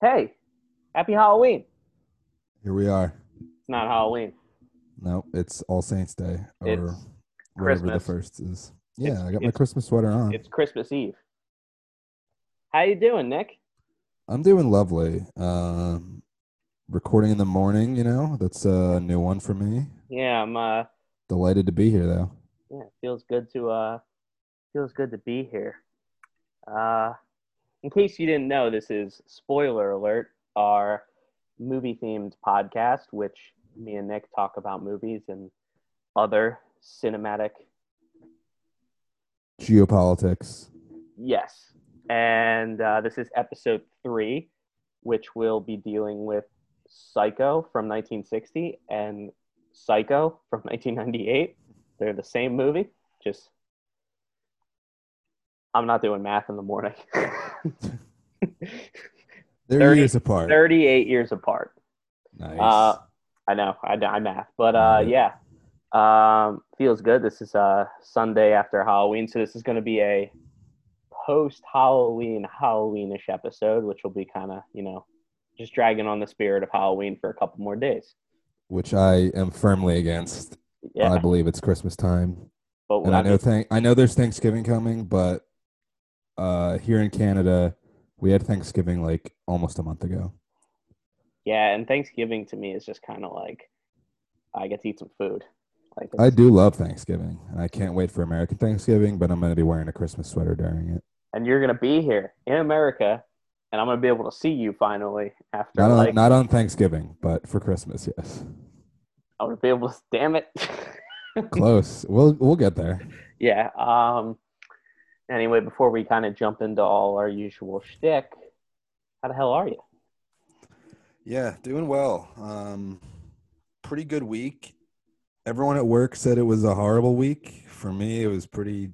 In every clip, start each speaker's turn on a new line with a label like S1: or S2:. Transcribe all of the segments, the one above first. S1: Hey, happy Halloween.
S2: Here we are.
S1: It's not Halloween.
S2: No, it's All Saints Day or
S1: It's
S2: whatever the
S1: Christmas.
S2: first is. Yeah,
S1: It's-
S2: I got my
S1: it's-
S2: Christmas sweater on.
S1: It's Christmas Eve. How you doing, Nick?
S2: I'm doing lovely. Um, recording in the morning, you know, that's a new one for me.
S1: Yeah, I'm. Uh,
S2: Delighted to be here, though.
S1: yeah, it feels good to uh, feels good to be here. Uh, in case you didn't know, this is spoiler alert. Our movie themed podcast, which me and Nick talk about movies and other cinematic.
S2: Geopolitics.
S1: Yes, and uh, this is episode three, which will be dealing with Psycho from 1960 and Psycho from 1998. They're the same movie, just I'm not doing math in the morning.
S2: They're
S1: 30
S2: years apart.
S1: 38 years apart.
S2: Nice.
S1: uh, I know, I, I math, but uh, yeah, um, feels good. This is uh, Sunday after Halloween, so this is going to be a post Halloween, Halloweenish episode, which will be kind of, you know, just dragging on the spirit of Halloween for a couple more days.
S2: which I am firmly against.
S1: Yeah,
S2: I believe it's Christmas time.
S1: but
S2: And I
S1: I mean,
S2: know thank I know there's Thanksgiving coming, but uh, here in Canada, we had Thanksgiving like almost a month ago.
S1: yeah, and Thanksgiving to me is just kind of like I get to eat some food. Like
S2: I do love Thanksgiving, and I can't wait for American Thanksgiving. But I'm going to be wearing a Christmas sweater during it.
S1: and you're gonna be here in America, and I'm gonna be able to see you finally after
S2: Not on,
S1: like
S2: not on Thanksgiving, but for Christmas, yes.
S1: I'm gonna be able to. Damn it.
S2: Close. we'll we'll get there.
S1: yeah. Um. Anyway, before we kind of jump into all our usual shtick, how the hell are you?
S2: Yeah, doing well. Um, pretty good week. Everyone at work said it was a horrible week. For me, it was pretty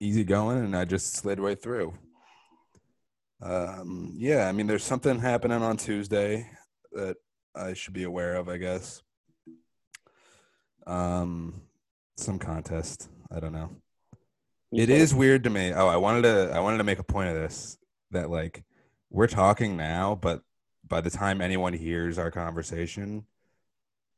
S2: easy going, and I just slid right through. Um, yeah, I mean, there's something happening on Tuesday that I should be aware of, I guess. Um, some contest. I don't know.
S1: You
S2: It
S1: said-
S2: is weird to me. Oh, I wanted to I wanted to make a point of this that like we're talking now, but by the time anyone hears our conversation,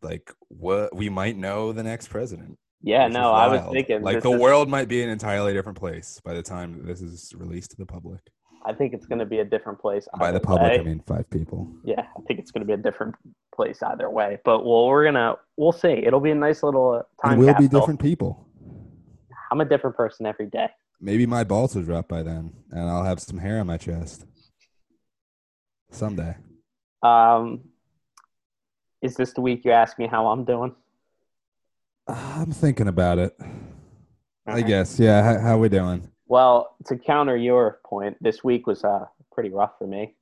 S2: like what we might know the next president.
S1: Yeah.
S2: which is
S1: No, I was
S2: wild.
S1: thinking.
S2: like
S1: this
S2: the
S1: is-
S2: world might be an entirely different place by the time this is released to the public.
S1: I think it's gonna be a different place.
S2: By the
S1: either
S2: public, I
S1: way.
S2: mean five people.
S1: yeah, I think it's gonna be a different place either way. But well, we're gonna we'll see. It'll be a nice little uh, time.
S2: And we'll be
S1: capsule.
S2: different people.
S1: I'm a different person every day.
S2: Maybe my balls will drop by then, and I'll have some hair on my chest someday.
S1: Um. Is this the week you asked me how I'm doing?
S2: I'm thinking about it. I
S1: Alright.
S2: guess. Yeah. How, how we doing?
S1: Well, to counter your point, this week was uh, pretty rough for me.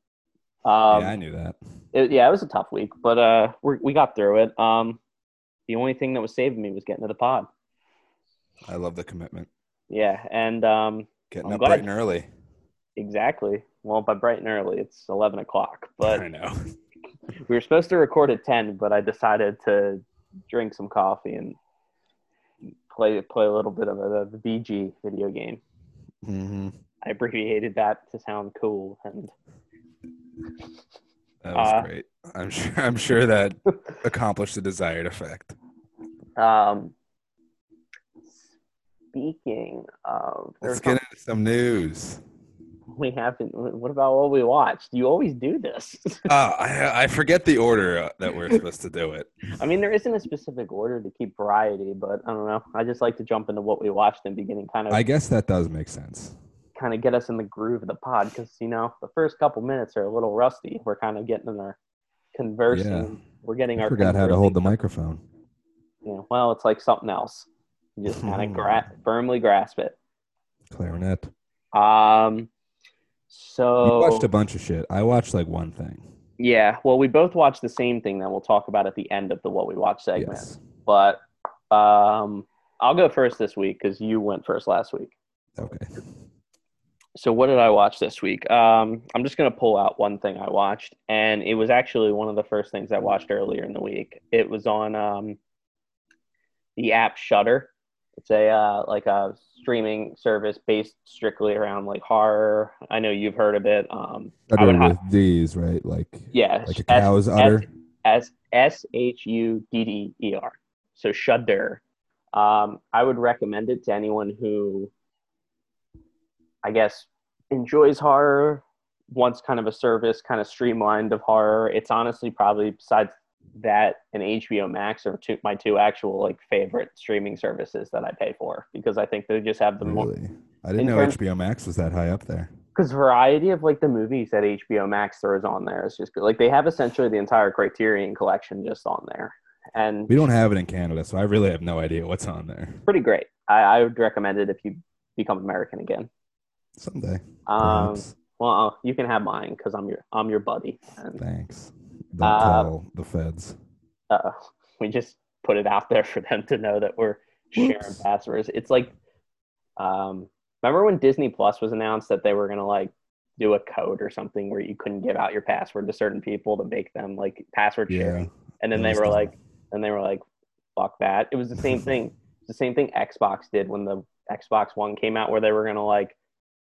S1: Um,
S2: yeah, I
S1: yeah,
S2: knew that.
S1: it, yeah, it was a tough week, but uh, we we got through it. Um, the only thing that was saving me was getting to the pod.
S2: I love the commitment.
S1: Yeah, and um,
S2: Getting
S1: I'm
S2: up
S1: glad-
S2: bright and early.
S1: exactly. Well, by bright and early, it's eleven o'clock. But
S2: I know.
S1: we were supposed to record at ten, but I decided to drink some coffee and play play a little bit of a, the VG video game.
S2: hmm
S1: I abbreviated that to sound cool, and
S2: That was
S1: Uh,
S2: great. I'm sure. I'm sure that accomplished the desired effect.
S1: Um, speaking of,
S2: Let's
S1: there's
S2: get into some news.
S1: something we haven't. What about what we watched? You always do this.
S2: Ah, I I forget the order uh, that we're supposed to do it.
S1: I mean, there isn't a specific order to keep variety, but I don't know. I just like to jump into what we watched in the beginning, kind of,
S2: I guess that does make sense.
S1: kind of get us in the groove of the pod, because you know the first couple minutes are a little rusty. We're kind of getting in our conversing.
S2: Yeah.
S1: We're getting
S2: I
S1: our
S2: forgot how to
S1: conversing-
S2: hold the microphone.
S1: You know, well, it's like something else. You just kind of gra- firmly grasp it.
S2: Clarinet.
S1: Um,
S2: You
S1: so
S2: watched a bunch of shit. I watched like one thing.
S1: Yeah, well, we both watched the same thing that we'll talk about at the end of the what we watch segment.
S2: Yes,
S1: But um, I'll go first this week because you went first last week.
S2: Okay.
S1: So what did I watch this week? Um, I'm just gonna pull out one thing I watched, and it was actually one of the first things I watched earlier in the week. It was on um, the app Shutter, It's a uh, like a streaming service based strictly around like horror. I know you've heard of it. Um, I would
S2: Udder
S1: hi-
S2: with D's, right? Like
S1: yeah,
S2: like a
S1: S-
S2: cow's
S1: S-
S2: udder.
S1: as S H U D D E R. So Shudder. Um, I would recommend it to anyone who, I guess, enjoys horror, wants kind of a service, kind of streamlined of horror. It's honestly probably besides that and HBO Max are two, my two actual like favorite streaming services that I pay for because I think they just have the more
S2: Really? I didn't
S1: in
S2: know
S1: terms-
S2: HBO Max was that high up there.
S1: because variety of like the movies that HBO Max throws on there is just good. Like they have essentially the entire Criterion collection just on there, and
S2: We
S3: don't have it in Canada, so I really have no idea what's on there.
S1: pretty great. I, I would recommend it if you become American again.
S2: Someday.
S1: Um,
S2: perhaps.
S1: well, you can have mine because I'm your I'm your buddy. And,
S2: Thanks. Don't
S1: uh,
S2: tell the feds.
S1: uh, we just put it out there for them to know that we're sharing
S2: Whoops.
S1: passwords. It's like, um, remember when Disney Plus was announced that they were gonna like do a code or something where you couldn't give out your password to certain people to make them like password sharing,
S2: Yeah.
S1: and then
S2: that
S1: they
S2: was
S1: were
S2: dumb.
S1: like, and they were like, fuck that. It was the same thing. the same thing Xbox did when the Xbox One came out, where they were gonna like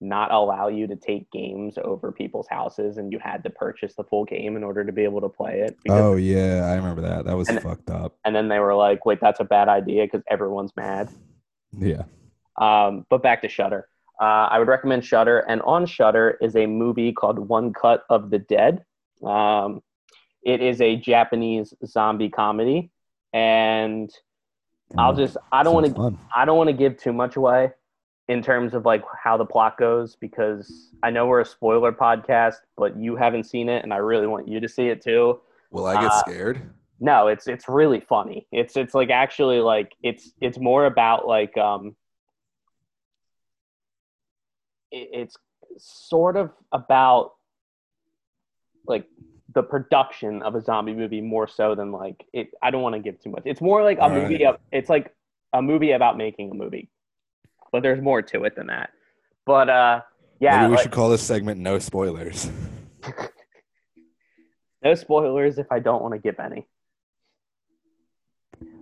S1: not allow you to take games over people's houses, and you had to purchase the full game in order to be able to play it.
S2: Oh yeah, I remember that. That was
S1: And-
S2: fucked up.
S1: And then they were like, "Wait, that's a bad idea because everyone's mad."
S2: Yeah.
S1: Um, but back to Shutter. Uh, I would recommend Shutter, and on Shutter is a movie called One Cut of the Dead. Um, it is a Japanese zombie comedy, and
S2: Mm.
S1: I'll just I don't want to
S2: to.
S1: I don't want to give too much away in terms of like how the plot goes because I know we're a spoiler podcast, but you haven't seen it, and I really want you to see it too.
S3: Will I get
S1: Uh,
S3: scared?
S1: No, it's it's really funny. It's it's like actually like it's it's more about like um it, it's sort of about like the production of a zombie movie more so than like it I don't want to give too much. It's more like a
S3: All
S1: movie
S3: right.
S1: of, it's like a movie about making a movie. But there's more to it than that. But uh yeah,
S3: Maybe we
S1: like-
S3: should call this segment "No Spoilers."
S1: No spoilers if I don't want to give any.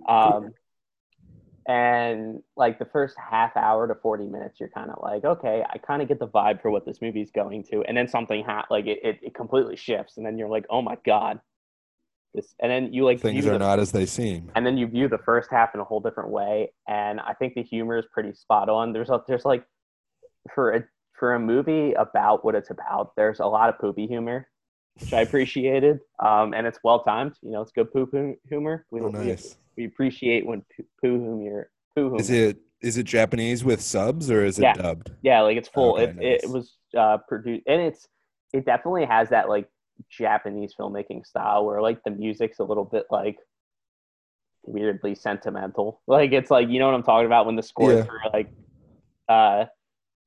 S1: Um, and like the first half hour to 40 minutes, you're kind of like, okay, I kind of get the vibe for what this movie's going to. And then something ha- like it, it, it completely shifts. And then you're like, oh my God. This, and then you like
S3: Things
S1: view
S3: are
S1: the-
S3: not as they seem.
S1: and then you view the first half in a whole different way. And I think the humor is pretty spot on. There's a, there's like for a for a movie about what it's about, there's a lot of poopy humor, which I appreciated. Um, and it's well timed. You know, it's good poo poo humor. We,
S3: Oh,
S1: we-
S3: nice.
S1: we, appreciate when poo- poo humor poo humor.
S3: Is it is it Japanese with subs or is it
S1: Yeah.
S3: dubbed?
S1: Yeah, like it's full.
S3: Okay,
S1: it, it
S3: nice.
S1: was uh, produced, and it's it definitely has that like Japanese filmmaking style where like the music's a little bit like weirdly sentimental. Like it's like you know what I'm talking about when the score
S3: Yeah.
S1: for like uh,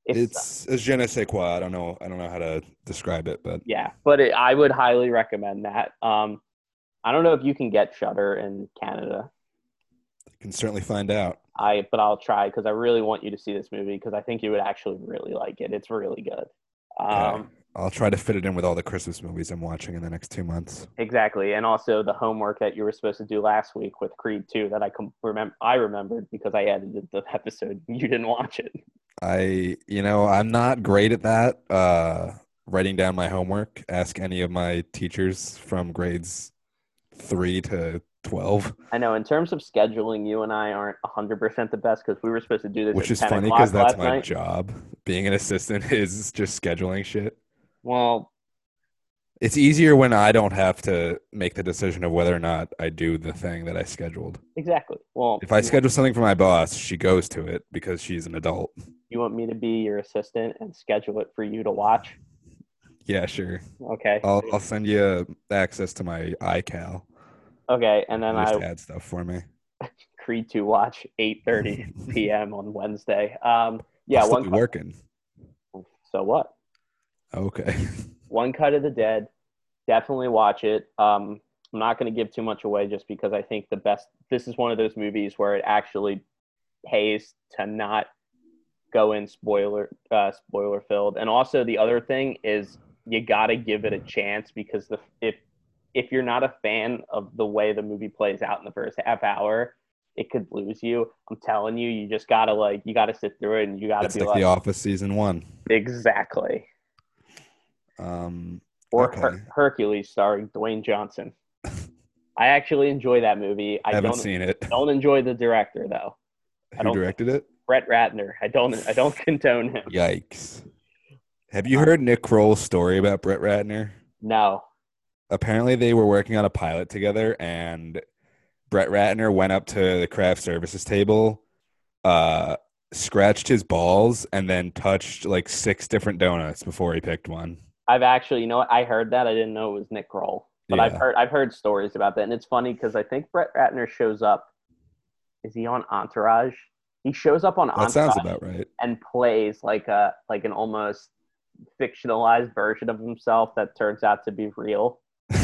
S1: it's,
S3: It's a je ne sais quoi. I don't know. I don't know how to describe it, but
S1: yeah, but it, I would highly recommend that. Um, I don't know if you can get Shutter in Canada.
S3: you can certainly find out.
S1: I but I'll try because I really want you to see this movie because I think you would actually really like it. It's really good. Um,
S3: Okay. I'll try to fit it in with all the Christmas movies I'm watching in the next two months.
S1: Exactly, and also the homework that you were supposed to do last week with Creed Two that I com- remember I remembered because I edited the episode. You didn't watch it.
S3: I, you know, I'm not great at that. Uh, writing down my homework. Ask any of my teachers from grades three to twelve,
S1: I know. In terms of scheduling, you and I aren't hundred percent the best because we were supposed to do this,
S3: which
S1: at
S3: is
S1: 10
S3: funny
S1: o'clock
S3: because that's
S1: last
S3: my
S1: night.
S3: job. Being an assistant is just scheduling shit.
S1: Well,
S3: It's easier when I don't have to make the decision of whether or not I do the thing that I scheduled.
S1: exactly. Well,
S3: If I
S1: you-
S3: schedule something for my boss, she goes to it because she's an adult.
S1: you want me to be your assistant and schedule it for you to watch?
S3: Yeah, sure.
S1: Okay.
S3: I'll I'll send
S2: uh,
S3: you access to my iCal. oh.
S1: okay, and then
S3: You just
S1: I
S3: add stuff for me.
S1: Creed Two watch eight thirty p.m. on Wednesday. Um, yeah,
S3: I'll still
S1: one.
S3: be
S1: cut-
S3: working.
S1: So what?
S3: Okay.
S1: One Cut of the Dead. Definitely watch it. Um, I'm not going to give too much away just because I think the best. This is one of those movies where it actually pays to not go in spoiler uh, spoiler filled. And also the other thing is you got to give it a chance because the if if you're not a fan of the way the movie plays out in the first half hour, it could lose you. I'm telling you, you just gotta like you gotta sit through it and you gotta
S2: It's
S1: be
S2: like
S1: like,
S2: The Office season one.
S1: exactly.
S2: Um,
S1: Or
S2: Okay.
S1: Her- Hercules starring Dwayne Johnson. I actually enjoy that movie. I
S2: I haven't
S1: don't
S2: seen it.
S1: don't enjoy the director though.
S2: Who
S1: don't-
S2: directed it?
S1: Brett Ratner. I don't I don't condone him.
S2: Yikes! Have
S1: Uh,
S2: you heard Nick Kroll's story about Brett Ratner?
S1: No.
S2: apparently they were working on a pilot together and Brett Ratner went up to the craft services table, uh, scratched his balls, and then touched like six different donuts before he picked one.
S1: I've actually, you know what? I heard that. I didn't know it was Nick Kroll, but I've
S2: Yeah.
S1: heard I've heard stories about that, and it's funny because I think Brett Ratner shows up. Is he on Entourage? He shows up on
S2: That
S1: Entourage
S2: sounds about right.
S1: and plays like a like an almost fictionalized version of himself that turns out to be real.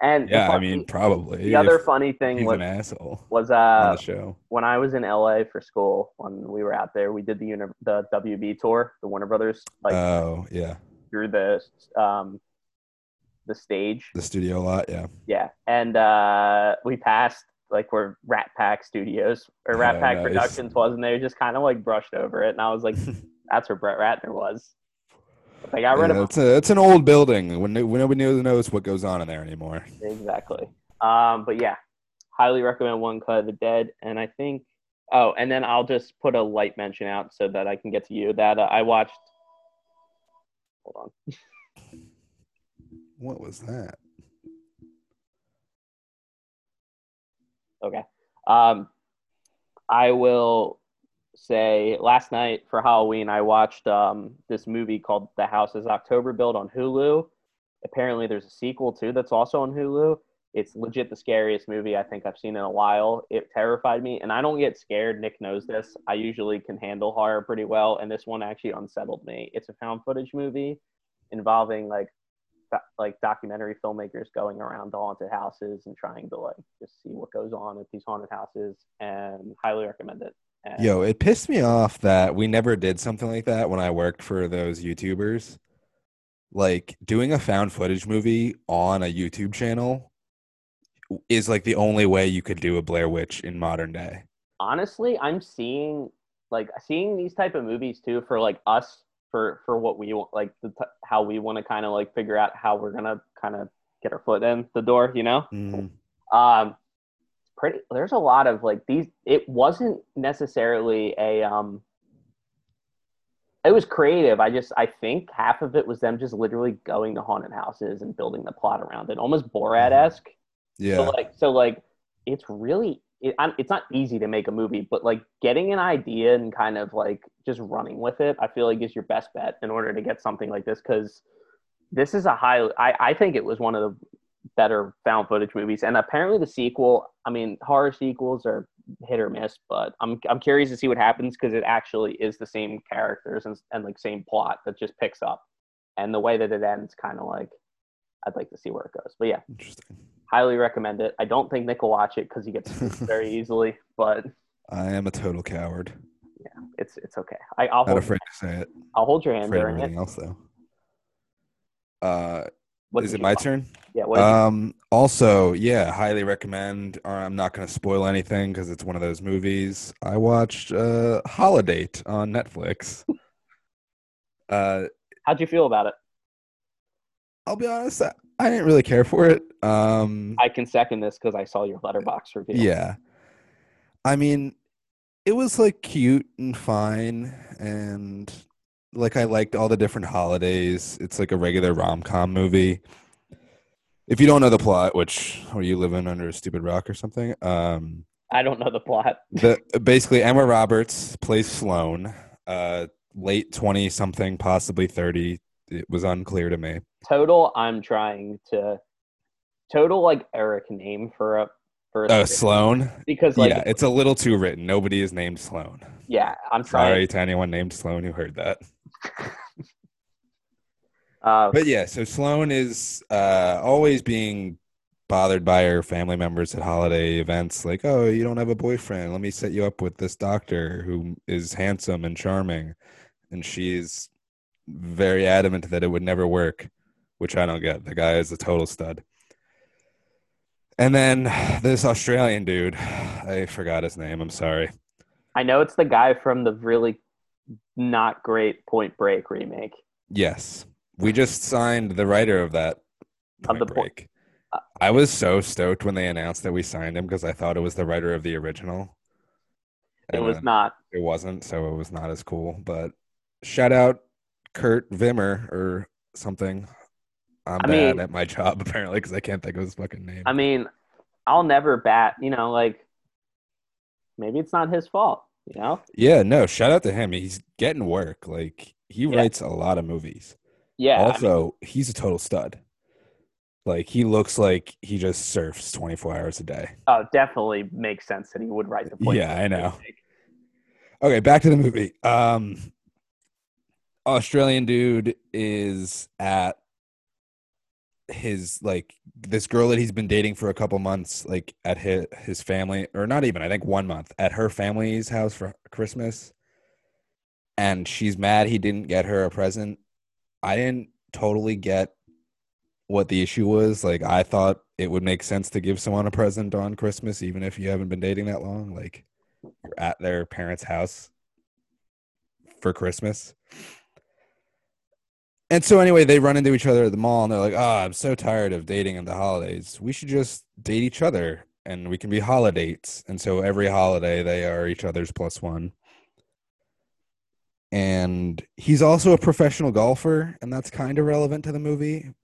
S1: and the
S2: Yeah, I
S1: fun-
S2: mean, probably.
S1: the other
S2: if
S1: funny thing
S2: he's
S1: was
S2: an asshole
S1: was
S2: on
S1: uh
S2: the show.
S1: when I was in LA for school when we were out there, we did the uni- the WB tour, the Warner Brothers like
S2: oh yeah,
S1: through the um the stage.
S2: the studio lot. Yeah,
S1: Yeah, and uh, we passed like where Rat Pack Studios or Rat
S2: Oh,
S1: Pack
S2: nice.
S1: Productions was, and they just kind of like brushed over it, and I was like, "That's where Brett Ratner was." But they got rid
S2: yeah
S1: of
S2: it's, a, it's an old building. When when nobody knows what goes on in there anymore.
S1: him exactly. Um, but yeah, highly recommend One Cut of the Dead, and I think oh, and then I'll just put a light mention out so that I can get to you that uh, I watched. Hold on,
S2: What was that?
S1: Okay. Um, I will say last night for Halloween, I watched um, this movie called The House is October Built on Hulu. Apparently, there's a sequel too that's also on Hulu. It's legit the scariest movie I think I've seen in a while. It terrified me, and I don't get scared. Nick knows this. I usually can handle horror pretty well, and this one actually unsettled me. It's a found footage movie involving like do- like documentary filmmakers going around to haunted houses and trying to like just see what goes on at these haunted houses and highly recommend it. And
S2: Yo, it pissed me off that we never did something like that when I worked for those YouTubers. Like doing a found footage movie on a YouTube channel is like the only way you could do a Blair Witch in modern day.
S1: honestly, I'm seeing like seeing these type of movies too for like us for for what we want like the t- how we want to kind of like figure out how we're gonna kind of get our foot in the door, you know.
S2: Hmm.
S1: um pretty there's a lot of like these it wasn't necessarily a um it was creative i just i think half of it was them just literally going to haunted houses and building the plot around it almost borat-esque
S2: Yeah.
S1: so like so like it's really it, I'm, it's not easy to make a movie but like getting an idea and kind of like just running with it i feel like is your best bet in order to get something like this because this is a high I, I think it was one of the better found footage movies and apparently the sequel i mean horror sequels are hit or miss but i'm, I'm curious to see what happens because it actually is the same characters and, and like same plot that just picks up and the way that it ends kind of like i'd like to see where it goes but yeah
S2: Interesting.
S1: highly recommend it. I don't think Nick will watch it because he gets spooked very easily, but
S2: I am a total coward.
S1: it's it's okay. I, I'll
S2: Not
S1: hold,
S2: afraid to say it.
S1: I'll hold your hand
S2: Afraid of
S1: during
S2: everything
S1: it.
S2: else though. Uh,
S1: What
S2: is
S1: did
S2: it
S1: you
S2: my
S1: watch?
S2: turn?
S1: Yeah. What did you-
S2: Um, also, yeah, highly recommend. Or I'm not going to spoil anything because it's one of those movies. I watched uh, Holiday on Netflix. uh,
S1: how'd you feel about it?
S2: I'll be honest, I, I didn't really care for it. Um,
S1: I can second this because I saw your letterbox review.
S2: yeah, I mean, it was like cute and fine, and like I liked all the different holidays. It's like a regular rom com movie. If you don't know the plot, which are you living under a stupid rock or something? Um,
S1: I don't know the plot.
S2: the basically Emma Roberts plays Sloane, uh, late twenty something, possibly thirty. It was unclear to me.
S1: Total. I'm trying to total like Eric name for a for a
S2: Uh, Sloane.
S1: because like
S2: yeah, it's a little too written. Nobody is named Sloane.
S1: yeah, I'm
S2: Sorry
S1: trying.
S2: to anyone named Sloane who heard that.
S1: Uh,
S2: But yeah, so Sloane is uh, always being bothered by her family members at holiday events. Like, oh, you don't have a boyfriend. Let me set you up with this doctor who is handsome and charming. And she's very adamant that it would never work, which I don't get. The guy is a total stud. And then this Australian dude, I forgot his name. I'm sorry.
S1: I know it's the guy from the really not great Point Break remake.
S2: Yes, we just signed the writer of that
S1: Of the
S2: Point
S1: Point-
S2: Break. I was so stoked when they announced that we signed him because I thought it was the writer of the original.
S1: It
S2: And
S1: was
S2: then
S1: not.
S2: It wasn't, so it was not as cool. But shout out Kurt Vimmer or something. I'm
S1: I
S2: bad
S1: mean-
S2: at my job apparently because I can't think of his fucking name.
S1: I mean, I'll never bat. You know, like maybe it's not his fault. You know,
S2: yeah, no, shout out to him. He's getting work. Like he
S1: Yeah.
S2: writes a lot of movies.
S1: yeah. I mean,
S2: also, he's a total stud. Like he looks like he just surfs 24 hours a day.
S1: oh, definitely makes sense that he would write the point.
S2: Yeah, I know.
S1: remake.
S2: Okay, back to the movie. Um Australian dude is at his like this girl that he's been dating for a couple months, like at his his family, or not even, I think one month, at her family's house for Christmas. And she's mad he didn't get her a present. I didn't totally get what the issue was. Like I thought it would make sense to give someone a present on Christmas, even if you haven't been dating that long. Like were at their parents' house for Christmas. And so anyway, they run into each other at the mall and they're like, "Oh, I'm so tired of dating in the holidays. We should just date each other and we can be holidates." And so every holiday they are each other's plus one. And he's also a professional golfer, and that's kind of relevant to the movie,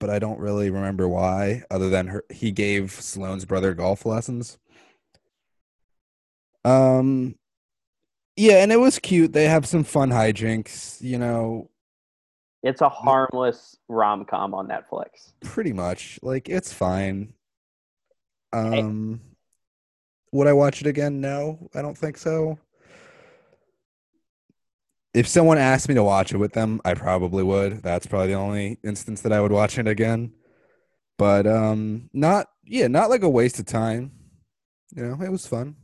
S2: but I don't really remember why other than her, he gave Sloane's brother golf lessons. Um, yeah, and it was cute. They have some fun hijinks, you know,
S1: It's a harmless rom com on Netflix.
S2: pretty much. Like it's fine. Um, would I watch it again? No, I don't think so. If someone asked me to watch it with them, I probably would. That's probably the only instance that I would watch it again. But um, not yeah, not like a waste of time. You know, it was fun.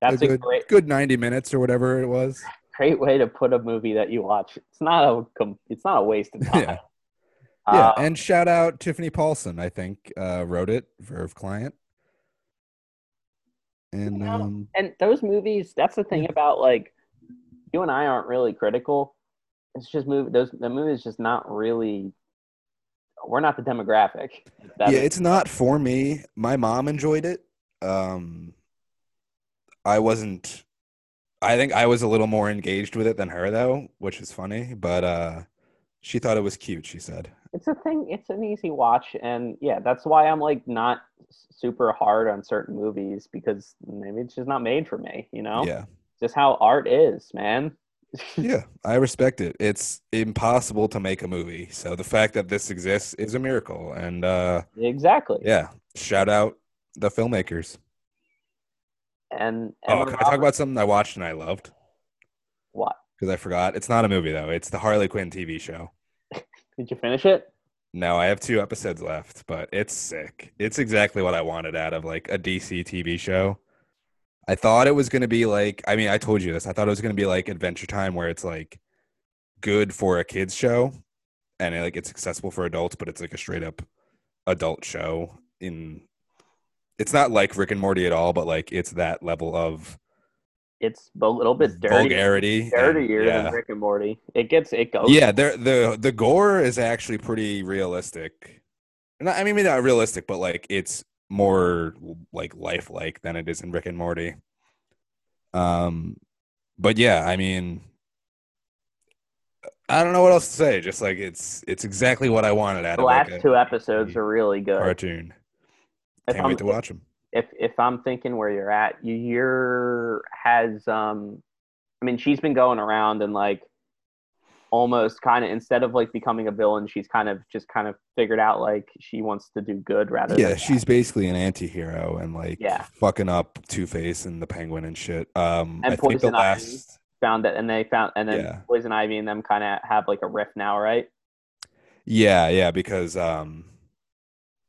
S1: That's
S2: a
S1: a,
S2: good,
S1: great,
S2: good ninety minutes or whatever it was.
S1: great way to put a movie that you watch. It's not a, com- it's not a waste of time.
S2: Yeah. Yeah,
S1: Uh,
S2: and shout out Tiffany Paulson. I think uh, wrote it, Verve client. And
S1: You know,
S2: um,
S1: and those movies that's the thing
S2: Yeah.
S1: about like you and i aren't really critical it's just movie those the movies just not really we're not the demographic That
S2: yeah,
S1: is-
S2: it's not for me. My mom enjoyed it. Um, I wasn't. I think I was a little more engaged with it than her, though, which is funny. But uh, she thought it was cute. She said,
S1: it's a thing it's an easy watch and yeah that's why i'm like not s- super hard on certain movies because maybe it's just not made for me you know
S2: "Yeah,
S1: just how art is man
S2: yeah, I respect it. It's impossible to make a movie, so the fact that this exists is a miracle." And uh,
S1: exactly
S2: yeah, shout out the filmmakers.
S1: and
S2: Oh,
S1: Emma
S2: can I talk
S1: Roberts-
S2: about something I watched and I loved?
S1: what
S2: Because I forgot. It's not a movie though. It's the Harley Quinn TV show.
S1: did you finish it
S2: No, I have two episodes left, but it's sick. It's exactly what I wanted out of like a DC TV show. I thought it was going to be like, I mean, I told you this. I thought it was going to be like Adventure Time where it's like good for a kids show and like it's accessible for adults, but it's like a straight up adult show in it's not like Rick and Morty at all, but like it's that level of
S1: it's a little bit dirty
S2: vulgarity. and-
S1: dirtier
S2: yeah.
S1: than Rick and Morty. It gets it goes.
S2: Yeah, there the the gore is actually pretty realistic. Not, I mean, maybe not realistic, but like it's more like lifelike than it is in Rick and Morty. Um, but yeah, I mean, I don't know what else to say. Just like it's it's exactly what I wanted out
S1: the
S2: of like,
S1: last
S2: a
S1: two episodes are really good.
S2: cartoon.
S1: if,
S2: Can't
S1: I'm,
S2: wait to watch them.
S1: if if I'm thinking where you're at, you you're has um, I mean she's been going around and like almost kind of instead of like becoming a villain, she's kind of just kind of figured out like she wants to do good rather.
S2: Yeah,
S1: than
S2: she's basically an anti-hero and like
S1: Yeah.
S2: fucking up Two Face and the Penguin and shit. Um,
S1: And
S2: I think the
S1: Poison Ivy.
S2: last.
S1: found that, and they found and then
S2: Yeah.
S1: Poison Ivy and them kind of have like a riff now, right?
S2: Yeah, yeah, because um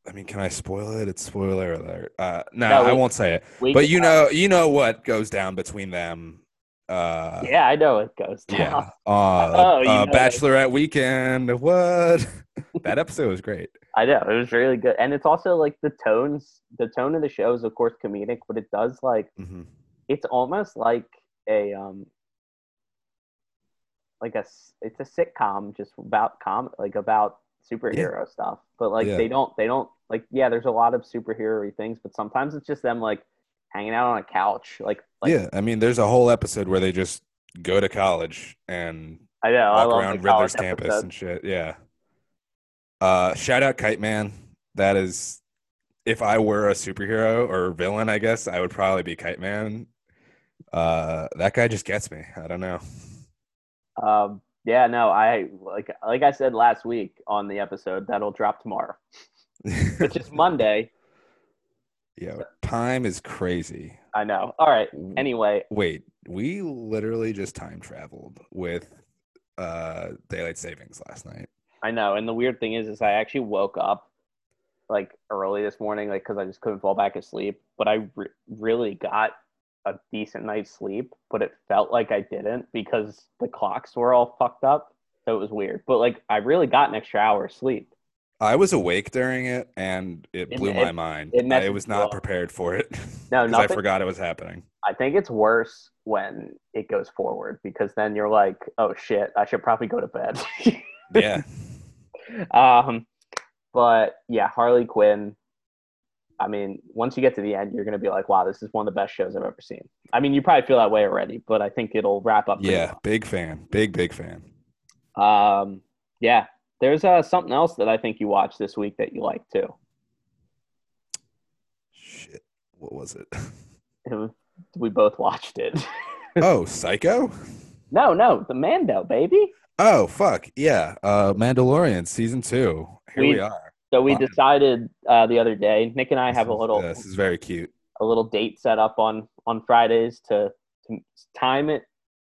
S2: I mean, can I spoil it? It's spoiler alert. Uh no,
S1: No,
S2: I
S1: we-
S2: won't say it.
S1: We
S2: But
S1: can- uh,
S2: you know, you know what goes down between them. Uh
S1: yeah, I know it goes.
S2: yeah.
S1: down.
S2: Uh,
S1: Oh, you
S2: uh
S1: know.
S2: bachelorette weekend. What? that episode was great.
S1: I know it was really good, and it's also like the tones. The tone of the show is, of course, comedic, but it does like
S2: Mhm.
S1: it's almost like a um like a s- it's a sitcom just about com like about superhero stuff but like
S4: Yeah.
S1: they don't they don't like yeah there's a lot of superhero things but sometimes it's just them like hanging out on a couch like like
S2: yeah, I mean, there's a whole episode where they just go to college and
S1: i know i
S2: walk
S1: love
S2: around
S1: the college
S2: Riddler's campus
S1: episode.
S2: and shit. Yeah. Uh, shout out Kite Man. That is, if I were a superhero or villain, I guess I would probably be Kite Man. Uh, that guy just gets me. I don't know.
S1: um yeah no i like like i said last week on the episode that'll drop tomorrow which is monday
S2: Yo, time is crazy.
S1: i know all right anyway
S2: Wait, we literally just time traveled with uh daylight savings last night.
S1: I know. And the weird thing is, is I actually woke up like early this morning, like because I just couldn't fall back asleep. But I re- really got a decent night's sleep, but it felt like I didn't because the clocks were all fucked up. So it was weird. But like, I really got an extra hour of sleep.
S2: I was awake during it and it
S1: It-
S2: blew
S1: it-
S2: my mind.
S1: it
S2: I
S1: messes
S2: was
S1: you
S2: not
S1: up.
S2: prepared for it.
S1: No,
S2: 'Cause I
S1: nothing-
S2: forgot it was happening.
S1: I think it's worse when it goes forward because then you're like, oh shit, I should probably go to bed.
S2: Yeah.
S1: um, but yeah, Harley Quinn. I mean, once you get to the end, you're gonna be like, "Wow, this is one of the best shows I've ever seen." I mean, you probably feel that way already, but I think it'll wrap up. pretty
S2: yeah, big fan. Big big fan.
S1: well. Um, yeah. There's uh, something else that I think you watched this week that you liked too.
S2: Shit. What was it?
S1: It was- We both watched it.
S2: oh, Psycho?
S1: no, no, the Mando baby.
S2: Oh, fuck. Yeah. Uh Mandalorian season 2. Here we,
S1: We-
S2: are.
S1: So we
S2: Fine.
S1: decided uh, the other day. Nick and I have a
S2: This is-
S1: little
S2: yeah, This is very cute.
S1: a little date set up on on Fridays to, to time it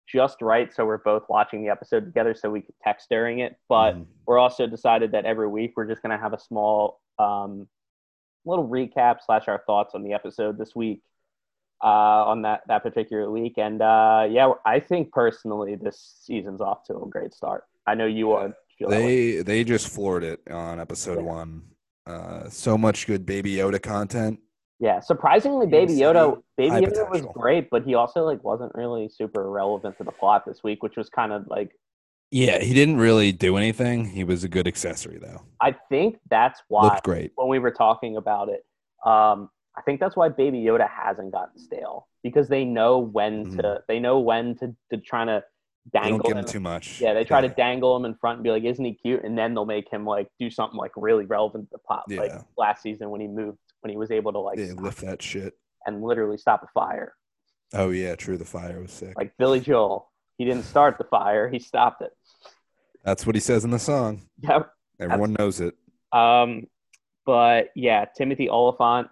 S1: just right so we're both watching the episode together so we can text during it. But
S2: Mhm.
S1: we're also decided that every week we're just gonna have a small um, little recap slash our thoughts on the episode this week uh, on that that particular week. And uh, yeah, I think personally this season's off to a great start. I know you are. Feel that way.
S2: They they just floored it on episode
S1: Yeah.
S2: one. Uh, so much good Baby Yoda content.
S1: Yeah, surprisingly,
S2: Yes,
S1: Baby Yoda, Baby
S2: high
S1: Yoda was
S2: potential.
S1: great, but he also like wasn't really super relevant to the plot this week, which was kind of like
S2: Yeah, he didn't really do anything. He was a good accessory though.
S1: I think that's why
S2: Looked great.
S1: when we were talking about it, um, I think that's why Baby Yoda hasn't gotten stale because they know when to they know when to to try to
S2: Mm-hmm. They don't
S1: dangle
S2: give
S1: him.
S2: him too much.
S1: yeah, they try to dangle him in front and be like, "Isn't he cute?" And then they'll make him like do something like really relevant to the plot, like
S2: Yeah.
S1: last season when he moved when he was able to like uh,
S2: Yeah, lift that shit.
S1: and literally stop a fire.
S2: Oh yeah, true. The fire was sick.
S1: like Billy Joel. He didn't start the fire; he stopped it.
S2: That's what he says in the song.
S1: Yep.
S2: Everyone knows it.
S1: Um, but yeah, Timothy Oliphant,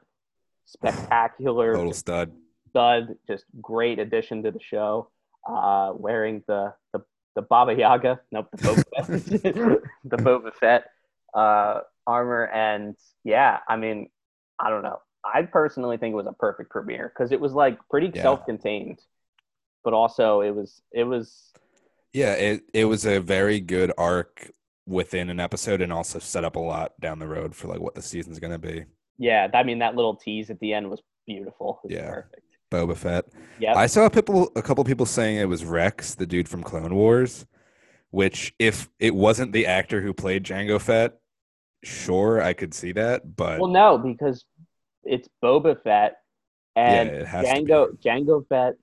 S1: spectacular
S2: Total stud.
S1: stud, just great addition to the show. Uh, wearing the the the Baba Yaga, nope, the Boba Fett, the Boba Fett uh, armor, and yeah, I mean, I don't know. I personally think it was a perfect premiere because it was like pretty
S2: Yeah.
S1: self-contained, but also it was it was
S2: Yeah, it it was a very good arc within an episode, and also set up a lot down the road for like what the season's gonna be.
S1: yeah, I mean that little tease at the end was beautiful. It was
S2: Yeah.
S1: perfect.
S2: Boba Fett.
S1: Yep.
S2: I saw a people, a couple people saying it was Rex, the dude from Clone Wars. Which, if it wasn't the actor who played Django Fett, sure I could see that. But
S1: well, no, because it's Boba Fett
S2: yeah,
S1: and
S2: it has to be
S1: Django. Django Fett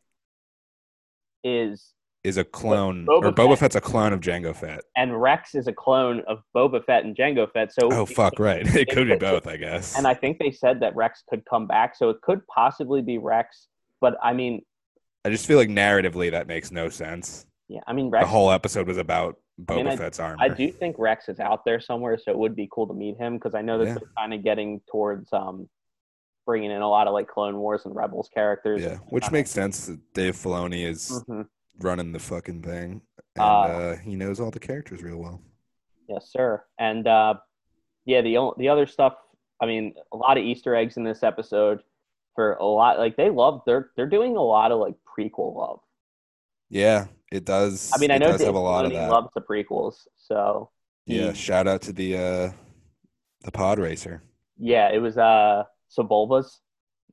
S1: is
S2: is a clone,
S1: Boba
S2: or Boba
S1: Fett-
S2: Fett's a clone of Django Fett.
S1: and Rex is a clone of Boba Fett and Django Fett. So
S2: Oh fuck, right? It could be both, I guess.
S1: And I think they said that Rex could come back, so it could possibly be Rex. But I mean,
S2: I just feel like narratively that makes no sense.
S1: yeah, I mean
S2: The
S1: Rex.
S2: whole episode was about Boba
S1: I mean, I-
S2: Fett's armor.
S1: I do think Rex is out there somewhere, so it would be cool to meet him because I know that
S2: Yeah.
S1: they're kind of getting towards um, bringing in a lot of like Clone Wars and Rebels characters.
S2: Yeah, which makes sense. that Dave Filoni is
S1: Mhm.
S2: running the fucking thing, and
S1: Uh,
S2: uh, he knows all the characters real well.
S1: Yes, sir. And uh, yeah, the o- the other stuff. I mean, a lot of Easter eggs in this episode for a lot. Like they love they're they're doing a lot of like prequel love.
S2: Yeah, it does.
S1: I mean, I
S2: it
S1: know
S2: does
S1: Dave
S2: have a lot of
S1: Filoni
S2: that.
S1: loves the prequels, so
S2: Yeah.
S1: he-
S2: Shout out to the uh the pod racer.
S1: yeah, it was uh Sebulba's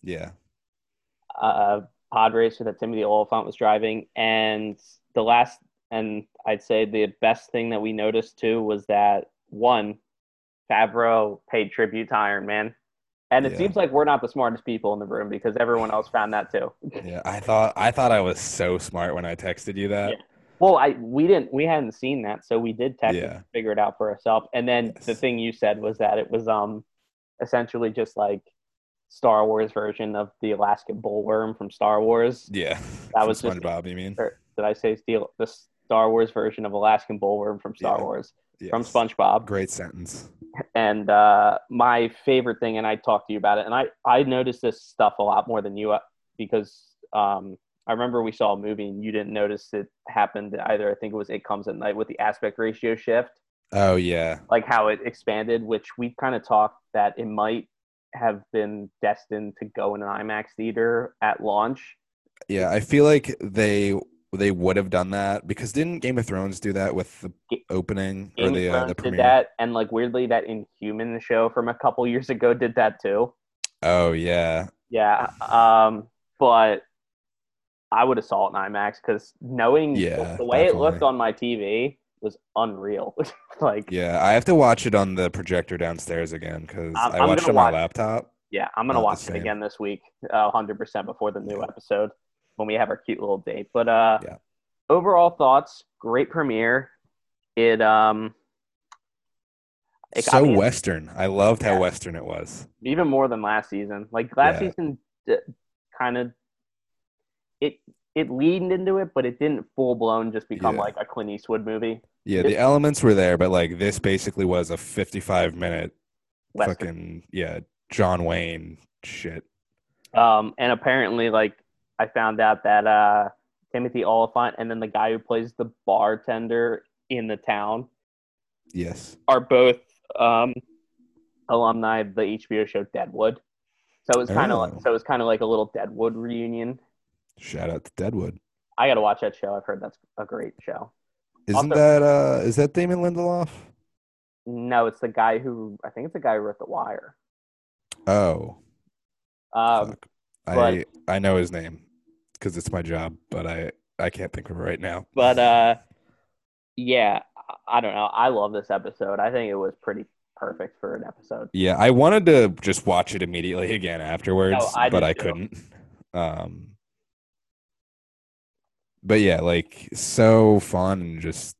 S2: Yeah.
S1: uh, pod racer that Timothy Oliphant was driving. And the last, and I'd say the best thing that we noticed too was that one, Favreau paid tribute to Iron Man. And it
S2: Yeah.
S1: seems like we're not the smartest people in the room because everyone else found that too.
S2: Yeah. I thought I thought I was so smart when I texted you that.
S1: Well, I we didn't we hadn't seen that, so we did technically
S2: Yeah.
S1: figure it out for ourselves. And then the
S2: Yes.
S1: thing you said was that it was um essentially just like Star Wars version of the Alaskan bullworm from Star Wars.
S2: Yeah.
S1: That
S2: From
S1: was just-
S2: SpongeBob, you mean?
S1: or did I say steal the Star Wars version of Alaskan Bullworm from Star
S2: Yeah.
S1: Wars
S2: Yes.
S1: from SpongeBob?
S2: Great sentence.
S1: And uh, my favorite thing, and I talked to you about it, and I I noticed this stuff a lot more than you uh, because um, I remember we saw a movie and you didn't notice it happened either. I think it was It Comes at Night with the aspect ratio shift,
S2: Oh yeah.
S1: like how it expanded, which we kind of talked that it might have been destined to go in an IMAX theater at launch.
S2: Yeah, I feel like they they would have done that because didn't Game of Thrones do that with the
S1: Ga-
S2: opening or
S1: Game
S2: the
S1: of
S2: uh,
S1: Thrones
S2: the
S1: did
S2: premiere?
S1: that, and like weirdly, that Inhuman show from a couple years ago did that too.
S2: Oh yeah,
S1: Yeah, um, but I would have saw it in IMAX because knowing
S2: Yeah,
S1: the way it
S2: definitely.
S1: looked on my TV was unreal. like, yeah.
S2: yeah. I have to watch it on the projector downstairs again because
S1: I'm-
S2: I
S1: I'm
S2: watched it
S1: gonna
S2: on my
S1: watch-
S2: laptop.
S1: I'm gonna
S2: Not the
S1: watch it
S2: same.
S1: again this week, uh, hundred percent before the new episode when we have our cute little date. But uh,
S2: Yeah.
S1: overall thoughts: great premiere. It um, it got
S2: so
S1: me-
S2: western. I loved how
S1: Yeah.
S2: western it was.
S1: even more than last season. Like last
S2: Yeah.
S1: season, d- kind of it it leaned into it, but it didn't full blown just become
S2: Yeah.
S1: like a Clint Eastwood movie.
S2: Yeah,
S1: It-
S2: the elements were there, but like this basically was a fifty-five minute
S1: Western.
S2: fucking yeah John Wayne shit.
S1: Um, and apparently, like I found out that uh, Timothy Oliphant and then the guy who plays the bartender in the town
S2: Yes.
S1: are both um, alumni of the HBO show Deadwood. So it's kind of
S2: Oh.
S1: like so it's kind of like a little Deadwood reunion.
S2: Shout out to Deadwood.
S1: I got to watch that show. I've heard that's a great show.
S2: Isn't
S1: Also-
S2: that uh is that Damon Lindelof?
S1: No, it's the guy who I think it's the guy who wrote The Wire.
S2: Oh,
S1: Um,
S2: fuck. I
S1: but-
S2: I know his name because it's my job, but I I can't think of it right now.
S1: but uh, yeah, I- I don't know. I love this episode. I think it was pretty perfect for an episode.
S2: Yeah, I wanted to just watch it immediately again afterwards,
S1: No, I
S2: but
S1: did
S2: I
S1: too.
S2: couldn't. Um, but yeah, like so fun and just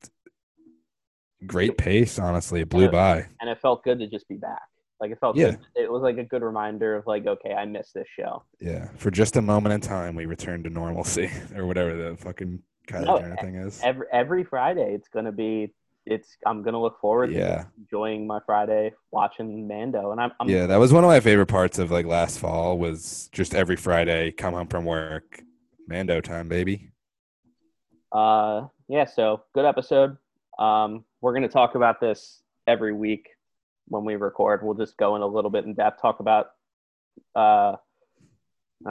S2: great pace. Honestly, it blew
S1: Yeah.
S2: by.
S1: and it felt good to just be back. Like it felt
S2: Yeah.
S1: good. It was like a good reminder of like, okay, I missed this show.
S2: Yeah, for just a moment in time, we returned to normalcy or whatever the fucking Kylie
S1: No, e,
S2: Jenner thing is.
S1: Every every Friday, it's gonna be. It's I'm gonna look forward to
S2: Yeah,
S1: enjoying my Friday watching Mando, and I'm, I'm
S2: yeah, that was one of my favorite parts of like last fall was just every Friday come home from work, Mando time, baby.
S1: uh yeah so good episode um we're going to talk about this every week when we record we'll just go in a little bit in depth talk about uh i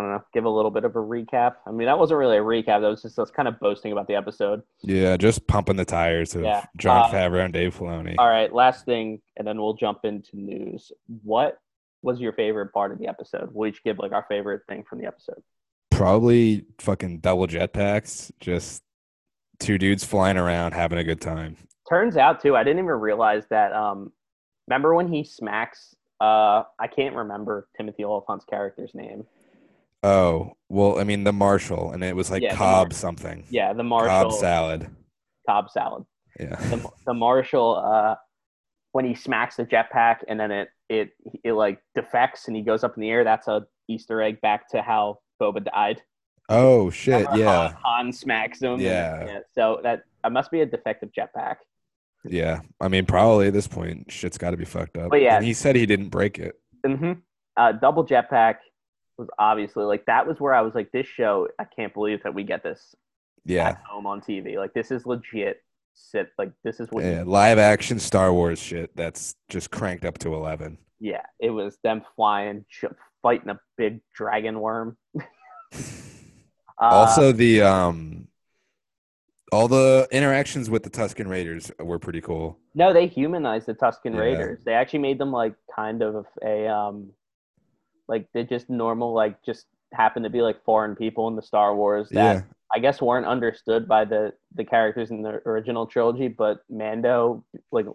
S1: don't know give a little bit of a recap i mean that wasn't really a recap that was just us kind of boasting about the episode
S2: Yeah, just pumping the tires of
S1: Yeah,
S2: John
S1: uh,
S2: Favreau and Dave Filoni.
S1: all right last thing and then we'll jump into news what was your favorite part of the episode we'll each give like our favorite thing from the episode
S2: probably fucking double jetpacks, just two dudes flying around having a good time.
S1: turns out too i didn't even realize that um remember when he smacks uh i can't remember timothy oliphant's character's name
S2: Oh, well, I mean the Marshall, and it was like
S1: Yeah, the
S2: Cobb
S1: Marshall.
S2: something.
S1: Yeah, the
S2: Cobb
S1: Marshall Cobb,
S2: salad.
S1: salad.
S2: Yeah.
S1: The, the Marshall uh, when he smacks the jetpack and then it it it like defects and he goes up in the air. That's a Easter egg back to how Boba died.
S2: Oh shit,
S1: Remember Han,
S2: yeah.
S1: Han smacks him. and-
S2: Yeah.
S1: So that I must be a defective jetpack.
S2: Yeah. I mean probably at this point shit's gotta be fucked up.
S1: But yeah.
S2: And he said he didn't break it.
S1: Mm-hmm. Uh, double jetpack was obviously like that was where I was like, this show. I can't believe that we get this
S2: Yeah.
S1: at home on TV. Like this is legit. Sit like this is what you
S2: Yeah. Live action Star Wars shit that's just cranked up to eleven.
S1: Yeah, it was them flying, ch- fighting a big dragon worm. Uh,
S2: also the um all the interactions with the Tuscan Raiders were pretty cool.
S1: No, they humanized the Tuscan
S2: Yeah.
S1: Raiders. They actually made them like kind of a um like they just normal like just happened to be like foreign people in the Star Wars that
S2: yeah,
S1: I guess weren't understood by the the characters in the original trilogy, but Mando like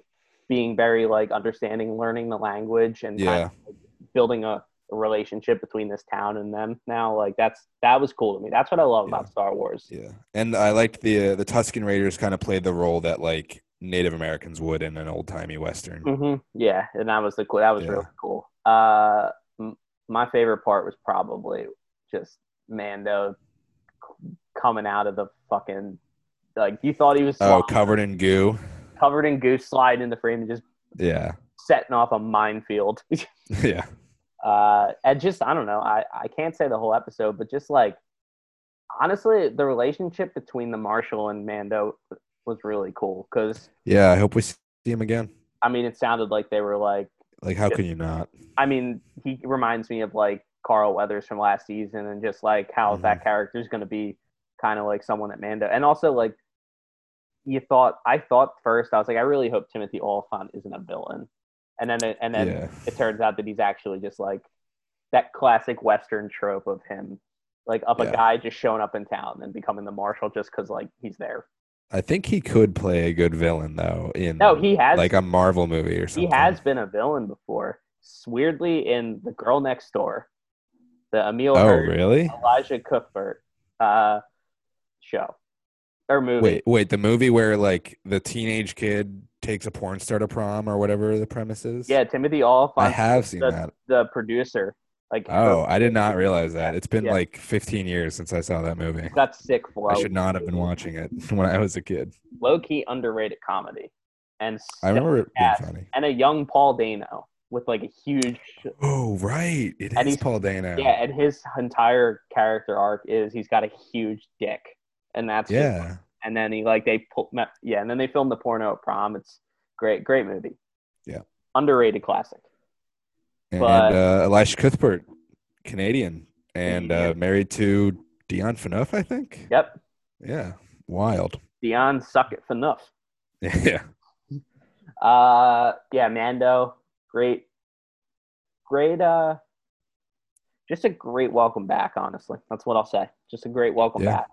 S1: being very like understanding, learning the language and kind
S2: yeah,
S1: of building a relationship between this town and them now like that's that was cool to me that's what i love
S2: Yeah.
S1: about star wars
S2: yeah. And I liked the uh, the Tuscan Raiders kind of played the role that like Native Americans would in an old timey western.
S1: hmm Yeah, and that was the cool. That was
S2: Yeah.
S1: really cool. Uh, m- my favorite part was probably just Mando c- coming out of the fucking like you thought he was
S2: Oh,
S1: sliding-
S2: covered in goo.
S1: covered in goose, sliding in the frame and just
S2: Yeah,
S1: setting off a minefield.
S2: yeah.
S1: uh, and just I don't know. I I can't say the whole episode, but just like honestly, the relationship between the Marshal and Mando was really cool because
S2: Yeah, I hope we see him again.
S1: I mean it sounded like they were like
S2: Like, how
S1: Yeah.
S2: can you not?
S1: I mean, he reminds me of like Carl Weathers from last season and just like how
S2: Mhm.
S1: that character is going to be kind of like someone at Mando. And also, like, you thought, I thought first, I was like, I really hope Timothy Oliphant isn't a villain. And then, it, and then
S2: yeah,
S1: it turns out that he's actually just like that classic Western trope of him, like, up
S2: Yeah.
S1: a guy just showing up in town and becoming the marshal just because, like, he's there.
S2: I think he could play a good villain though. In
S1: No, he has,
S2: Mm-hmm. like uh, a Marvel movie
S1: he
S2: or something.
S1: has been a villain before. Weirdly, in The Girl Next Door, the Emil
S2: Oh,
S1: Hirsch
S2: really?
S1: Elijah Cuthbert uh, show or movie.
S2: Wait, wait. The movie where like the teenage kid takes a porn star to prom or whatever the premise is.
S1: Yeah, Timothy
S2: I
S1: Oliphant,
S2: have seen
S1: the-
S2: that.
S1: the producer. Like,
S2: Oh, I did not realize that. It's been
S1: Yeah.
S2: like 15 years since I saw that movie.
S1: got sick flow.
S2: I should not have been watching it when I was a kid.
S1: Low key underrated comedy, and
S2: I remember it being
S1: cast.
S2: funny.
S1: and a young Paul Dano with like a huge
S2: Oh, right. It
S1: And
S2: is
S1: he's-
S2: Paul Dano.
S1: yeah, and his entire character arc is he's got a huge dick, and that's just-
S2: Yeah.
S1: and then he like they pull yeah, and then they filmed the porno at prom. It's great, great movie.
S2: Yeah.
S1: underrated classic.
S2: And
S1: But-
S2: uh, Elisha Cuthbert, Canadian, and uh,
S1: Canadian.
S2: married to Dion Phaneuf, I think.
S1: Yep,
S2: Yeah. Wild.
S1: Dion suck it for enough.
S2: Yeah.
S1: Uh yeah, Mando, great great uh just a great welcome back, honestly. That's what I'll say. Just a great welcome
S2: Yeah.
S1: back.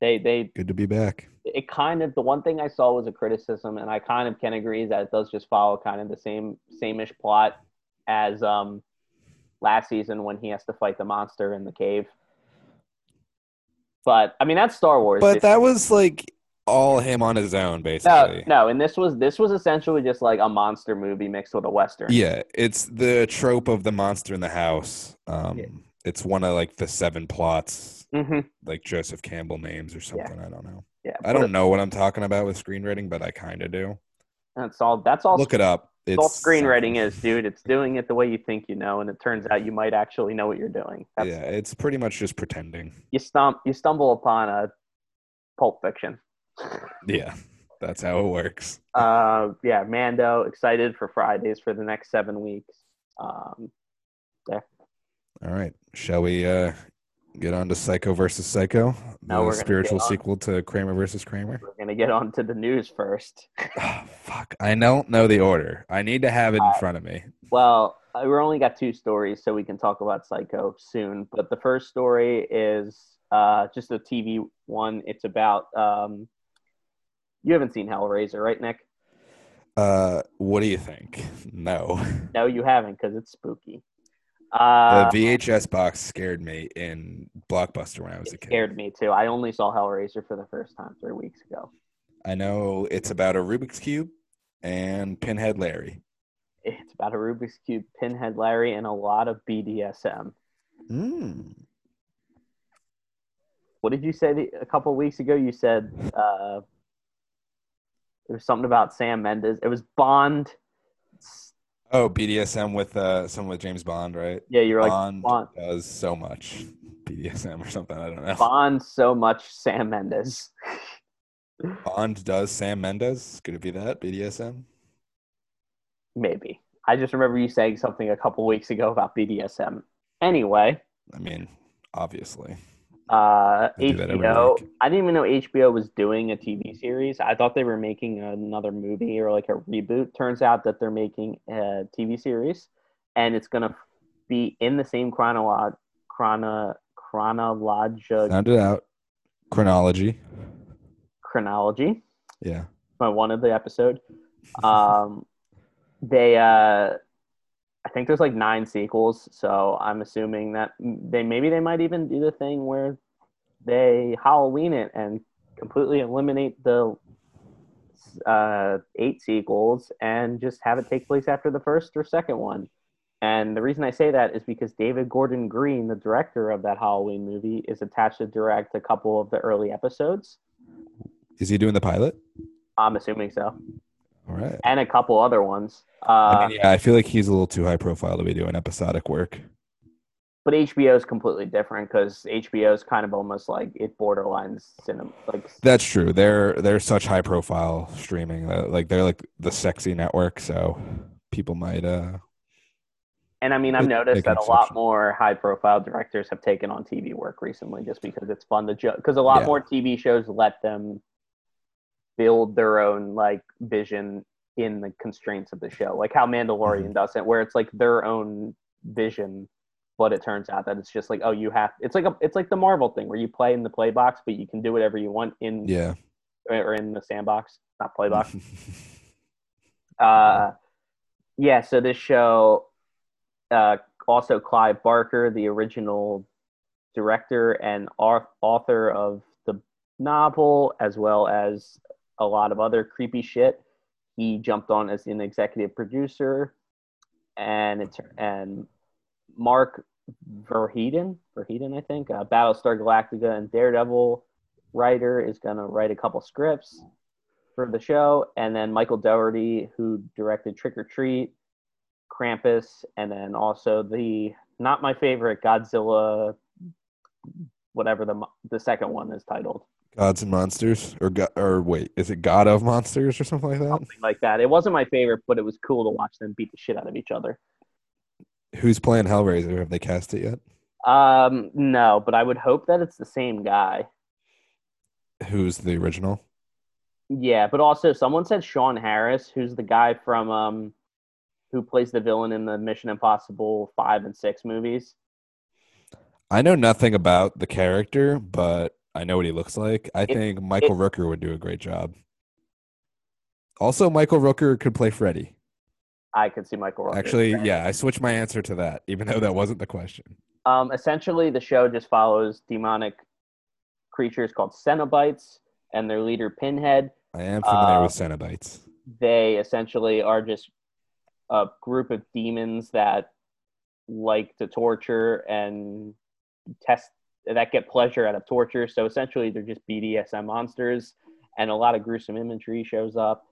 S1: They they
S2: Good to be back.
S1: it kind of the one thing I saw was a criticism and I kind of can agree is that it does just follow kind of the same same-ish plot as um last season when he has to fight the monster in the cave. But I mean that's Star Wars.
S2: But
S1: It-
S2: that was like all him on his own,
S1: no,
S2: basically.
S1: no, and this was this was essentially just like a monster movie mixed with a western.
S2: Yeah, it's the trope of the monster in the house. Um,
S1: Yeah.
S2: It's one of like the seven plots,
S1: hmm
S2: like Joseph Campbell names or something. I don't know.
S1: Yeah,
S2: I
S1: put
S2: don't know what I'm talking about with screenwriting, but I kind of do.
S1: That's all. That's all.
S2: Look it up.
S1: that's
S2: It's
S1: all screenwriting is, dude. It's doing it the way you think you know, and it turns out you might actually know what you're doing. That's,
S2: Yeah, it's pretty much just pretending.
S1: You stump. You stumble upon a Pulp Fiction.
S2: Yeah, that's how it works.
S1: Uh, yeah, Mando excited for Fridays for the next seven weeks. Um,
S2: All right, shall we uh, get on to Psycho versus Psycho,
S1: No,
S2: the
S1: we're gonna get
S2: spiritual
S1: on-
S2: sequel to Kramer versus Kramer?
S1: we're gonna get on to the news first.
S2: Ah, fuck, I don't know the order. I need to have it in
S1: Alright.
S2: front of me.
S1: Well, uh, we're only got two stories, so we can talk about Psycho soon. But the first story is uh, just a TV one. It's about um, you haven't seen Hellraiser, right, Nick?
S2: Uh, what do you think? No.
S1: No, you haven't, because it's spooky. Uh,
S2: the VHS box scared me in Blockbuster when I was a
S1: it
S2: kid.
S1: scared me too. I only saw Hellraiser for the first time three weeks ago.
S2: I know it's about a Rubik's Cube and Pinhead Larry.
S1: It's about a Rubik's Cube, Pinhead Larry, and a lot of BDSM.
S2: Mm.
S1: What did you say the, a couple weeks ago? You said uh, it was something about Sam Mendes. It was Bond.
S2: Oh, BDSM with uh, someone with James Bond, right?
S1: Yeah, you were like
S2: Bond, Oh.
S1: Bond.
S2: does so much BDSM or something. I don't know. Bond,
S1: Bond so much Sam Mendes.
S2: does Sam Mendes. Could it be that BDSM?
S1: Maybe. I just remember you saying something a couple weeks ago about BDSM. Anyway,
S2: I mean, obviously.
S1: Uh,
S3: They do that every
S1: HBO.
S3: week.
S1: I didn't even know HBO was doing a TV series. I thought they were making another movie or like a reboot. Turns out that they're making a TV series, and it's gonna be in the same chronolog chrono chronologic
S2: Sound it out. Chronology.
S1: chronology.
S2: Yeah.
S1: my one of the episode. Um, they, uh, I think there's like nine sequels, so I'm assuming that they maybe they might even do the thing where they Halloween it and completely eliminate the uh, eight sequels and just have it take place after the first or second one. And the reason I say that is because David Gordon Green, the director of that Halloween movie, is attached to direct a couple of the early episodes.
S2: Is he doing the pilot?
S1: I'm assuming so.
S2: All right.
S1: and a couple other ones. Uh,
S2: I mean, yeah, I feel like he's a little too high profile to be doing episodic work.
S1: But HBO is completely different because HBO is kind of almost like it borderlines cinema. Like
S2: That's true. They're they're such high profile streaming. uh, Like they're like the sexy network, so people might uh
S1: And I mean, I've
S2: Make-
S1: noticed
S2: make
S1: that a
S2: an
S1: lot
S2: exception.
S1: more high profile directors have taken on TV work recently just because it's fun to joke. Because a lot
S2: Yeah.
S1: more TV shows let them build their own like vision in the constraints of the show, like how Mandalorian
S2: Mm-hmm.
S1: doesn't, where it's like their own vision, but it turns out that it's just like, oh, you have. It's like a, it's like the Marvel thing where you play in the play box, but you can do whatever you want in
S2: yeah.
S1: or in the sandbox, not play box uh, yeah, so this show, uh, also Clive Barker, the original director and au- author of the novel, as well as a lot of other creepy shit. He jumped on as an executive producer, and it, tur- and Mark Verheiden, Verheiden, I think, uh, Battlestar Galactica and Daredevil writer is gonna write a couple scripts for the show, and then Michael Dougherty, who directed Trick or Treat, Krampus, and then also the not my favorite Godzilla, whatever the mo- the second one is titled,
S2: Gods and monsters, or go- or wait, is it God of monsters or something like that?
S1: something like that. It wasn't my favorite, but it was cool to watch them beat the shit out of each other.
S2: Who's playing Hellraiser? Have they cast it yet?
S1: Um, no, but I would hope that it's the same guy.
S2: Who's the original?
S1: Yeah, but also someone said Sean Harris, who's the guy from um, who plays the villain in the Mission Impossible five and six movies.
S2: I know nothing about the character, but I know what he looks like. I think Michael Rooker would do a great job. Also, Michael Rooker could play Freddy.
S1: I could see Michael. Rooker.
S2: Actually, yeah, I switched my answer to that, even though that wasn't the question.
S1: Um, essentially, the show just follows demonic creatures called Cenobites and their leader Pinhead.
S2: I am familiar
S1: Uh,
S2: with Cenobites.
S1: They essentially are just a group of demons that like to torture and test that get pleasure out of torture. So essentially, they're just BDSM monsters, and a lot of gruesome imagery shows up.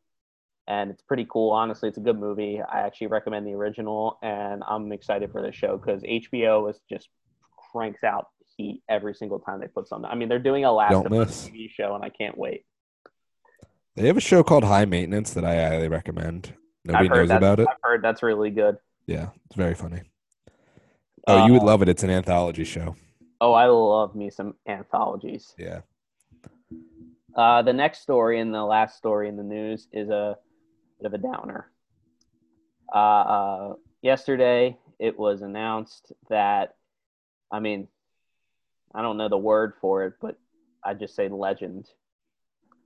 S1: And it's pretty cool. Honestly, it's a good movie. I actually recommend the original, and I'm excited for this show because HBO is just cranks out heat every single time they put something. I mean, they're doing a Last
S2: Don't
S1: of Us
S2: miss.
S1: TV show, and I can't wait.
S2: They have a show called High Maintenance that I highly recommend. Nobody
S1: I've heard
S2: knows
S1: that's-
S2: about it.
S1: I've heard that's really good.
S2: Yeah, it's very funny. Oh, you would
S1: Uh,
S2: love it. It's an anthology show.
S1: Oh, I love me some anthologies.
S2: Yeah.
S1: Uh, the next story and the last story in the news is a bit of a downer. Uh, uh, yesterday, it was announced that, I mean, I don't know the word for it, but I just say legend.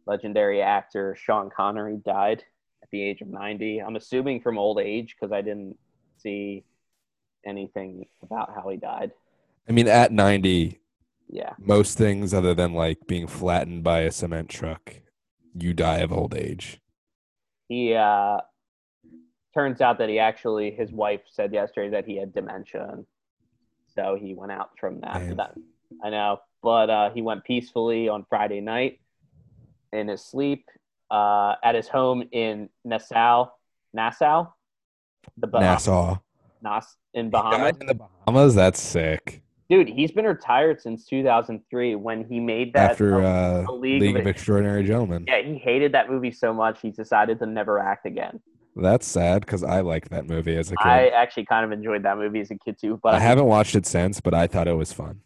S1: Legendary actor Sean Connery died at the age of 90. I'm assuming from old age because I didn't see anything about how he died.
S2: I mean, at 90,
S1: Yeah.
S2: most things other than like being flattened by a cement truck, you die of old age.
S1: he uh turns out that he actually his wife said yesterday that he had dementia and so he went out from that,
S2: Man.
S1: that i know but uh he went peacefully on friday night in his sleep uh at his home in nassau nassau the bahamas
S2: Nassau.
S1: Nas- in
S2: He
S1: bahamas
S2: died in the Bahamas? That's sick.
S1: dude he's been retired since 2003 when he made that
S2: After uh,
S1: a
S2: League,
S1: league of
S2: of
S1: Ex-
S2: Extraordinary Gentlemen.
S1: yeah he hated that movie so much he decided to never act again
S2: That's sad because I liked that movie as a kid.
S1: I
S2: I,
S1: actually kind of enjoyed that movie as a kid too, but I,
S2: haven't watched it since, but I thought it was fun.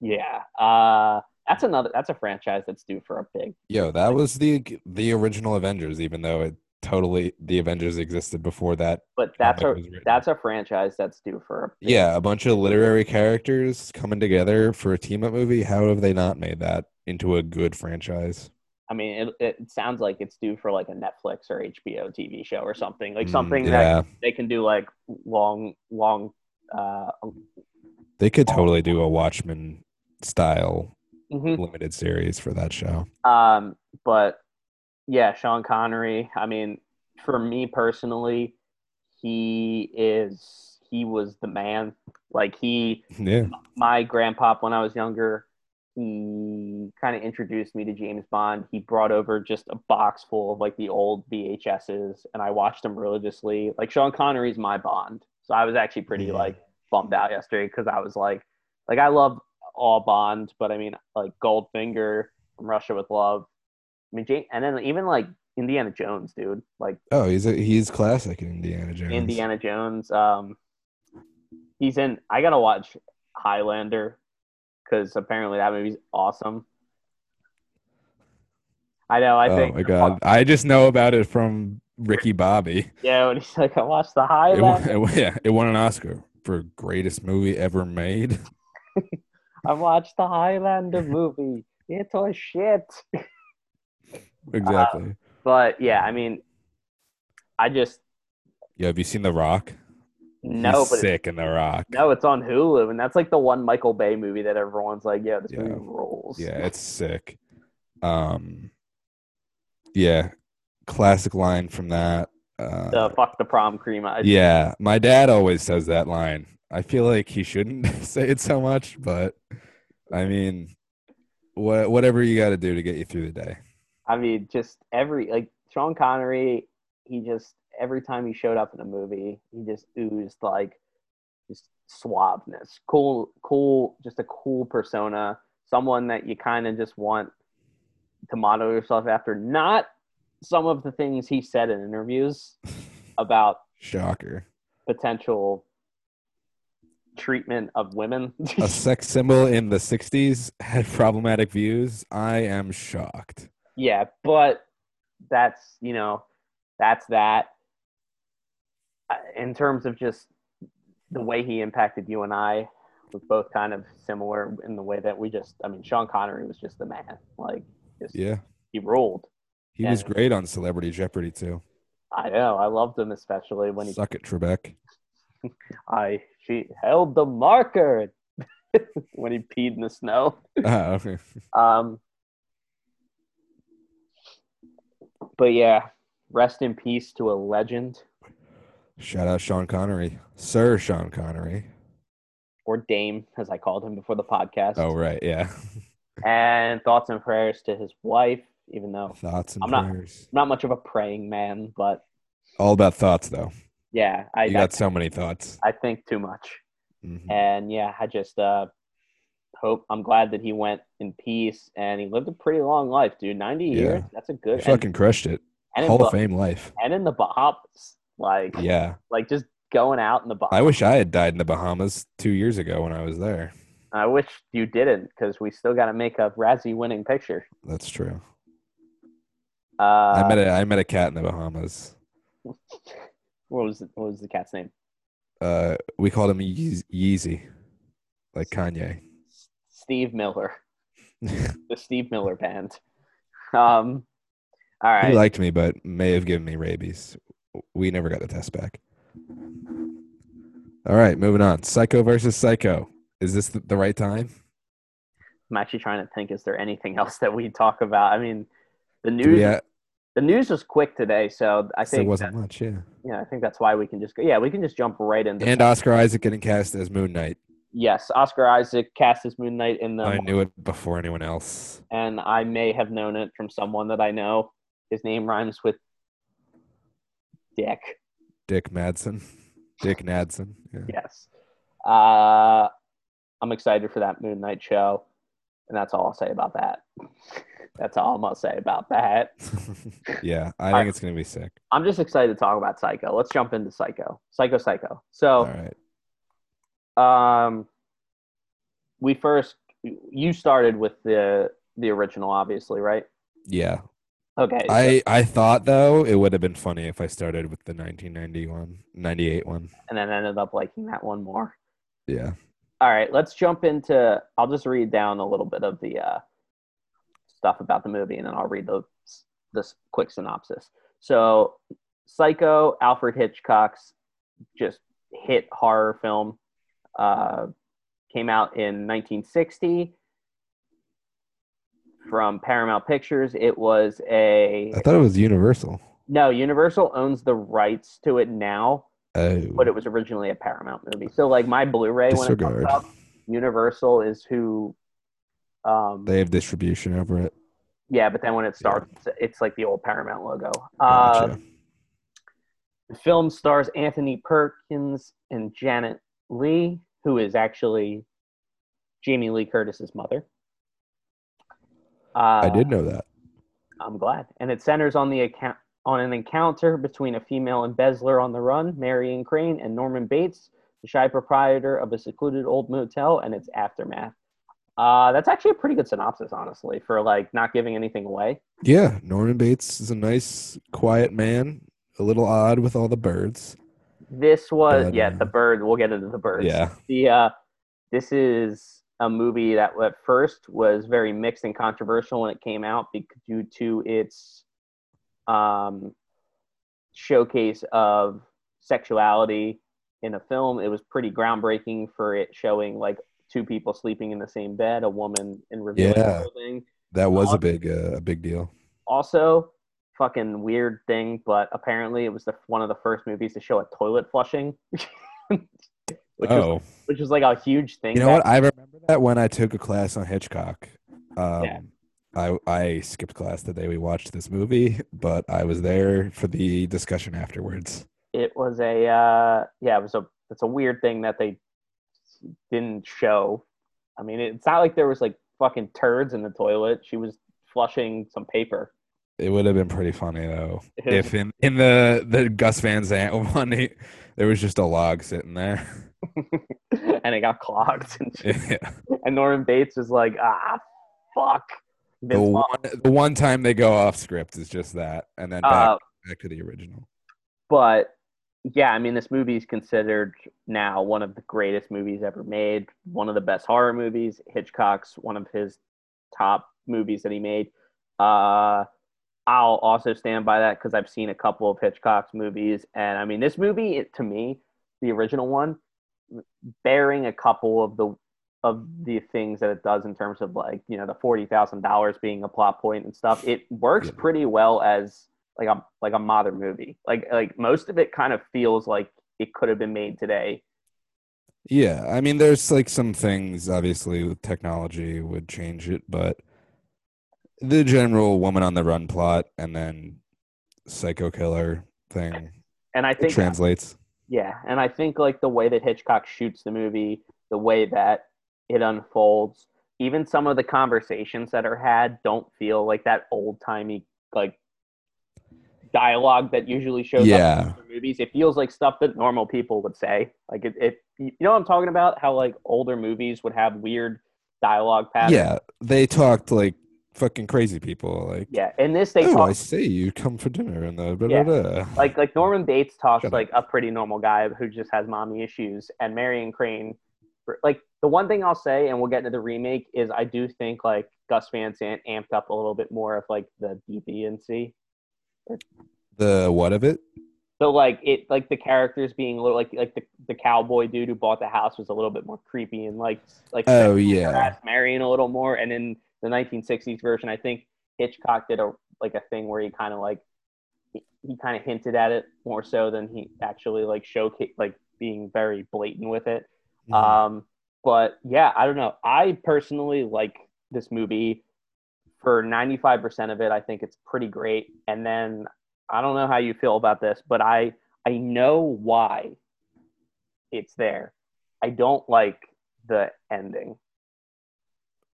S1: Yeah. Uh, that's another. That's a franchise that's due for a big.
S2: Yo, that was the the original Avengers, even though it totally the Avengers existed before that.
S1: But that's
S2: comic
S1: a
S2: was written.
S1: that's a franchise that's due for a big.
S2: Yeah, a bunch of literary characters coming together for a team up movie. How have they not made that into a good franchise?
S1: I mean, it, it sounds like it's due for like a Netflix or HBO TV show or something like
S2: Mm,
S1: something that
S2: yeah,
S1: they can do like long, long. Uh,
S2: they could totally do a Watchmen style
S1: mhm.
S2: limited series for that show.
S1: um, but yeah, Sean Connery. I mean, for me personally, he is he was the man. Like he
S2: Yeah,
S1: my grandpop when I was younger, he kind of introduced me to James Bond. He brought over just a box full of like the old VHSs, and I watched them religiously. Like Sean Connery's my Bond, so I was actually pretty
S2: Yeah.
S1: like bummed out yesterday because I was like, like I love all Bond, but I mean like Goldfinger, From Russia with Love, I mean, James, and then even like Indiana Jones, dude, like
S2: Oh, he's a, he's classic in Indiana Jones.
S1: Indiana Jones. Um, he's in. I gotta watch Highlander because apparently that movie's awesome. I know. I
S2: oh
S1: think.
S2: my god, I just know about it from Ricky Bobby.
S1: Yeah, when he's like, I watched the
S2: It won,
S1: Highlander.
S2: it won- yeah, it won an Oscar for greatest movie ever made.
S1: Ah. I watched the Highlander movie. It was shit.
S2: exactly.
S1: But yeah, I mean, I just
S2: yeah, have you seen The Rock?
S1: no,
S2: He's
S1: but it's,
S2: sick in The Rock.
S1: no, it's on Hulu, and that's like the one Michael Bay movie that everyone's like, yeah, this
S2: Yeah.
S1: movie rules.
S2: Yeah, it's sick. Um, yeah, classic line from that. Uh,
S1: The fuck the prom cream. I,
S2: yeah, my dad always says that line. I feel like he shouldn't say it so much, but I mean, wha- whatever you got to do to get you through the day.
S1: I mean, just every like Sean Connery, he just every time he showed up in a movie, he just oozed like just suaveness, cool, cool, just a cool persona, someone that you kind of just want to model yourself after. Not some of the things he said in interviews about
S2: Shocker.
S1: potential treatment of women.
S2: A sex symbol in the 60s had problematic views. I am shocked.
S1: Yeah, but that's you know, that's that. Uh, In terms of just the way he impacted you and I, was both kind of similar in the way that we just. I mean, Sean Connery was just the man. Like, just
S2: Yeah.
S1: he ruled.
S2: He was
S1: Yeah.
S2: great on Celebrity Jeopardy too.
S1: I know. I loved him especially when he.
S2: Suck it, Trebek.
S1: I she held the marker when he peed in the snow.
S2: Ah, okay.
S1: Um, but yeah, rest in peace to a legend.
S2: Shout out Sean Connery. Sir Sean Connery.
S1: or Dame, as I called him before the podcast.
S2: Oh right, yeah.
S1: And thoughts and prayers to his wife, even though I'm
S2: Thoughts and
S1: Oh, I'm not-
S2: prayers.
S1: not much of a praying man, but
S2: All about thoughts though.
S1: yeah, I
S2: You got so many thoughts.
S1: I think too much.
S2: Mhm.
S1: And yeah, I just uh, hope I'm glad that he went in peace and he lived a pretty long life, dude. 90
S2: Yeah.
S1: years, that's a
S2: You
S1: good and,
S2: fucking crushed it.
S1: and, in,
S2: Hall of
S1: Ba-
S2: Fame life.
S1: and in the Bahamas, like
S2: Yeah.
S1: like just going out in the Bahamas.
S2: I wish I had died in the Bahamas two years ago when I was there.
S1: I wish you didn't, because we still got to make a Razzie winning picture.
S2: That's true.
S1: Uh,
S2: I met a I met a cat in the Bahamas.
S1: what was what was the cat's name?
S2: Uh, we called him Yeez- Yeezy, like Kanye.
S1: Steve Miller. the Steve Miller band. Um, all right.
S2: He liked me, but may have given me rabies. We never got the test back. All right, moving on. Psycho versus Psycho. Is this the, the right time?
S1: I'm actually trying to think. Is there anything else that we talk about? I mean, the
S2: Do we
S1: news.
S2: ha-
S1: The news was quick today, so I
S2: there
S1: think
S2: wasn't
S1: that-
S2: much, yeah.
S1: yeah, I think that's why we can just go. Yeah, we can just jump right into.
S2: And uh, Oscar Isaac getting cast as Moon Knight.
S1: yes, Oscar Isaac cast as Moon Knight in the,
S2: I knew it before anyone else.
S1: and I may have known it from someone that I know. His name rhymes with Dick.
S2: Dick Madsen. Dick Nadsen. Yeah.
S1: Yes. Uh, I'm excited for that Moon Knight show, and that's all I'll say about that. that's all I'm gonna say about that.
S2: yeah, I
S1: Alright.
S2: think it's going to be sick.
S1: I'm just excited to talk about Psycho. Let's jump into Psycho. Psycho, Psycho.
S2: All
S1: So,
S2: right.
S1: um, we first you started with the the original, obviously, right?
S2: Yeah.
S1: Okay.
S2: I I thought though it would have been funny if I started with the 1991 98 one.
S1: and then ended up liking that one more.
S2: Yeah.
S1: All right, let's jump into. I'll just read down a little bit of the uh, stuff about the movie, and then I'll read the this quick synopsis. So, Psycho, Alfred Hitchcock's just hit horror film, uh, came out in 1960 from Paramount Pictures. It was a
S2: I thought it was Universal.
S1: no Universal owns the rights to it now,
S2: Oh.
S1: but it was originally a Paramount movie. So like my Blu-ray when it
S2: Disregard.
S1: comes out, Universal is who. Um,
S2: They have distribution over it.
S1: yeah, but then when it starts, it's like the old Paramount logo. Uh,
S2: Gotcha.
S1: the film stars Anthony Perkins and Janet Lee, who is actually Jamie Lee Curtis's mother. Uh,
S2: I did know that.
S1: I'm glad. And it centers on the account on an encounter between a female embezzler on the run, Marion Crane, and Norman Bates, the shy proprietor of a secluded old motel, and its aftermath. Uh, that's actually a pretty good synopsis, honestly, for like not giving anything away.
S2: Yeah, Norman Bates is a nice, quiet man. A little odd with all the birds.
S1: This was
S2: But,
S1: yeah,
S2: uh,
S1: the bird. We'll get into the birds.
S2: Yeah.
S1: The uh, this is a movie that at first was very mixed and controversial when it came out bec- due to its um, showcase of sexuality in a film. It was pretty groundbreaking for it showing like two people sleeping in the same bed, a woman in revealing
S2: Yeah.
S1: clothing
S2: That was a
S1: Awesome.
S2: big, uh, a big deal.
S1: also fucking weird thing but apparently it was the one of the first movies to show a toilet flushing which was
S2: oh,
S1: which was like a huge thing
S2: you know
S1: back-
S2: what? I remember that when I took a class on Hitchcock. Um,
S1: Yeah.
S2: I I skipped class the day we watched this movie, but I was there for the discussion afterwards.
S1: it was a uh yeah it was a it's a weird thing that they didn't show i mean it's not like there was like fucking turds in the toilet she was flushing some paper
S2: It would have been pretty funny though
S1: It was-
S2: if in, in the the Gus Van Sant one, he, there was just a log sitting there.
S1: and it got clogged and, she-
S2: yeah.
S1: and norman bates was like ah fuck
S2: The
S1: Vince Vaughn-
S2: one, the one time they go off script is just that, and then back,
S1: uh,
S2: back to the original.
S1: but yeah, I mean, this movie is considered now one of the greatest movies ever made, one of the best horror movies. Hitchcock's one of his top movies that he made. Uh, I'll also stand by that because I've seen a couple of Hitchcock's movies, and I mean, this movie it, to me, the original one, bearing a couple of the of the things that it does in terms of like you know the forty thousand dollars being a plot point and stuff, it works
S2: Yeah.
S1: pretty well as like a like a modern movie. Like like most of it kind of feels like it could have been made today.
S2: Yeah, I mean, there's like some things obviously with technology would change it, but the general woman on the run plot and then psycho killer thing
S1: And I
S2: it
S1: think
S2: translates.
S1: Yeah, and I think like the way that Hitchcock shoots the movie, the way that it unfolds, even some of the conversations that are had don't feel like that old timey like dialogue that usually shows up in
S2: Yeah,
S1: older movies. It feels like stuff that normal people would say. Like it, it you know what I'm talking about? How like older movies would have weird dialogue patterns.
S2: yeah, they talked like fucking crazy people. Like,
S1: Yeah. In this they
S2: oh,
S1: talk
S2: I see you come for dinner and the blah,
S1: Yeah.
S2: blah, blah.
S1: like like Norman Bates talks
S2: Shut up.
S1: like a pretty normal guy who just has mommy issues, and Marion Crane, like the one thing I'll say, and we'll get into the remake, is I do think like Gus Van Sant amped up a little bit more of like the deviancy.
S2: the what of it?
S1: So like it like the characters being a little like like the, the cowboy dude who bought the house was a little bit more creepy and like like
S2: Oh yeah,
S1: harassed Marion a little more. And in the 1960s version, I think Hitchcock did a like a thing where he kind of like he, he kind of hinted at it more so than he actually like showcase like being very blatant with it.
S2: Mm-hmm.
S1: Um, but yeah, I don't know. I personally like this movie for 95% of it. I think it's pretty great. And then I don't know how you feel about this, but I I know why it's there. I don't like the ending.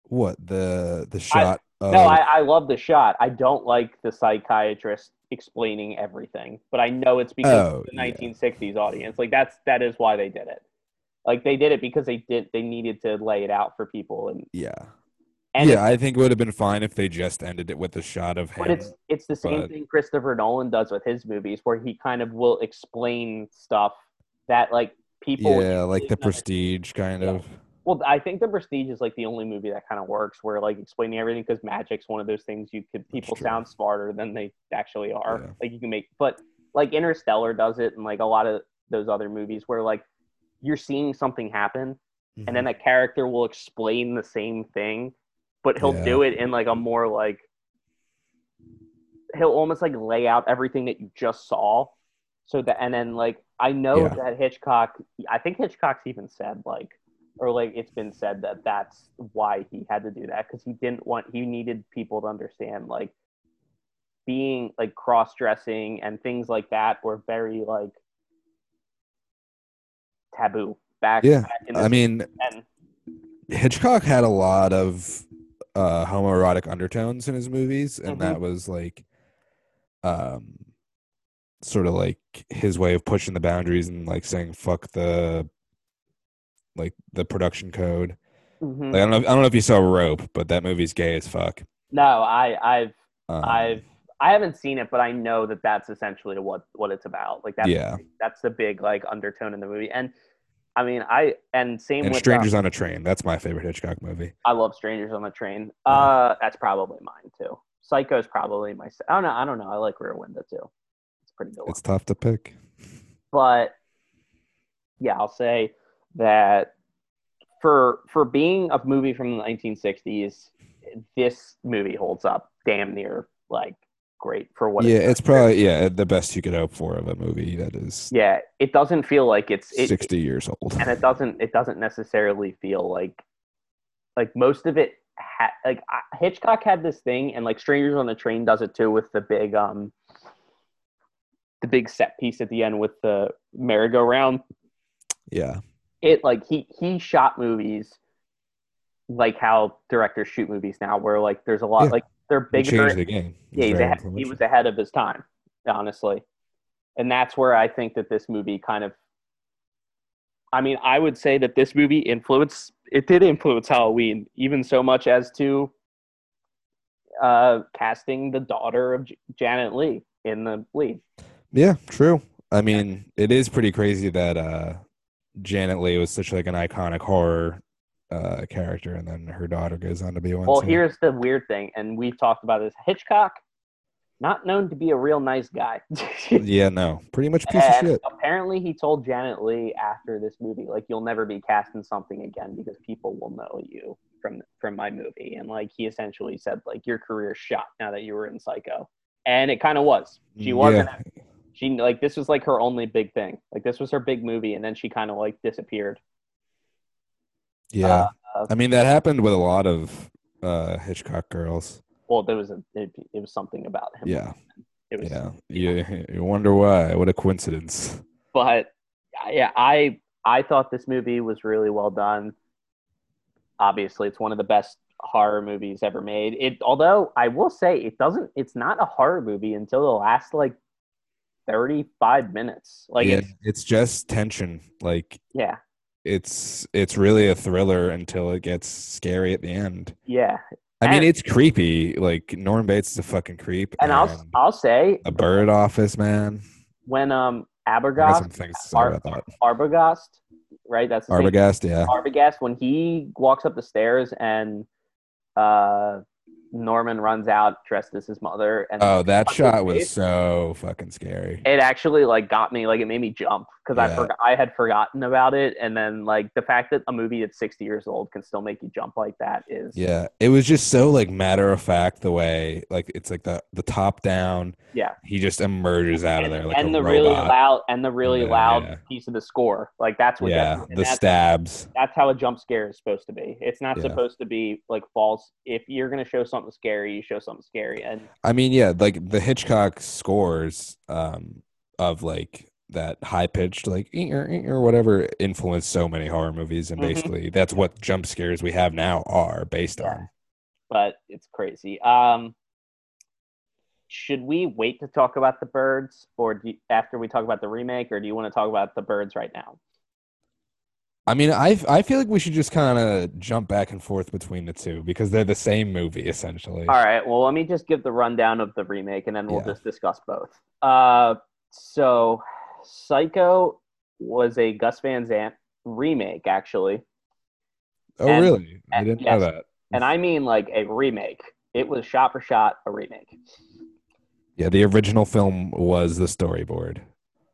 S2: what the the shot? of,
S1: No, I, I love the shot. I don't like the psychiatrist explaining everything, but I know it's because
S2: Oh,
S1: of the
S2: yeah.
S1: 1960s audience. Like that's that is why they did it. Like they did it because they did they needed to lay it out for people and
S2: Yeah.
S1: and
S2: yeah, I think it would have been fine if they just ended it with a shot of
S1: But
S2: him.
S1: it's it's the same
S2: but-
S1: thing Christopher Nolan does with his movies, where he kind of will explain stuff that like people.
S2: yeah, like the
S1: not-
S2: prestige kind
S1: Yeah.
S2: of.
S1: Well, I think The Prestige is like the only movie that kind of works, where like explaining everything because magic's one of those things you could people
S2: true.
S1: sound smarter than they actually are.
S2: Yeah.
S1: Like you can make, but like Interstellar does it, and like a lot of those other movies where like you're seeing something happen, and then
S2: Mm-hmm.
S1: that character will explain the same thing, but he'll
S2: Yeah.
S1: do it in like a more like he'll almost like lay out everything that you just saw. So that and then like I know
S2: Yeah.
S1: that Hitchcock I think Hitchcock's even said like or like it's been said that that's why he had to do that cuz he didn't want he needed people to understand like being like cross dressing and things like that were very like taboo back,
S2: Yeah,
S1: back in the
S2: I mean,
S1: and
S2: Hitchcock had a lot of uh, homoerotic undertones in his movies, and
S1: Mhm.
S2: that was like, um, sort of like his way of pushing the boundaries and like saying "fuck the," like the production code.
S1: Mhm.
S2: Like, I don't know. I don't know if you saw Rope, but that movie's gay as fuck.
S1: No, I, I've,
S2: Um,
S1: I've, I haven't seen it, but I know that that's essentially what what it's about. Like that's
S2: yeah,
S1: that's the big like undertone in the movie. And I mean, I and same
S2: and
S1: with uh,
S2: Strangers on a Train. That's my favorite Hitchcock movie.
S1: I love Strangers on the Train.
S2: Uh-huh.
S1: Uh, that's probably mine too. Psycho's probably my. se- I don't know. I don't know. I like Rear Window too. It's a pretty good. one.
S2: It's tough to pick.
S1: but yeah, I'll say that for for being a movie from the 1960s, this movie holds up damn near like great for what.
S2: yeah,
S1: done.
S2: it's probably yeah the best you could hope for of a movie that is
S1: yeah. It doesn't feel like it's it,
S2: sixty years old.
S1: and it doesn't it doesn't necessarily feel like like most of it ha- like I, Hitchcock had this thing and like Strangers on the Train does it too with the big um the big set piece at the end with the merry-go-round
S2: yeah.
S1: it like he he shot movies like how directors shoot movies now where like there's a lot
S2: Yeah.
S1: like they're
S2: He
S1: bigger
S2: changed the game.
S1: yeah he's ahead, he was ahead of his time honestly and that's where i think that this movie kind of i mean i would say that this movie influenced it did influence halloween even so much as to uh casting the daughter of J- janet lee in the lead
S2: yeah, true. I mean, it is pretty crazy that uh, Janet Leigh was such like an iconic horror uh, character, and then her daughter goes on to be one.
S1: Well,
S2: so-
S1: here's the weird thing, and we've talked about this. Hitchcock, not known to be a real nice guy.
S2: yeah, no, pretty much piece of
S1: and uh,
S2: shit.
S1: apparently, he told Janet Lee after this movie, like, "You'll never be cast in something again because people will know you from from my movie." And like, he essentially said, like, "Your career's shot now that you were in Psycho," and it kind of was. She wasn't.
S2: Yeah,
S1: She like this was like her only big thing. Like this was her big movie, and then she kind of like disappeared.
S2: yeah.
S1: uh,
S2: I mean, that happened with a lot of uh, Hitchcock girls.
S1: Well, there was a it, it was something about him.
S2: Yeah,
S1: it was
S2: yeah. You, you wonder why? What a coincidence.
S1: but yeah, I I thought this movie was really well done. Obviously, it's one of the best horror movies ever made. It although I will say it doesn't it's not a horror movie until the last like 35 minutes. Like
S2: yeah,
S1: it's,
S2: it's just tension. Like
S1: yeah,
S2: it's it's really a thriller until it gets scary at the end.
S1: yeah.
S2: I
S1: And-
S2: mean, it's creepy. Like Norm Bates is a fucking creep.
S1: And I'll I'll say
S2: a bird office man.
S1: when um
S2: I got some
S1: Abergast
S2: things to say
S1: Ar-
S2: about that.
S1: Arbogast, right? That's the same
S2: Arbogast, yeah,
S1: Arbogast when he walks up the stairs and uh Norman runs out dressed as his mother and
S2: Oh, that
S1: Fucking
S2: shot was
S1: face.
S2: so fucking scary.
S1: it actually like got me like it made me jump because I
S2: Yeah.
S1: forgot I had forgotten about it and then like the fact that a movie that's 60 years old can still make you jump like that is
S2: Yeah, it was just so like matter of fact the way like it's like the the top down.
S1: Yeah.
S2: he just emerges out of
S1: and,
S2: there like
S1: and
S2: a
S1: the
S2: robot.
S1: really loud and the really
S2: Yeah,
S1: loud
S2: yeah.
S1: piece of the score like that's what
S2: yeah,
S1: that's, and
S2: the
S1: that's,
S2: stabs.
S1: that's how a jump scare is supposed to be it's not
S2: Yeah.
S1: supposed to be like false if you're gonna show something scary you show something scary and
S2: I mean, yeah, like the Hitchcock scores um, of like that high pitched like or whatever influenced so many horror movies, and
S1: Mhm.
S2: basically that's what jump scares we have now are based
S1: Yeah.
S2: on.
S1: but it's crazy um should we wait to talk about the birds or do you- after we talk about the remake or do you want to talk about the birds right now
S2: I mean, I I feel like we should just kind of jump back and forth between the two because they're the same movie essentially.
S1: All right. Well, let me just give the rundown of the remake, and then we'll
S2: Yeah.
S1: just discuss both. Uh, so, Psycho was a Gus Van Sant remake, actually,
S2: Oh,
S1: And-
S2: really? I
S1: and-
S2: didn't know
S1: yes.
S2: that.
S1: and I mean like a remake. It was shot for shot a remake.
S2: Yeah, the original film was the storyboard,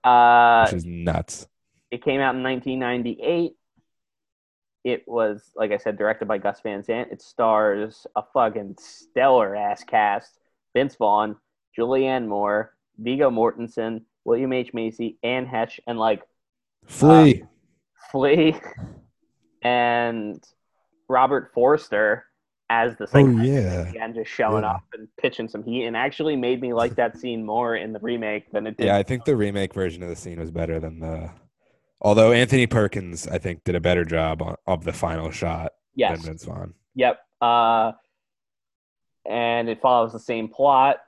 S1: Uh,
S2: which is nuts.
S1: it came out in 1998. It was, like I said, directed by Gus Van Sant. It stars a fucking stellar ass cast: Vince Vaughn, Julianne Moore, Vigo Mortensen, William H Macy, Anne Hesh, and like
S2: Flea.
S1: um, Flea and Robert Forster as the
S2: oh
S1: psychiatrist
S2: yeah.
S1: again, just showing
S2: Yeah.
S1: up and pitching some heat, and actually made me like that scene more in the remake than it did.
S2: Yeah, I think the remake version of the scene was better than the. Although Anthony Perkins, I think, did a better job on, of the final shot
S1: yes,
S2: than Vince Vaughn.
S1: Yep. Uh, and it follows the same plot,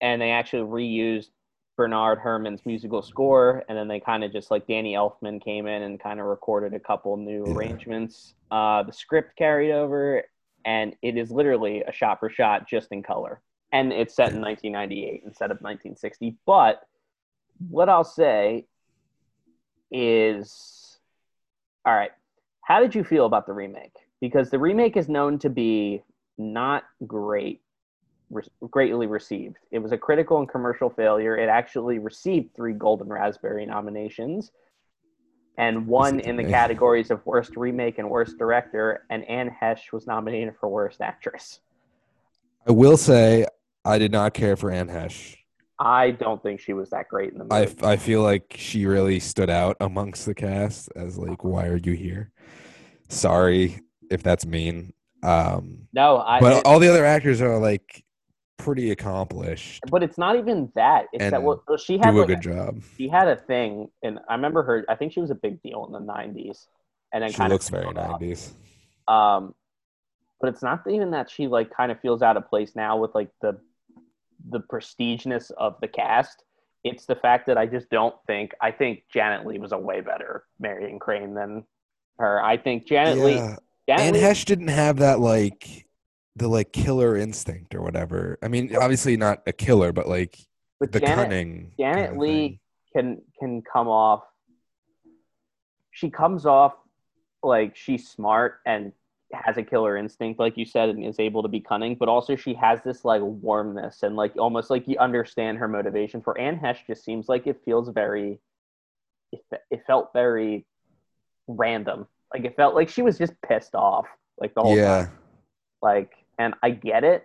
S1: and they actually reused Bernard Herrmann's musical score, and then they kind of just like Danny Elfman came in and kind of recorded a couple new
S2: Yeah.
S1: arrangements. Uh, the script carried over, and it is literally a shot for shot, just in color, and it's set in 1998 instead of 1960. But what I'll say is, all right. How did you feel about the remake? Because the remake is known to be not great, re- greatly received. It was a critical and commercial failure. It actually received three Golden Raspberry nominations and one
S2: it
S1: in the
S2: today?
S1: categories of Worst Remake and Worst Director, and Anne Hesh was nominated for Worst Actress.
S2: I will say I did not care for Anne Hesh.
S1: I don't think she was that great in the
S2: I,
S1: movie.
S2: f- I feel like she really stood out amongst the cast as like, why are you here? Sorry if that's mean. Um,
S1: no, I,
S2: but
S1: it-
S2: all the other actors are like pretty accomplished,
S1: but it's not even that. It's that
S2: And
S1: well, she had
S2: do a
S1: like,
S2: good job.
S1: she had a thing, and I remember her. I think she was a big deal in the '90s, and then
S2: She
S1: kind
S2: looks
S1: of
S2: very
S1: fizzled out.
S2: 90s.
S1: Um, but it's not even that she like kind of feels out of place now with like the the prestigeness of the cast. It's the fact that I just don't think I think Janet Lee was a way better Marion Crane than her. I think Janet Lee.
S2: Yeah.
S1: Janet
S2: Anne
S1: Leigh-
S2: Hesh didn't have that like the like killer instinct or whatever. I mean, obviously not a killer, but like
S1: but
S2: the
S1: Janet,
S2: cunning.
S1: Janet
S2: kind of
S1: Leigh-
S2: thing.
S1: can can come off she comes off like she's smart and has a killer instinct like you said and is able to be cunning but also she has this like warmness and like almost like you understand her motivation for Anne Hesh just seems like it feels very it, fe- it felt very random like it felt like she was just pissed off like the whole time
S2: Yeah.
S1: like and i get it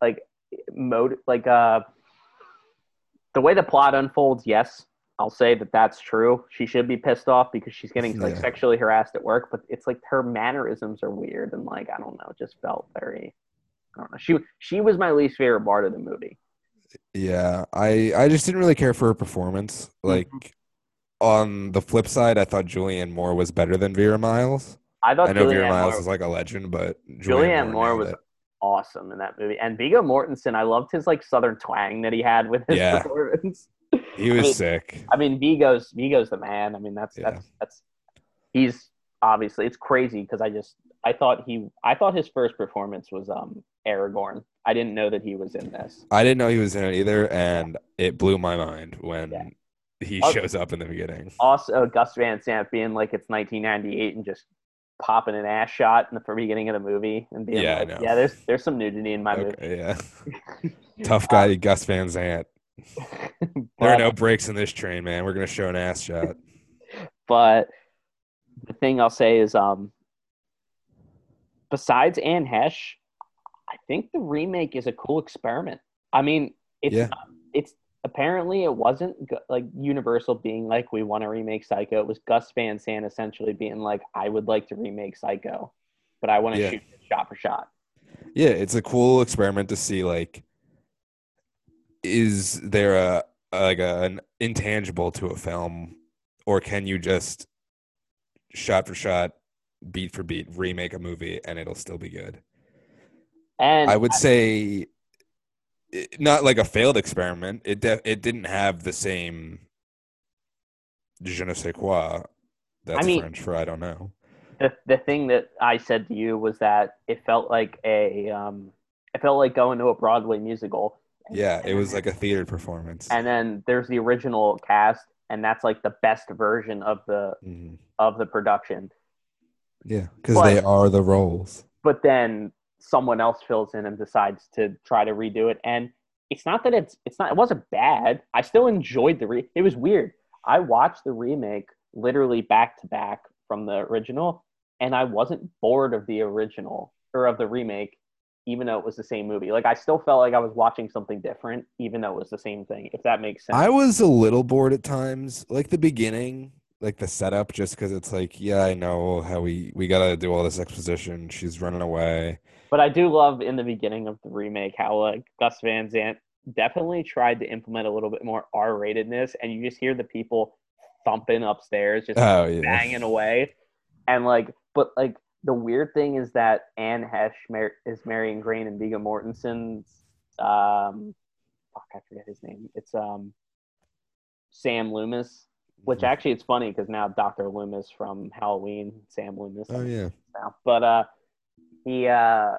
S1: like mode like uh the way the plot unfolds yes i'll say that that's true she should be pissed off because she's getting like
S2: Yeah.
S1: sexually harassed at work but it's like her mannerisms are weird and like i don't know it just felt very i don't know she she was my least favorite part of the movie
S2: Yeah, I I just didn't really care for her performance.
S1: Mm-hmm.
S2: Like on the flip side, I thought Julianne Moore was better than Vera Miles.
S1: i thought
S2: I know Vera
S1: Julianne
S2: Miles
S1: Moore
S2: is like a legend, but
S1: Julianne Moore
S2: nailed
S1: was
S2: it.
S1: awesome in that movie and vigo mortensen i loved his like southern twang that he had with his
S2: Yeah.
S1: performance
S2: he was
S1: mean,
S2: sick.
S1: I mean, Vigo's Vigo's the man. I mean, that's
S2: Yeah.
S1: that's that's he's obviously it's crazy because I just I thought he I thought his first performance was um Aragorn. I didn't know that he was in this.
S2: I didn't know he was in it either, and it blew my mind when
S1: Yeah.
S2: he
S1: Also-
S2: shows up in the beginning.
S1: Also, Gus Van Sant being like it's 1998 and just popping an ass shot in the beginning of the movie and being
S2: Yeah, I
S1: like,
S2: know.
S1: yeah, there's there's some nudity in my movie.
S2: Okay, yeah. Tough guy, Gus Van Zant. There
S1: But-
S2: are no breaks in this train, man. We're gonna show an ass shot.
S1: But the thing I'll say is, um, besides Anne Hesh, I think the remake is a cool experiment. I mean, it's
S2: Yeah.
S1: not- it's apparently it wasn't go- like Universal being like we want to remake Psycho. It was Gus Van Sant essentially being like, I would like to remake Psycho, but I want to
S2: Yeah.
S1: shoot it shot for shot.
S2: Yeah, it's a cool experiment to see like is there a like a, an intangible to a film or can you just shot for shot beat for beat remake a movie and it'll still be good.
S1: And
S2: I would say it, not like a failed experiment. It def- it didn't have the same je ne sais quoi That's
S1: mean-
S2: French for I don't know.
S1: the the thing that I said to you was that it felt like a um, it felt like going to a Broadway musical.
S2: Yeah, it was like a theater performance.
S1: And then there's the original cast, and that's like the best version of the
S2: Mhm.
S1: of the production.
S2: Yeah, because they
S1: But-
S2: are the roles.
S1: But then someone else fills in and decides to try to redo it, and it's not that it's it's not it wasn't bad. I still enjoyed the re. It was weird. I watched the remake literally back to back from the original, and I wasn't bored of the original or of the remake, even though it was the same movie. Like I still felt like I was watching something different, even though it was the same thing. If that makes sense.
S2: I was a little bored at times, like the beginning, like the setup, just because it's like, yeah, I know how we we gotta do all this exposition. She's running away.
S1: But I do love in the beginning of the remake how like Gus Van Zant definitely tried to implement a little bit more R ratedness, and you just hear the people thumping upstairs, just
S2: Oh yeah,
S1: banging away, and like, but like the weird thing is that Anne Hesh mar- is marrying Green and Viggo Mortensen's um, fuck, I forget his name. It's um, Sam Loomis.
S2: Mm-hmm.
S1: Which actually, it's funny because now Doctor Loomis from Halloween, Sam Loomis
S2: Oh yeah,
S1: now. But uh, he uh,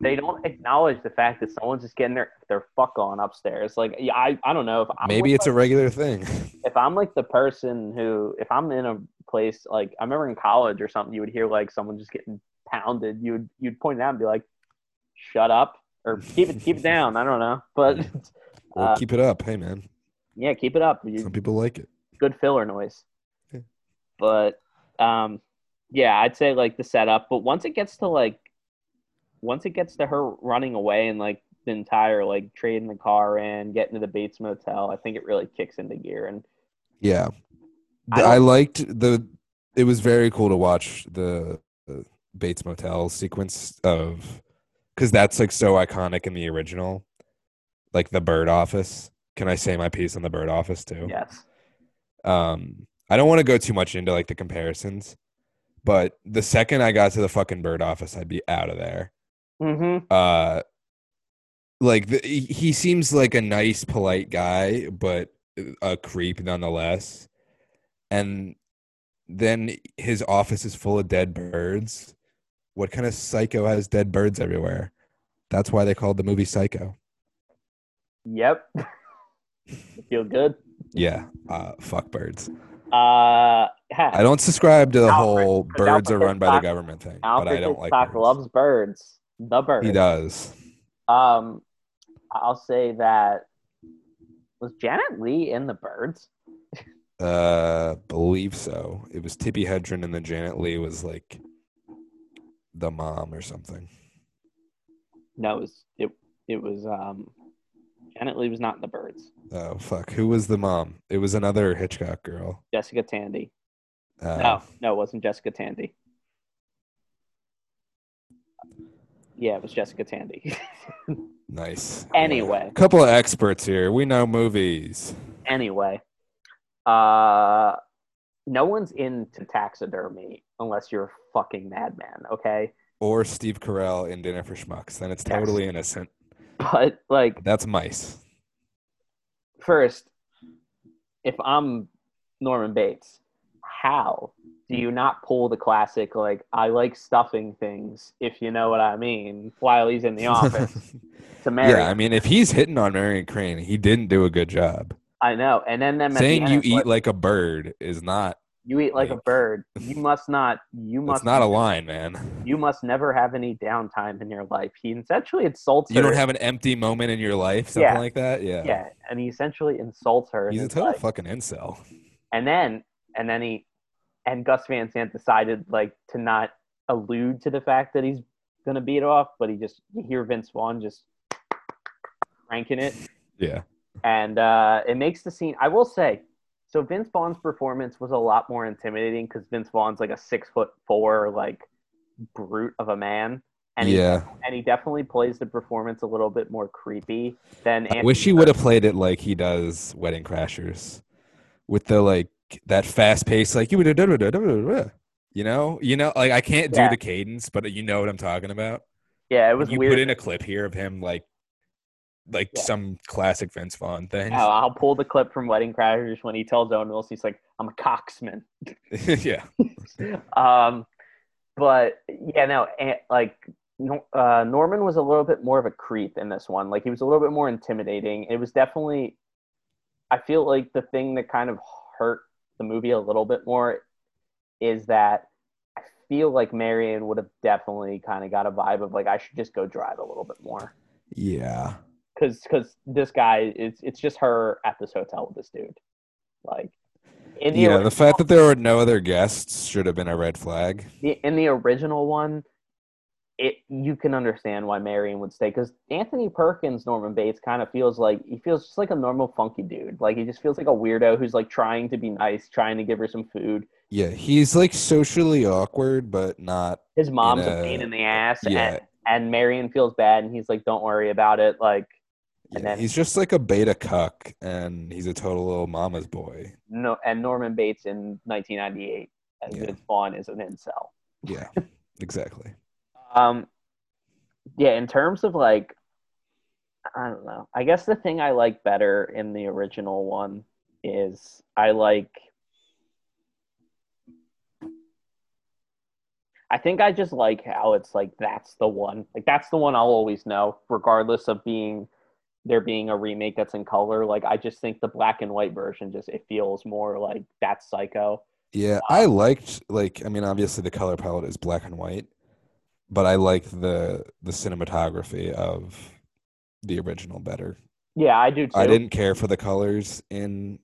S1: they don't acknowledge the fact that someone's just getting their their fuck on upstairs. Like yeah, I I don't know if I'm
S2: maybe
S1: like,
S2: it's a regular thing.
S1: if I'm like the person who if I'm in a place like I remember in college or something, you would hear like someone just getting pounded. You would you'd point it out and be like, shut up or keep it keep it down. I don't know, but
S2: well,
S1: uh,
S2: keep it up, hey man.
S1: yeah, keep it up. You,
S2: Some people like it.
S1: good filler noise.
S2: Yeah.
S1: But um yeah, I'd say like the setup, but once it gets to like once it gets to her running away and like the entire like trading the car in, getting to the Bates Motel, I think it really kicks into gear and
S2: Yeah,
S1: I
S2: The-
S1: don't-
S2: I, liked the. It was very cool to watch the, the Bates Motel sequence of, because that's like so iconic in the original, like the bird office. Can I say my piece on the bird office too?
S1: yes.
S2: um i don't want to go too much into like the comparisons but the second i got to the fucking bird office i'd be out of there
S1: Mhm.
S2: uh like the, he- he seems like a nice polite guy but a creep nonetheless and then his office is full of dead birds what kind of psycho has dead birds everywhere that's why they called the movie psycho
S1: Yep. Feel good.
S2: yeah uh fuck birds
S1: Uh yeah.
S2: I don't subscribe to the
S1: Alfred,
S2: whole
S1: because
S2: birds are
S1: Alfred
S2: run by the
S1: Hitchcock-
S2: government thing,
S1: Alfred
S2: but I don't like
S1: Hitchcock
S2: birds.
S1: loves birds. The birds.
S2: He does.
S1: Um I'll say that was Janet Lee in the birds?
S2: Uh, believe so. It was Tippi Hedren and then Janet Lee was like the mom or something.
S1: No, it was it, it was um Janet Lee was not in the birds.
S2: Oh fuck, who was the mom? It was another Hitchcock girl.
S1: Jessica Tandy.
S2: Uh,
S1: No, no, it wasn't Jessica Tandy. Yeah, it was Jessica Tandy.
S2: nice.
S1: Anyway.
S2: couple of experts here. We know movies.
S1: anyway, uh no one's into taxidermy unless you're a fucking madman, okay?
S2: Or Steve Carell in Dinner for Schmucks. Then it's
S1: Yes.
S2: totally innocent.
S1: But like
S2: That's mice.
S1: first, if I'm Norman Bates, how do you not pull the classic like I like stuffing things, if you know what I mean, while he's in the office to marry?
S2: Yeah, I mean, if he's hitting on Marion Crane, he didn't do a good job.
S1: I know. And then them at the
S2: Saying
S1: end,
S2: you
S1: it's
S2: eat
S1: like,
S2: like a bird is not
S1: you eat like a
S2: like-
S1: bird. You must not. You
S2: it's
S1: must
S2: not a line, man.
S1: You must never have any downtime in your life. He essentially insults
S2: You
S1: her.
S2: don't have an empty moment in your life, something
S1: Yeah.
S2: like that. Yeah.
S1: yeah, and he essentially insults her.
S2: He's
S1: and
S2: a
S1: it's
S2: total
S1: like-
S2: fucking incel.
S1: and then and then he and Gus Van Sant decided like to not allude to the fact that he's gonna beat off, but he just you hear Vince Vaughn just cranking it,
S2: Yeah.
S1: and uh, it makes the scene. I will say, so Vince Vaughn's performance was a lot more intimidating because Vince Vaughn's like a six foot four like brute of a man, and he,
S2: yeah.
S1: and he definitely plays the performance a little bit more creepy than.
S2: I wish he
S1: Anthony
S2: would have played it like he does Wedding Crashers with the like that fast pace, like you would have, you know, you know, like I can't do
S1: Yeah.
S2: the cadence, but you know what I'm talking about.
S1: Yeah, it was
S2: you
S1: weird.
S2: put in a clip here of him like
S3: like
S1: Yeah.
S3: some classic Vince Vaughn thing.
S1: I'll, I'll pull the clip from Wedding Crashers when he tells Owen Wilson he's like, "I'm a coxman."
S3: yeah.
S1: um, but yeah, no, and, like Nor- uh, Norman was a little bit more of a creep in this one. Like he was a little bit more intimidating. It was definitely, I feel like the thing that kind of hurt the movie a little bit more is that I feel like Marion would have definitely kind of got a vibe of like I should just go drive a little bit more
S2: Yeah.
S1: because because this guy it's it's just her at this hotel with this dude, like. In the
S2: Yeah.
S1: original-
S2: The fact that there were no other guests should have been a red flag.
S1: the- in the original one, it you can understand why Marion would stay because Anthony Perkins, Norman Bates, kind of feels like he feels just like a normal funky dude. Like he just feels like a weirdo who's like trying to be nice, trying to give her some food.
S2: Yeah. He's like socially awkward, but not.
S1: His mom's
S2: Yeah.
S1: a pain in the ass,
S2: Yeah.
S1: and and Marion feels bad, and he's like, "Don't worry about it." Like
S2: Yeah,
S1: And then-
S2: he's just like a beta cuck, and he's a total little mama's boy.
S1: no, and Norman Bates in 1998 as
S2: Yeah.
S1: Vince Vaughn is an incel.
S2: Yeah. Exactly.
S1: Um, yeah, in terms of like, I don't know. I guess the thing I like better in the original one is I like. I think I just like how it's like that's the one. Like that's the one I'll always know, regardless of being there being a remake that's in color. Like I just think the black and white version just it feels more like that's psycho.
S2: Yeah, I liked like I mean obviously the color palette is black and white, but I liked the the cinematography of the original better.
S1: Yeah, I do too.
S2: I didn't care for the colors in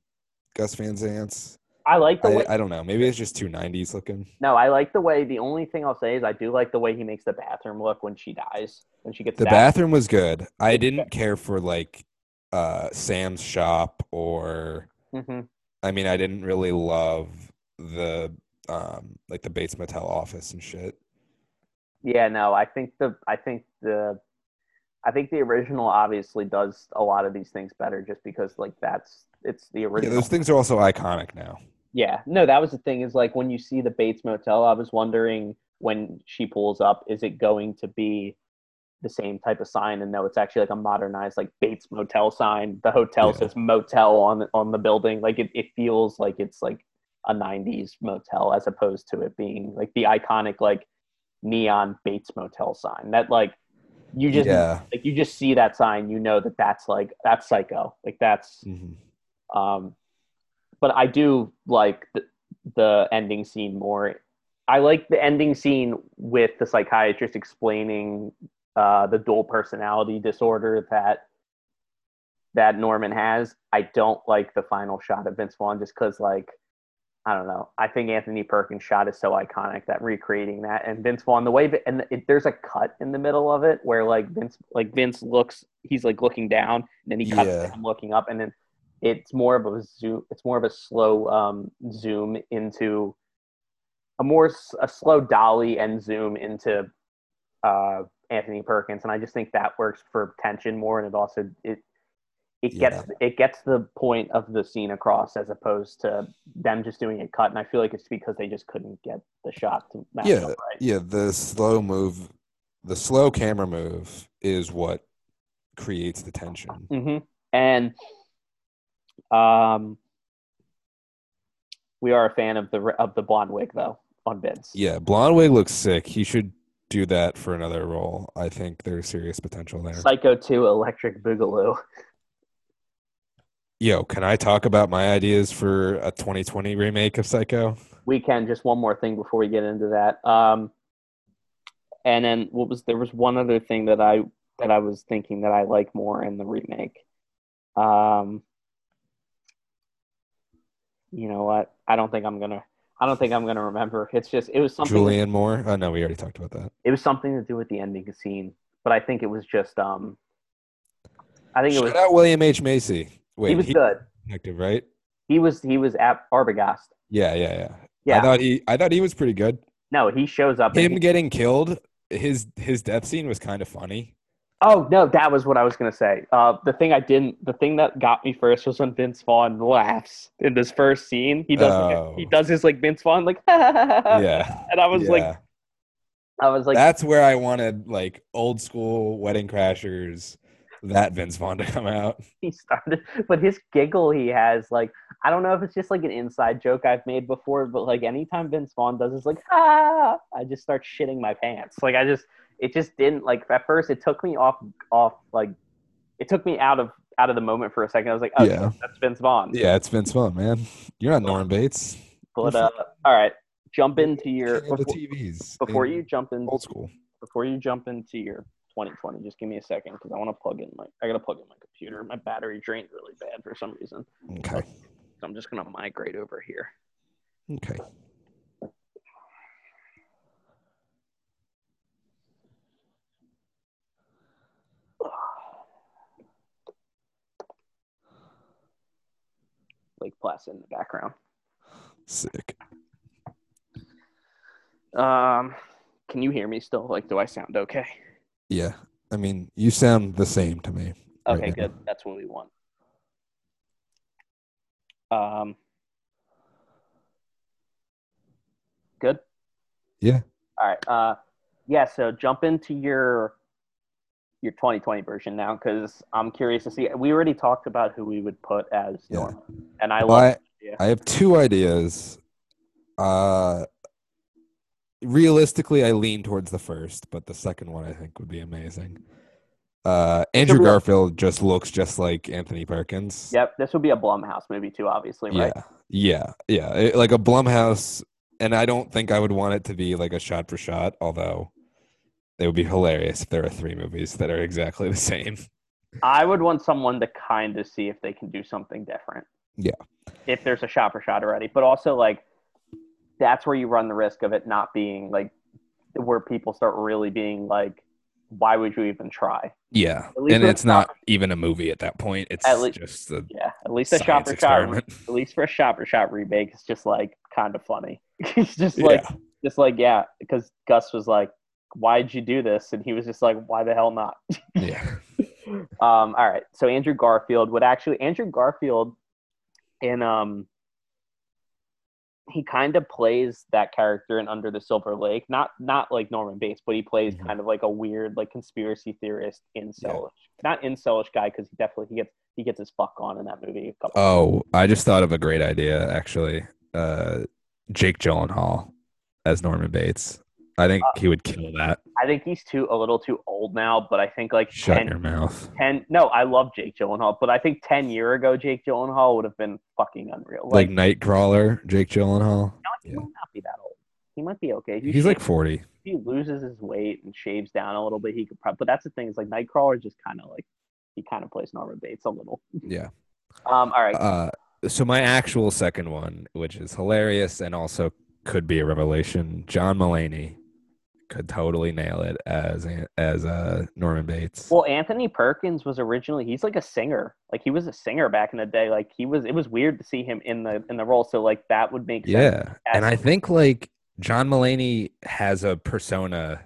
S2: Gus Van Zant's.
S1: I like the way
S2: I, I don't know. Maybe it's just too '90s looking.
S1: No, I like the way. The only thing I'll say is I do like the way he makes the bathroom look when she dies, when she gets
S2: The
S1: stabbed.
S2: bathroom was good. I didn't care for like uh Sam's shop or
S1: Mhm.
S2: I mean I didn't really love the um like the Bates Motel office and shit.
S1: Yeah, no, I think the, I think the, I think the original obviously does a lot of these things better, just because like that's it's the
S2: Yeah,
S1: original.
S2: those things are also iconic now.
S1: Yeah, no, that was the thing is like when you see the Bates Motel, I was wondering when she pulls up, is it going to be the same type of sign? And no, it's actually like a modernized like Bates Motel sign. The hotel
S2: Yeah.
S1: says motel on on the building. Like it, it feels like it's like a '90s motel as opposed to it being like the iconic like neon Bates Motel sign that like you just
S2: yeah.
S1: like you just see that sign, you know that that's like that's psycho. Like that's
S2: Mhm.
S1: um, but I do like the, the ending scene more. I like the ending scene with the psychiatrist explaining uh, the dual personality disorder that that Norman has. I don't like the final shot of Vince Vaughn just because, like, I don't know. I think Anthony Perkins' shot is so iconic that recreating that and Vince Vaughn the way and it, there's a cut in the middle of it where like Vince like Vince looks he's like looking down and then he cuts
S2: Yeah.
S1: to him looking up and then it's more of a zoom it's more of a slow um, zoom into a more s- a slow dolly and zoom into uh, Anthony Perkins and I just think that works for tension more and it also it it
S2: Yeah.
S1: gets it gets the point of the scene across as opposed to them just doing a cut and I feel like it's because they just couldn't get the shot to match
S2: Yeah.
S1: up right.
S2: Yeah, the slow move, the slow camera move is what creates the tension.
S1: hmm And um, we are a fan of the of the blonde wig though on Vince.
S2: Yeah, Blonde Wig looks sick. He should do that for another role. I think there's serious potential there.
S1: Psycho 2 Electric Boogaloo.
S2: Yo, can I talk about my ideas for a 2020 remake of Psycho?
S1: We can just one more thing before we get into that. Um, and then what was there was one other thing that I that I was thinking that I like more in the remake. Um, you know what? I don't think I'm gonna. I don't think I'm gonna remember. It's just it was something.
S2: Julian Moore? Oh no, we already talked about that.
S1: It was something to do with the ending scene, but I think it was just. um I think it was.
S2: Shout out William H Macy. Wait,
S1: he was good.
S2: active, right?
S1: He was he was at Arbogast.
S2: Yeah, yeah, yeah. I
S1: Yeah.
S2: thought he, I thought he was pretty good.
S1: No, he shows up. and
S2: Him
S1: he-
S2: getting killed, his his death scene was kind of funny.
S1: Oh no, that was what I was gonna say. Uh, the thing I didn't, the thing that got me first was when Vince Vaughn laughs in this first scene. He does, like,
S2: Oh.
S1: he does his like Vince Vaughn like, and
S2: yeah.
S1: Uh, I was like,
S2: Yeah.
S1: I was like,
S2: that's where I wanted like old school wedding crashers that Vince Vaughn to come out.
S1: he started but his giggle he has like i don't know if it's just like an inside joke i've made before but like anytime vince vaughn does it's like ah i just start shitting my pants like i just it just didn't like at first it took me off off like it took me out of out of the moment for a second i was like oh
S2: Yeah.
S1: that's vince vaughn
S2: Yeah, it's Vince Vaughn, man. You're not Norm Bates.
S1: but uh all right jump into your
S2: Handle
S1: before,
S2: the TVs
S1: before
S2: in
S1: you jump in
S2: old school.
S1: before you jump into your 2020 just give me a second because i want to plug in my i gotta plug in my computer my battery drained really bad for some reason
S2: Okay.
S1: so i'm just gonna migrate over here
S2: Okay.
S1: Lake Placid in the background.
S2: Sick.
S1: Um, can you hear me still? Like, do I sound okay?
S2: Yeah. I mean, you sound the same to me. Right
S1: Okay,
S2: now.
S1: good. That's what we want. Um, good.
S2: Yeah.
S1: All right. Uh, yeah. So jump into your your 2020 version now, because I'm curious to see. We already talked about who we would put as
S2: Yeah.
S1: Norm, and I
S2: Well,
S1: love.
S2: I, I have two ideas. Uh, realistically, I lean towards the first, but the second one I think would be amazing. Uh, Andrew
S1: be a-
S2: Garfield just looks just like Anthony Perkins.
S1: Yep, this would be a Blumhouse movie too, obviously, right?
S2: Yeah, yeah, yeah. It- like a Blumhouse, and I don't think I would want it to be like a shot for shot. Although it would be hilarious if there are three movies that are exactly the same.
S1: I would want someone to kind of see if they can do something different.
S2: Yeah.
S1: If there's a shot for shot already, but also like that's where you run the risk of it not being like where people start really being like, why would you even try?
S2: Yeah,
S1: At least
S2: and
S1: with
S2: it's not even a movie at that point. It's
S1: At lea-
S2: just a
S1: Yeah. At least a shot
S2: science
S1: for shot,
S2: experiment.
S1: at least for a shot for shot remake, it's just like kind of funny. it's just like,
S2: yeah,
S1: just like yeah, because Gus was like, why'd you do this? And he was just like, why the hell not?
S2: yeah.
S1: Um, all right. So Andrew Garfield would actually Andrew Garfield in um he kind of plays that character in Under the Silver Lake, not not like Norman Bates, but he plays
S2: Mhm.
S1: kind of like a weird like conspiracy theorist incelish, not incelish guy because he definitely he gets he gets his fuck on in that movie. A couple.
S2: Oh, I just thought of a great idea actually. Uh, Jake Gyllenhaal as Norman Bates. I think
S1: Uh,
S2: he would kill that.
S1: I think he's too a little too old now, but I think like
S2: Shut
S1: 10,
S2: your mouth.
S1: 10 no, I love Jake Gyllenhaal, but I think ten year ago Jake Gyllenhaal would have been fucking unreal.
S2: Like, Nightcrawler, Jake Gyllenhaal.
S1: no, he
S2: yeah.
S1: might not be that old. He might be okay. If you
S2: He's
S1: shave-
S2: like forty.
S1: if he loses his weight and shaves down a little bit, he could probably. But that's the thing is like Nightcrawler is just kind of like he kind of plays Norman Bates a little.
S2: Yeah.
S1: Um, all right,
S2: Uh, so my actual second one, which is hilarious and also could be a revelation, John Mulaney could totally nail it as as uh, Norman Bates.
S1: Well, Anthony Perkins was originally he's like a singer. Like he was a singer back in the day. Like he was it was weird to see him in the in the role. So like that would make sense.
S2: Yeah. And I think like John Mulaney has a persona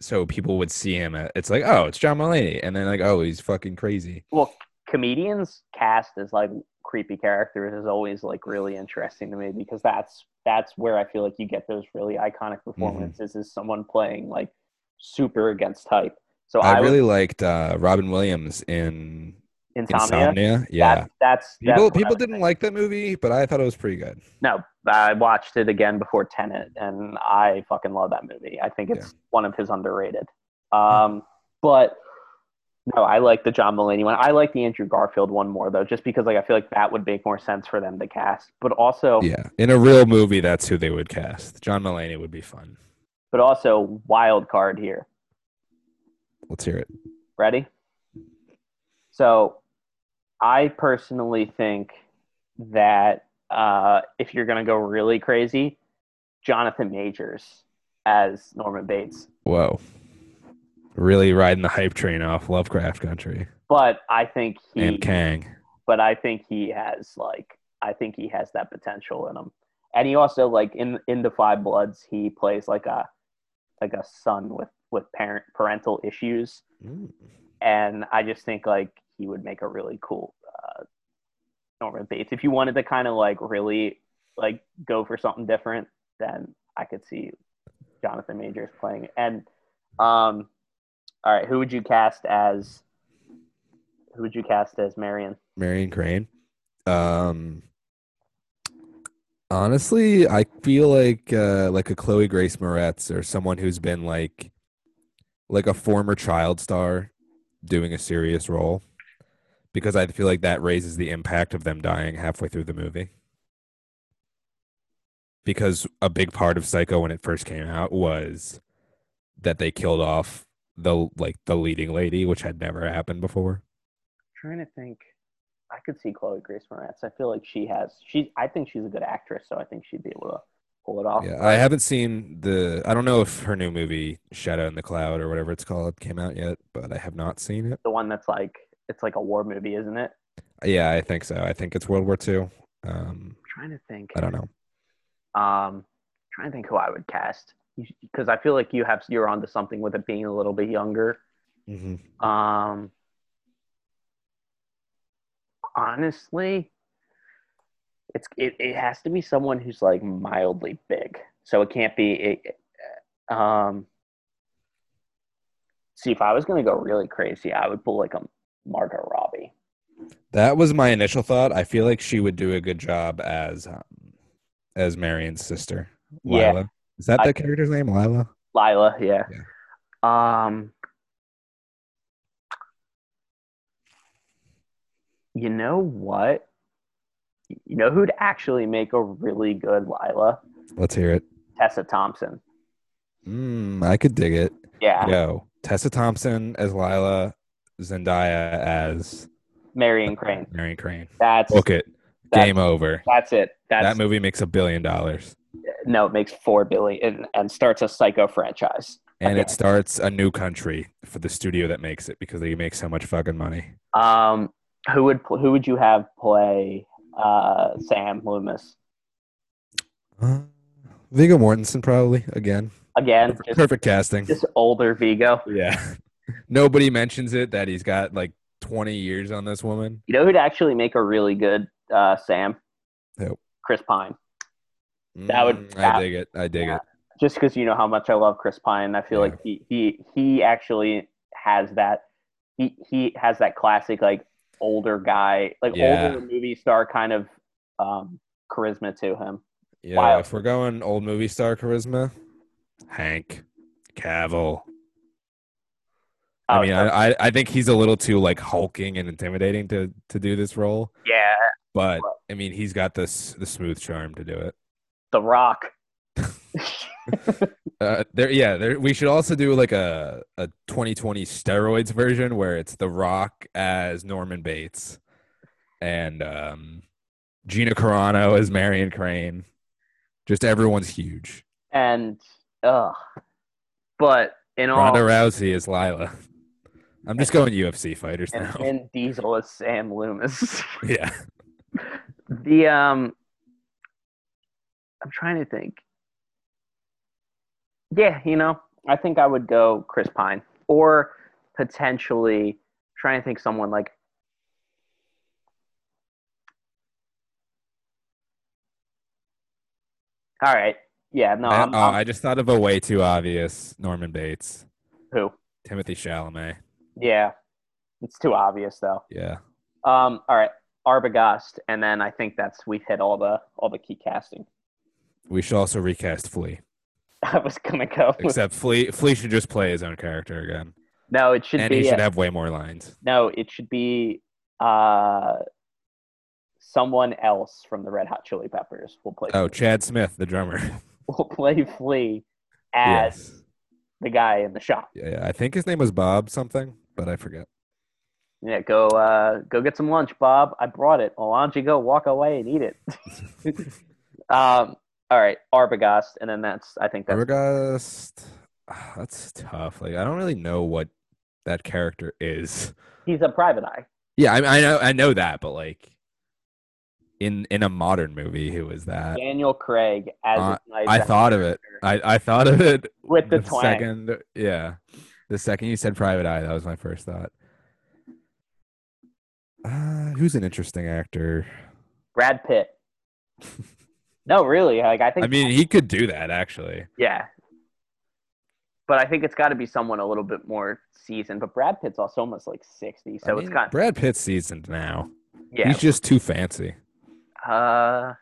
S2: so people would see him at, it's like, oh, it's John Mulaney. And then like, oh, he's fucking crazy.
S1: Well, comedians cast as like creepy characters is always like really interesting to me because that's that's where I feel like you get those really iconic
S2: Mm-hmm.
S1: performances is someone playing like super against type. So I,
S2: I
S1: would,
S2: really liked uh Robin Williams in
S1: insomnia.
S2: Insomnia. Yeah.
S1: That, that's that's
S2: people
S1: what I
S2: people
S1: would
S2: didn't
S1: think.
S2: like that movie, but I thought it was pretty good.
S1: No, I watched it again before Tenet, and I fucking love that movie. I think it's one of his underrated.
S2: Hmm.
S1: Um, but no, I like the John Mulaney one. I like the Andrew Garfield one more though, just because like I feel like that would make more sense for them to cast. But also,
S2: Yeah. In a real movie, that's who they would cast. John Mulaney would be fun.
S1: but also wild card here.
S2: Let's hear it.
S1: Ready? So, I personally think that uh, if you're gonna go really crazy, Jonathan Majors as Norman Bates
S2: Whoa. Really riding the hype train off Lovecraft Country
S1: but I think he,
S2: and Kang.
S1: but I think he has like, I think he has that potential in him. And he also like in in the Five Bloods, he plays like a like a son with with parent parental issues, and I just think like he would make a really cool uh, Norman Bates. If you wanted to kind of like really like go for something different, then I could see Jonathan Majors playing. And um, all right, who would you cast as Who would you cast as Marion?
S2: Marion Crane. Um, honestly, I feel like uh, like a Chloe Grace Moretz or someone who's been like like a former child star doing a serious role because I feel like that raises the impact of them dying halfway through the movie. Because a big part of Psycho when it first came out was that they killed off the like the leading lady, which had never happened before.
S1: trying to think. I could see Chloe Grace Moretz. I feel like she has. She. I think she's a good actress, so I think she'd be able to pull it off.
S2: Yeah, I haven't seen the. I don't know if her new movie Shadow in the Cloud or whatever it's called came out yet, but I have not seen it.
S1: The one that's like it's like a war movie, isn't it? I'm
S2: Yeah, I think so. I think it's World War II. Um,
S1: trying to think.
S2: I don't know.
S1: Um, trying to think who I would cast because I feel like you have you're onto something with it being a little bit younger.
S2: Mm-hmm.
S1: Um, honestly, it's it, it has to be someone who's like mildly big, so it can't be. It, um, see, if I was gonna go really crazy, I would pull like a Margot Robbie.
S2: That was my initial thought. I feel like she would do a good job as um, as Marion's sister,
S1: Yeah.
S2: Lila. Is that
S1: I-
S2: the character's name, Lila?
S1: Lila, yeah. Um, you know what? You know who'd actually make a really good Lila?
S2: Let's hear it.
S1: Tessa Thompson.
S2: Mm, I could dig it.
S1: Yeah,
S2: Yo, Tessa Thompson as Lila, Zendaya as
S1: Marion Crane.
S2: Marion Crane.
S1: That's
S2: Book it.
S1: That-
S2: Game over.
S1: that's it. That's
S2: that movie makes a billion dollars,
S1: no, it makes four billion and, and starts a psycho franchise.
S2: and it
S1: Okay.
S2: starts a new country for the studio that makes it because they make so much fucking money.
S1: Um, who would pl- who would you have play uh, Sam Loomis
S2: Uh, Viggo Mortensen probably again.
S1: again?
S2: Perfect,
S1: Just,
S2: perfect casting.
S1: just older Vigo.
S2: Yeah. Nobody mentions it that he's got like 20 years on this woman.
S1: You know who'd actually make a really good uh, Sam?
S2: Who?
S1: Chris Pine. That would-
S2: Mm,
S1: that-
S2: I dig it. I dig
S1: yeah.
S2: it.
S1: Just because you know how much I love Chris Pine, I feel
S2: Yeah.
S1: like he, he he actually has that he he has that classic like older guy like
S2: Yeah.
S1: older movie star kind of um, charisma to him.
S2: Yeah.
S1: Wild.
S2: If we're going old movie star charisma, Hank Cavill. I
S1: Oh,
S2: mean, I, I I think he's a little too like hulking and intimidating to to do this role,
S1: yeah,
S2: but I mean, he's got this the smooth charm to do it.
S1: The Rock.
S2: Uh, there, yeah, there. We should also do like a a 2020 steroids version where it's The Rock as Norman Bates, and um, Gina Carano as Marion Crane. Just everyone's huge.
S1: and uh but in all
S2: Ronda Rousey is Lila. I'm just going UFC fighters
S1: and
S2: now.
S1: Vin Diesel is Sam Loomis.
S2: yeah,
S1: the um I'm trying to think. Yeah, you know, I think I would go Chris Pine or potentially trying to think someone like All right. Yeah, no,
S2: I,
S1: I'm,
S2: oh,
S1: I'm
S2: I just thought of a way too obvious Norman Bates,
S1: who?
S2: Timothy Chalamet.
S1: Yeah. It's too obvious though.
S2: Yeah,
S1: Um, all right, Arbogast, and then I think that's we've hit all the all the key casting.
S2: we should also recast Flea.
S1: I was gonna go. with-
S2: Except Flea, Flea should just play his own character again,
S1: no, it should
S2: and
S1: be
S2: he should
S1: uh,
S2: have way more lines.
S1: no, it should be uh, someone else from the Red Hot Chili Peppers will play.
S2: Oh, Chad Smith, the drummer.
S1: will play Flea as the guy in the shop.
S2: Yeah, yeah, I think his name was Bob something, but I forget.
S1: Yeah, go uh, go get some lunch, Bob. I brought it. Well, why don't you go walk away and eat it? um, all right, Arbogast, and then that's I think that's
S2: Arbogast. ah, That's tough. Like I don't really know what that character is.
S1: he's a private eye.
S2: Yeah, I, I know I know that, but like in in a modern movie, who is that?
S1: Daniel Craig as
S2: Uh,
S1: a knife
S2: I thought of it. I, I thought of it
S1: with the, twang.
S2: second. Yeah, the second you said Private Eye, that was my first thought. Uh, who's an interesting actor?
S1: Brad Pitt. no, really. Like I think.
S2: I mean, he could do that actually.
S1: yeah. but I think it's got to be someone a little bit more seasoned. But Brad Pitt's also almost like sixty, so
S2: I
S1: it's
S2: mean,
S1: got
S2: Brad Pitt seasoned now.
S1: yeah.
S2: He's just too fancy.
S1: Uh,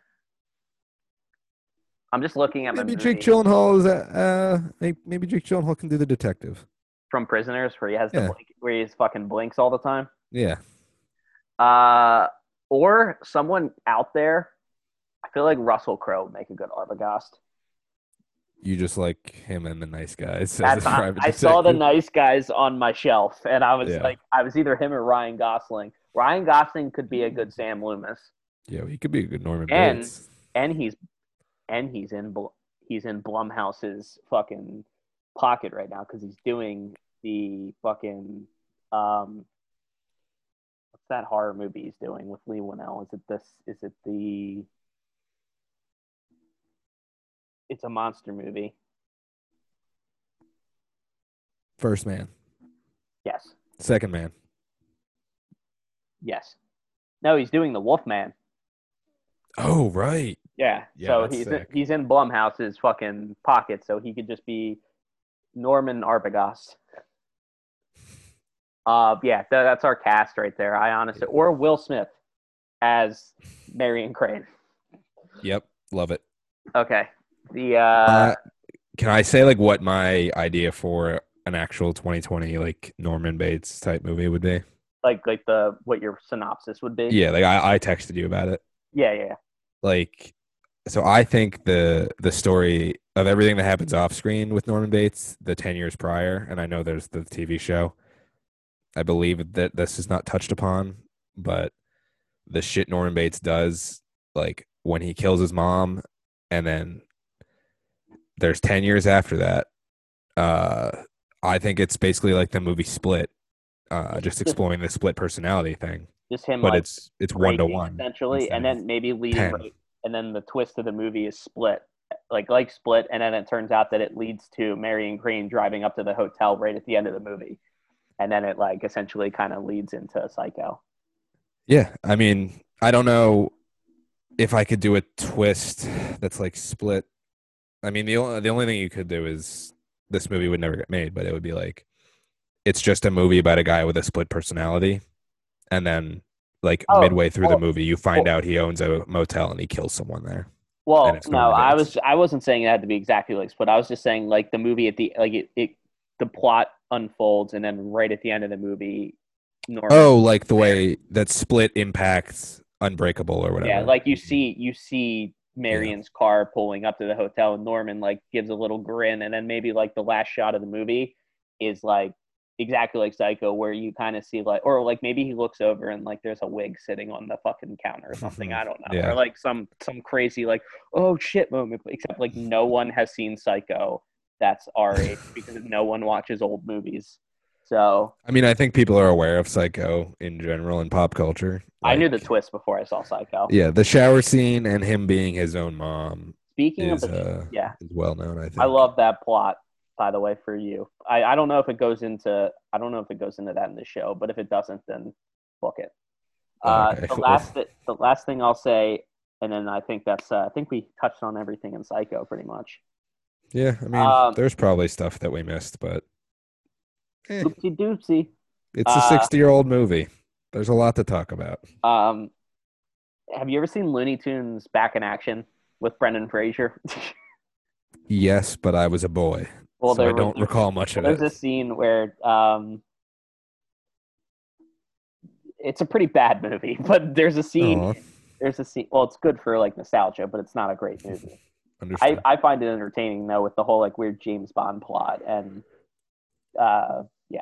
S1: I'm just looking at
S2: Maybe
S1: my
S2: Jake
S1: movie
S2: Gyllenhaal is uh, uh maybe Jake Gyllenhaal can do the detective.
S1: from Prisoners, where he has the
S2: Yeah.
S1: blink, where he fucking blinks all the time.
S2: Yeah.
S1: Uh, or someone out there. I feel like Russell Crowe would make a good Arbogast.
S2: You just like him and the nice guys. as
S1: That's
S2: a
S1: not-
S2: private
S1: I saw the
S2: detective.
S1: nice guys on my shelf, and I was
S2: Yeah.
S1: like, I was either him or Ryan Gosling. Ryan Gosling could be a good Sam Loomis,
S2: Yeah, well, he could be a good Norman
S1: And-
S2: Bates.
S1: and he's and he's in Bl- he's in Blumhouse's fucking pocket right now because he's doing the fucking um, what's that horror movie he's doing with Lee Winnell? Is it this? Is it the? It's a monster movie.
S2: First man,
S1: Yes.
S2: second man.
S1: Yes. No, he's doing the Wolfman.
S2: Oh right.
S1: Yeah.
S3: Yeah,
S1: so
S3: that's
S1: he's
S3: sick.
S1: he's in Blumhouse's fucking pocket, so he could just be Norman Arbogast. Uh, yeah, tha- that's our cast right there. I honestly, or Will Smith as Marion Crane.
S2: Yep. Love it.
S1: Okay. The uh,
S2: Uh, can I say like what my idea for an actual 2020 like Norman Bates type movie would be?
S1: like like the what your synopsis would be.
S2: Yeah, like I, I texted you about it.
S1: Yeah. Yeah. yeah.
S2: Like, so I think the the story of everything that happens off screen with Norman Bates, the 10 years prior, and I know there's the TV show. I believe that this is not touched upon, but the shit Norman Bates does, like when he kills his mom, and then there's 10 years after that. Uh, I think it's basically like the movie Split, uh, just exploring the split personality thing,
S1: Just him.
S2: but
S1: like,
S2: it's it's one to
S1: breaking,
S2: one.
S1: essentially,
S2: instead
S1: and
S2: of
S1: then maybe leading.
S2: 10.
S1: Right, and then the twist of the movie is split, like like split, and then it turns out that it leads to Marion Green driving up to the hotel right at the end of the movie, and then it like essentially kind of leads into Psycho.
S2: Yeah, I mean, I don't know if I could do a twist that's like split. I mean, the only the only thing you could do is this movie would never get made, but it would be like it's just a movie about a guy with a split personality, and then like
S1: Oh,
S2: midway through
S1: well-
S2: the movie, you find out he owns a motel and he kills someone there. And
S1: Well,
S2: it's
S1: no,
S2: Norman
S1: I
S2: Bates.
S1: was I wasn't saying it had to be exactly like split. I was just saying like the movie at the like it, it the plot unfolds, and then right at the end of the movie, Norman.
S2: Oh, like the way that split impacts Unbreakable or whatever. Mm-hmm.
S1: Yeah, like you see, you see Marion's car pulling up to the hotel, and Norman like gives a little grin, and then maybe like the last shot of the movie is like exactly like Psycho, where you kind of see like, or like maybe he looks over and like there's a wig sitting on the fucking counter or something. I don't know,
S2: Yeah.
S1: or like some some crazy like oh shit moment. Except like no one has seen Psycho. That's our age because no one watches old movies. So
S2: I mean, I think people are aware of Psycho in general in pop culture.
S1: I knew the
S2: Like,
S1: twist before I saw Psycho.
S2: Yeah, the shower scene and him being his own mom
S1: Speaking
S2: is
S1: of the,
S2: uh,
S1: yeah.
S2: is well known. I think.
S1: I love that plot, by the way, for you. I, I don't know if it goes into I don't know if it goes into that in the show, but if it doesn't, then book it. Uh,
S2: Okay,
S1: The
S2: cool.
S1: last thi- the last thing I'll say, and then I think that's uh, I think we touched on everything in Psycho pretty much.
S2: Yeah, I mean,
S1: Um,
S2: there's probably stuff that we missed, but eh,
S1: Oopsie doopsie.
S2: it's a
S1: uh,
S2: 60 year old movie. There's a lot to talk about.
S1: Um, have you ever seen Looney Tunes back in action with Brendan Fraser?
S2: Yes, but I was a boy,
S1: well,
S2: so I
S1: there was-
S2: don't recall much of
S1: Well,
S2: it.
S1: there's a scene where um, it's a pretty bad movie, but there's a scene.
S2: Aw,
S1: There's a scene. Well, it's good for like nostalgia, but it's not a great movie. I,
S2: understood.
S1: I find it entertaining though, with the whole like weird James Bond plot and uh, yeah.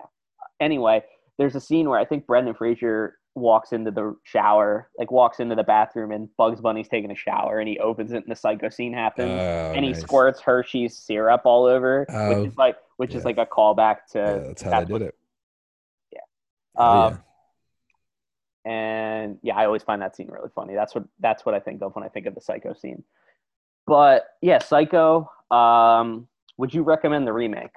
S1: Anyway, there's a scene where I think Brendan Fraser walks into the shower, like walks into the bathroom, and Bugs Bunny's taking a shower, and he opens it, and the psycho scene happens
S2: Oh,
S1: and he
S2: nice.
S1: squirts Hershey's syrup all over,
S2: Oh,
S1: which is like which is
S2: yeah.
S1: like a callback
S2: Yeah,
S1: to
S2: that's how
S1: that's
S2: they
S1: what-
S2: did it. Oh,
S1: um,
S2: yeah.
S1: and yeah, I always find that scene really funny. That's what that's what I think of when I think of the Psycho scene. But yeah, Psycho. Um, would you recommend the remake?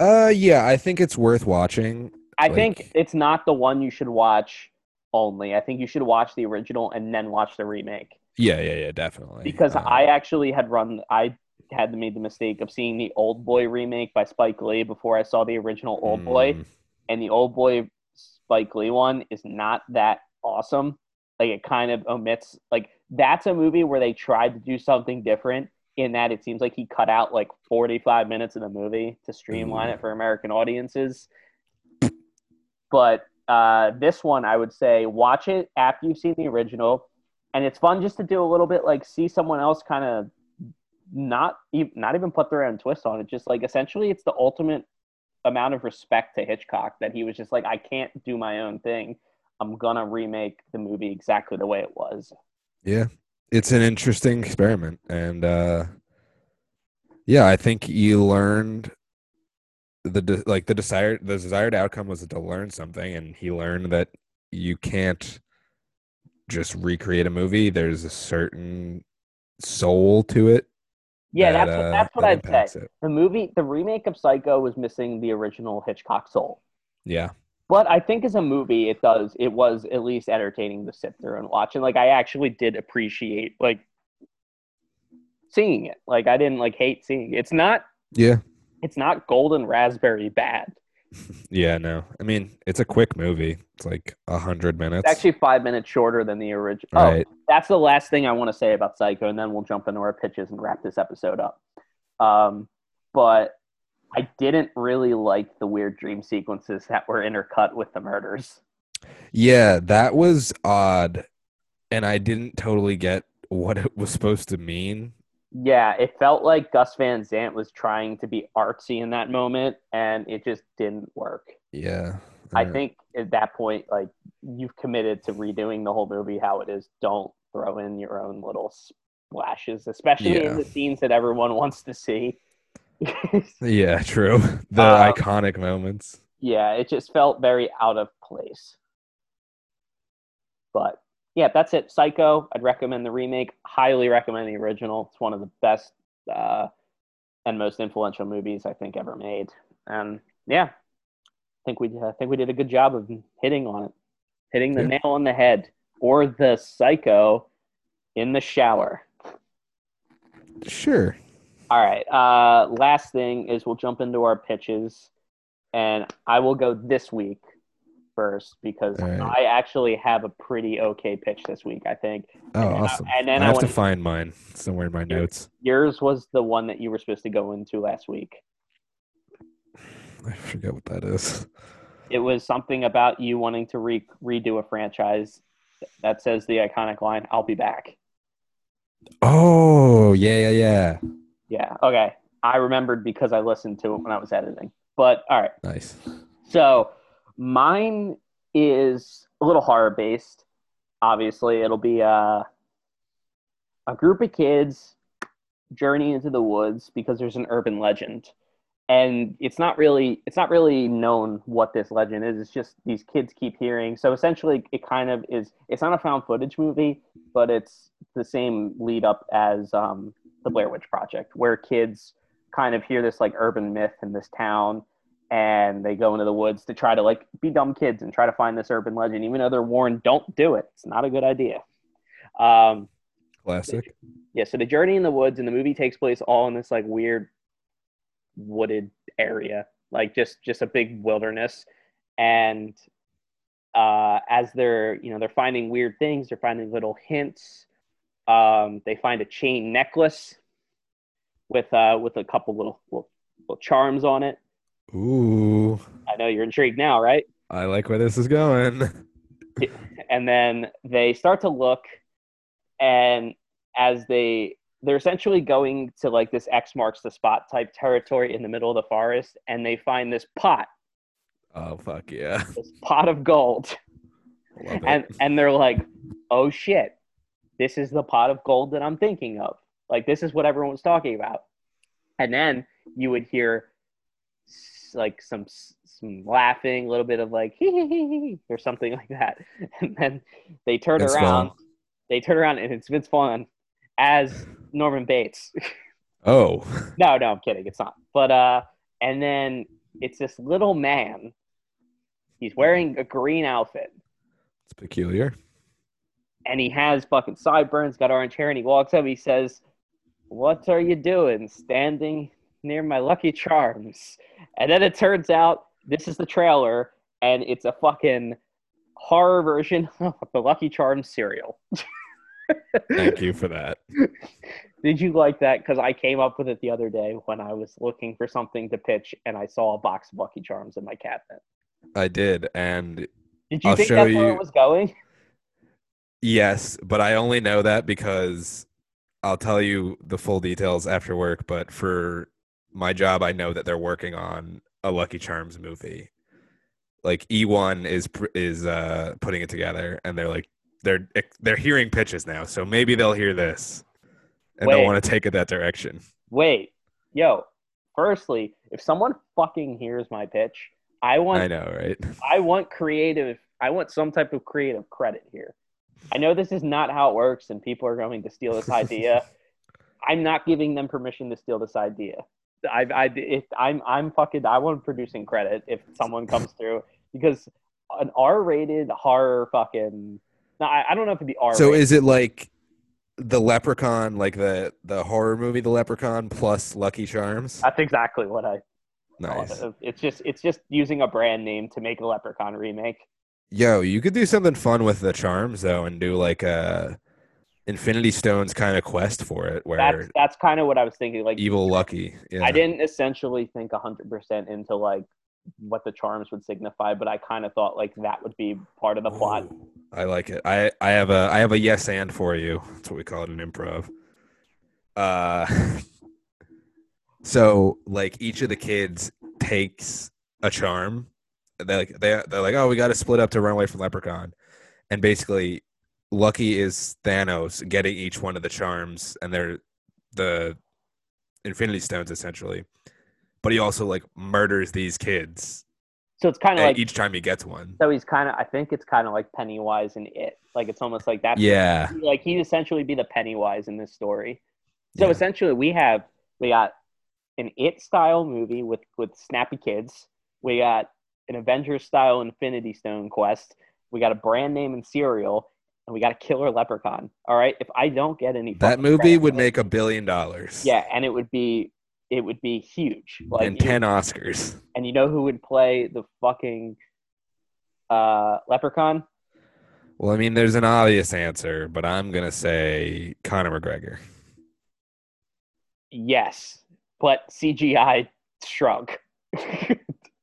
S2: Uh, yeah, I think it's worth watching.
S1: I
S2: Like-
S1: think it's not the one you should watch only. I think you should watch the original and then watch the remake
S2: Yeah, yeah, yeah, definitely.
S1: because
S2: Um,
S1: I actually had run I had made the mistake of seeing the Old Boy remake by Spike Lee before I saw the original Old Boy,
S3: Mm,
S1: and the Old Boy Spike Lee one is not that awesome. Like it kind of omits like that's a movie where they tried to do something different in that it seems like he cut out like 45 minutes of the movie to streamline
S3: Ooh.
S1: it for American audiences. But uh, this one, I would say, watch it after you've seen the original, and it's fun just to do a little bit like see someone else kind of not e- not even put their own twist on it. Just like essentially, it's the ultimate amount of respect to Hitchcock that he was just like, I can't do my own thing. I'm gonna remake the movie exactly the way it was.
S2: Yeah, it's an interesting experiment, and uh, yeah, I think you learned the de- like the desired the desired outcome was to learn something, and he learned that you can't just recreate a movie. There's a certain soul to it.
S1: Yeah,
S2: that,
S1: that's what,
S2: uh,
S1: that's what
S2: that
S1: I'd say.
S2: impacts it.
S1: The movie, the remake of Psycho, was missing the original Hitchcock soul.
S2: Yeah,
S1: But I think as a movie, it does. It was at least entertaining to sit through and watch. And like, I actually did appreciate like seeing it. Like, I didn't like hate seeing. It. It's not.
S2: yeah,
S1: It's not golden raspberry bad.
S2: yeah. No, I mean it's a quick movie. It's like a hundred minutes.
S1: It's actually five minutes shorter than the original. Oh,
S2: right?
S1: that's the last thing I want to say about Psycho, and then we'll jump into our pitches and wrap this episode up. Um, but I didn't really like the weird dream sequences that were intercut with the murders.
S2: Yeah, that was odd. And I didn't totally get what it was supposed to mean.
S1: Yeah, it felt like Gus Van Sant was trying to be artsy in that moment, and it just didn't work.
S2: Yeah.
S1: I
S2: Uh,
S1: think at that point, like you've committed to redoing the whole movie how it is. Don't throw in your own little splashes, especially
S2: Yeah.
S1: in the scenes that everyone wants to see.
S2: Yeah, true. The
S1: Uh,
S2: iconic moments.
S1: yeah, it just felt very out of place. But yeah, that's it. Psycho. I'd recommend the remake. Highly recommend the original. It's one of the best uh, and most influential movies I think ever made. And yeah, I think we I think we did a good job of hitting on it, hitting the
S2: Yeah.
S1: nail on the head, or the psycho in the shower.
S2: Sure.
S1: All right. Uh, last thing is we'll jump into our pitches, and I will go this week first because
S2: All right.
S1: I actually have a pretty okay pitch this week. I think.
S2: Oh,
S1: and then I-
S2: awesome.
S1: and then
S2: I
S1: I
S2: have to
S1: wanna-
S2: find mine somewhere in my notes.
S1: Yours was the one that you were supposed to go into last week.
S2: I forget what that is.
S1: It was something about you wanting to re- redo a franchise that says the iconic line, "I'll be back."
S2: Oh, yeah, yeah, yeah.
S1: Yeah. Okay. I remembered because I listened to it when I was editing. But all right.
S2: Nice.
S1: So mine is a little horror based. Obviously, it'll be a, a group of kids journey into the woods because there's an urban legend, and it's not really it's not really known what this legend is. It's just these kids keep hearing. So essentially, it kind of is. It's not a found footage movie, but it's the same lead up as um, the Blair Witch Project, where kids kind of hear this like urban myth in this town and they go into the woods to try to like be dumb kids and try to find this urban legend, even though they're warned, don't do it. It's not a good idea. Um,
S2: Classic.
S1: yeah, so the journey in the woods and the movie takes place all in this like weird wooded area, like just just a big wilderness. And uh, as they're you know they're finding weird things, they're finding little hints. Um, they find a chain necklace with uh, with a couple little, little little charms on it.
S2: Ooh.
S1: I know you're intrigued now, right?
S2: I like where this is going.
S1: and then they start to look and as they they're essentially going to like this x marks the spot type territory in the middle of the forest and they find this pot
S2: Oh, fuck yeah.
S1: this pot of gold
S2: Love it.
S1: and and they're like oh shit this is the pot of gold that i'm thinking of like this is what everyone was talking about and then you would hear s- like some s- some laughing a little bit of like hee hee hee hee or something like that and then they turn
S2: Vince
S1: around
S2: Vaughn.
S1: they turn around and it's vince vaughn as norman bates
S2: Oh.
S1: no, no, I'm kidding. It's not. But uh, and then it's this little man. He's wearing a green outfit,
S2: It's peculiar.
S1: and he has fucking sideburns, got orange hair, and he walks up. He says, What are you doing standing near my Lucky Charms? And then it turns out this is the trailer, and it's a fucking horror version of the Lucky Charms cereal.
S2: Thank you for that.
S1: Did you like that? Because I came up with it the other day when I was looking for something to pitch, and I saw a box of Lucky Charms in my cabinet.
S2: I did, and
S1: Did you
S2: I'll
S1: think
S2: show
S1: that's where
S2: you-
S1: it was going?
S2: yes, but I only know that because I'll tell you the full details after work. But for my job, I know that they're working on a Lucky Charms movie. Like E1 is pr- is uh, putting it together, and they're like they're e, they're hearing pitches now, so maybe they'll hear this, and they'll
S1: Wait.
S2: want to take it that direction.
S1: Wait, yo. Firstly, if someone fucking hears my pitch, I want
S2: I know, right?
S1: I want creative. I want some type of creative credit here. I know this is not how it works, and people are going to steal this idea. I'm not giving them permission to steal this idea. I, I, if I'm, I'm fucking. I want producing credit if someone comes through because an R-rated horror fucking. No, I, I don't know if it'd be R.
S2: So is it like the Leprechaun, like the the horror movie, The Leprechaun plus Lucky Charms?
S1: that's exactly what I. thought
S2: Nice.
S1: of. It's just, it's just using a brand name to make a Leprechaun remake.
S2: Yo, you could do something fun with the charms though, and do like a Infinity Stones kind of quest for it, where
S1: That's, that's kind of what I was thinking. Like
S2: evil Lucky. Yeah.
S1: I didn't essentially think 100% into like what the charms would signify, but I kind of thought like that would be part of the plot.
S2: Ooh, I like it. I I have a I have a yes and for you. That's what we call it in improv. Uh, so like each of the kids takes a charm. They like they they're like oh we got to split up to run away from Leprechaun, and basically Lucky is Thanos getting each one of the charms, and they're the Infinity Stones essentially. But he also like murders these kids
S1: So it's kind of like
S2: each time he gets one.
S1: so he's kind of I think it's kind of like Pennywise in it. Like it's almost like that.
S2: Yeah.
S1: Like he'd essentially be the Pennywise in this story. So
S2: Yeah.
S1: essentially, we have we got an it style movie with with snappy kids. We got an Avengers style Infinity Stone quest. We got a brand name and cereal, and we got a killer leprechaun. All right, if I don't get any
S2: That
S1: fucking
S2: movie
S1: credit
S2: would
S1: for this-
S2: make a billion dollars.
S1: Yeah, and it would be it would be huge. Like
S2: and
S1: you-
S2: ten Oscars.
S1: and you know who would play the fucking uh leprechaun?
S2: Well, I mean, there's an obvious answer, but I'm gonna say Conor McGregor.
S1: Yes. But CGI shrunk.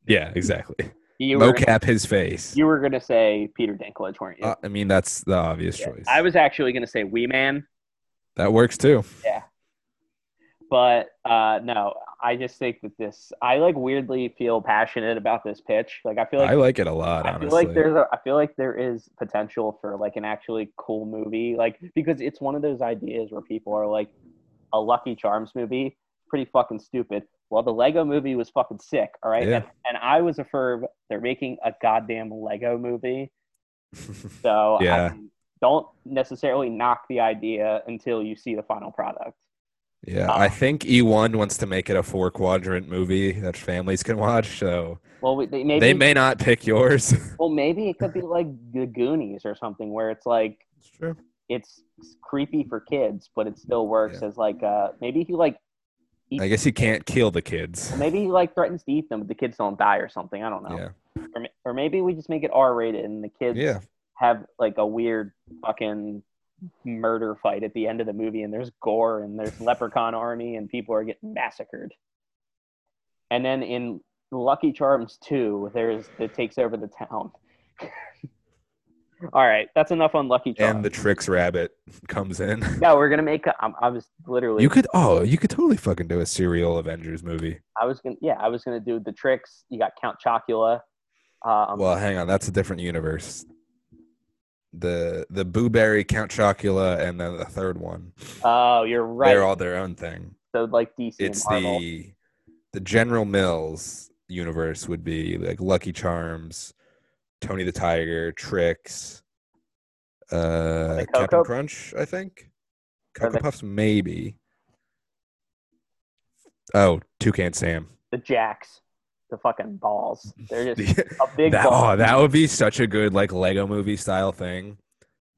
S2: Yeah, exactly.
S1: you were
S2: Mocap his face.
S1: you were gonna say Peter Dinklage, weren't you?
S2: Uh, I mean, that's the obvious
S1: Yeah.
S2: choice.
S1: I was actually gonna say Wee Man,
S2: that works too.
S1: but uh no, I just think that this I like weirdly feel passionate about this pitch. Like I feel like
S2: I like it a lot.
S1: I feel
S2: Honestly,
S1: like there's a, I feel like there is potential for like an actually cool movie, like because it's one of those ideas where people are like, a Lucky Charms movie, pretty fucking stupid. Well, the Lego movie was fucking sick, all right.
S2: Yeah.
S1: And, and I was a firm. They're making a goddamn Lego movie, so I
S2: Yeah.
S1: mean, don't necessarily knock the idea until you see the final product.
S2: yeah,
S1: uh,
S2: I think E1 wants to make it a four quadrant movie that families can watch. So
S1: Well, we- they, maybe
S2: they may not pick yours.
S1: well maybe it could be like The Goonies or something where it's like
S2: it's true.
S1: it's creepy for kids, but it still works as like uh maybe he like
S2: I guess you can't kill the kids.
S1: well, maybe he like threatens to eat them, but the kids don't die or something. I don't know.
S2: Yeah,
S1: Or, ma- or maybe we just make it R rated and the kids
S2: yeah.
S1: have like a weird fucking murder fight at the end of the movie, and there's gore and there's leprechaun army and people are getting massacred. And then in Lucky Charms two, there's it takes over the town. All right, that's enough on Lucky Charms.
S2: And the tricks rabbit comes in.
S1: no, we're gonna make. A, I'm, I was literally.
S2: You could oh, you could totally fucking do a serial Avengers movie.
S1: I was gonna, yeah, I was gonna do the tricks. You got Count Chocula. Um,
S2: well, hang on, that's a different universe. The the Boo Berry, Count Chocula, and then the third one.
S1: oh, you're right.
S2: They're all their own thing.
S1: so like DC
S2: It's
S1: and Marvel.
S2: the the General Mills universe would be like Lucky Charms, Tony the Tiger, Tricks, uh
S1: The
S2: Captain
S1: Cocoa-
S2: Crunch, I think.
S1: Or
S2: Cocoa
S1: the-
S2: Puffs maybe. Oh, Toucan Sam.
S1: the jacks, the fucking balls. They're just
S2: The-
S1: a big
S2: that,
S1: ball.
S2: oh, that would be such a good like Lego movie style thing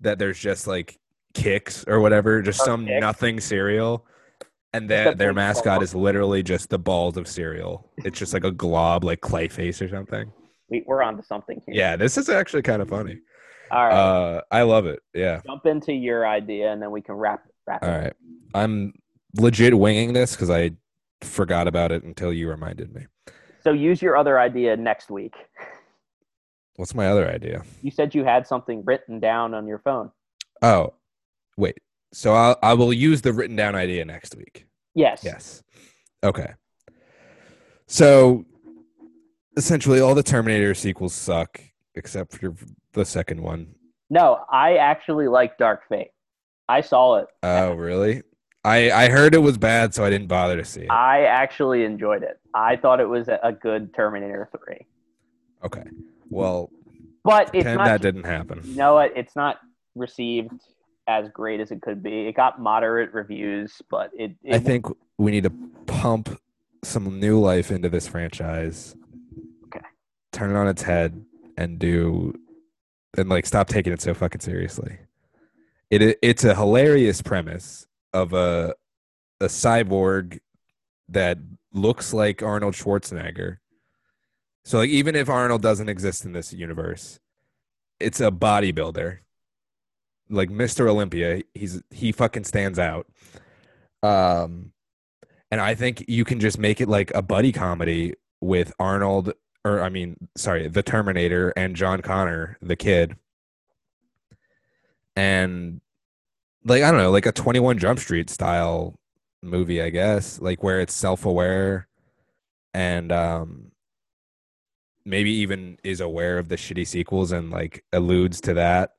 S2: that there's just like kicks or whatever, just
S1: Or
S2: some
S1: kicks.
S2: nothing cereal. And their
S1: Except
S2: their
S1: when it's
S2: mascot
S1: all-
S2: is literally just the balls of cereal. It's just like a glob, like Clayface or something.
S1: We, we're onto something here.
S2: Yeah, this is actually kind of funny.
S1: All right.
S2: Uh, I love it. Yeah.
S1: Jump into your idea, and then we can wrap wrap.
S2: All
S1: it.
S2: right. I'm legit winging this because I forgot about it until you reminded me.
S1: So use your other idea next week.
S2: What's my other idea?
S1: You said you had something written down on your phone.
S2: Oh, wait. So I'll, I will use the written down idea next week.
S1: Yes.
S2: Yes. Okay. So essentially, all the Terminator sequels suck except for the second one.
S1: No, I actually like Dark Fate. I saw it.
S2: Oh, really? I I heard it was bad, so I didn't bother to see it.
S1: I actually enjoyed it. I thought it was a, a good Terminator Three,
S2: Okay. Well,
S1: but it's
S2: pretend
S1: not.
S2: that didn't happen.
S1: you know what? It's not received as great as it could be. It got moderate reviews, but it. it
S2: I think we need to pump some new life into this franchise.
S1: Okay.
S2: Turn it on its head and do and like stop taking it so fucking seriously. It i- it's a hilarious premise of a a cyborg that looks like Arnold Schwarzenegger. So like even if Arnold doesn't exist in this universe, it's a bodybuilder. Like Mr. Olympia, he's he fucking stands out. Um, and I think you can just make it like a buddy comedy with Arnold, or I mean, sorry, the Terminator and John Connor, the kid. And like, I don't know, like a 21 Jump Street style movie, I guess, like where it's self aware and, um, maybe even is aware of the shitty sequels and like alludes to that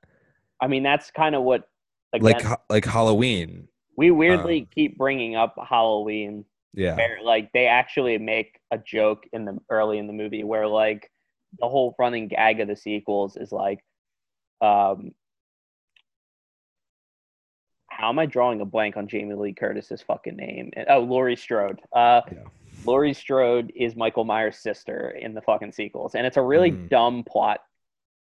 S1: I mean, that's kind of what. Again,
S2: like ho- like halloween
S1: we weirdly
S2: um,
S1: keep bringing up Halloween
S2: yeah
S1: where like they actually make a joke in the early in the movie where like the whole running gag of the sequels is like um how am I drawing a blank on Jamie Lee Curtis's fucking name? And- Oh, Laurie Strode. Uh,
S2: Yeah.
S1: Laurie Strode is Michael Myers' sister in the fucking sequels, and it's a really
S2: Mhm.
S1: dumb plot,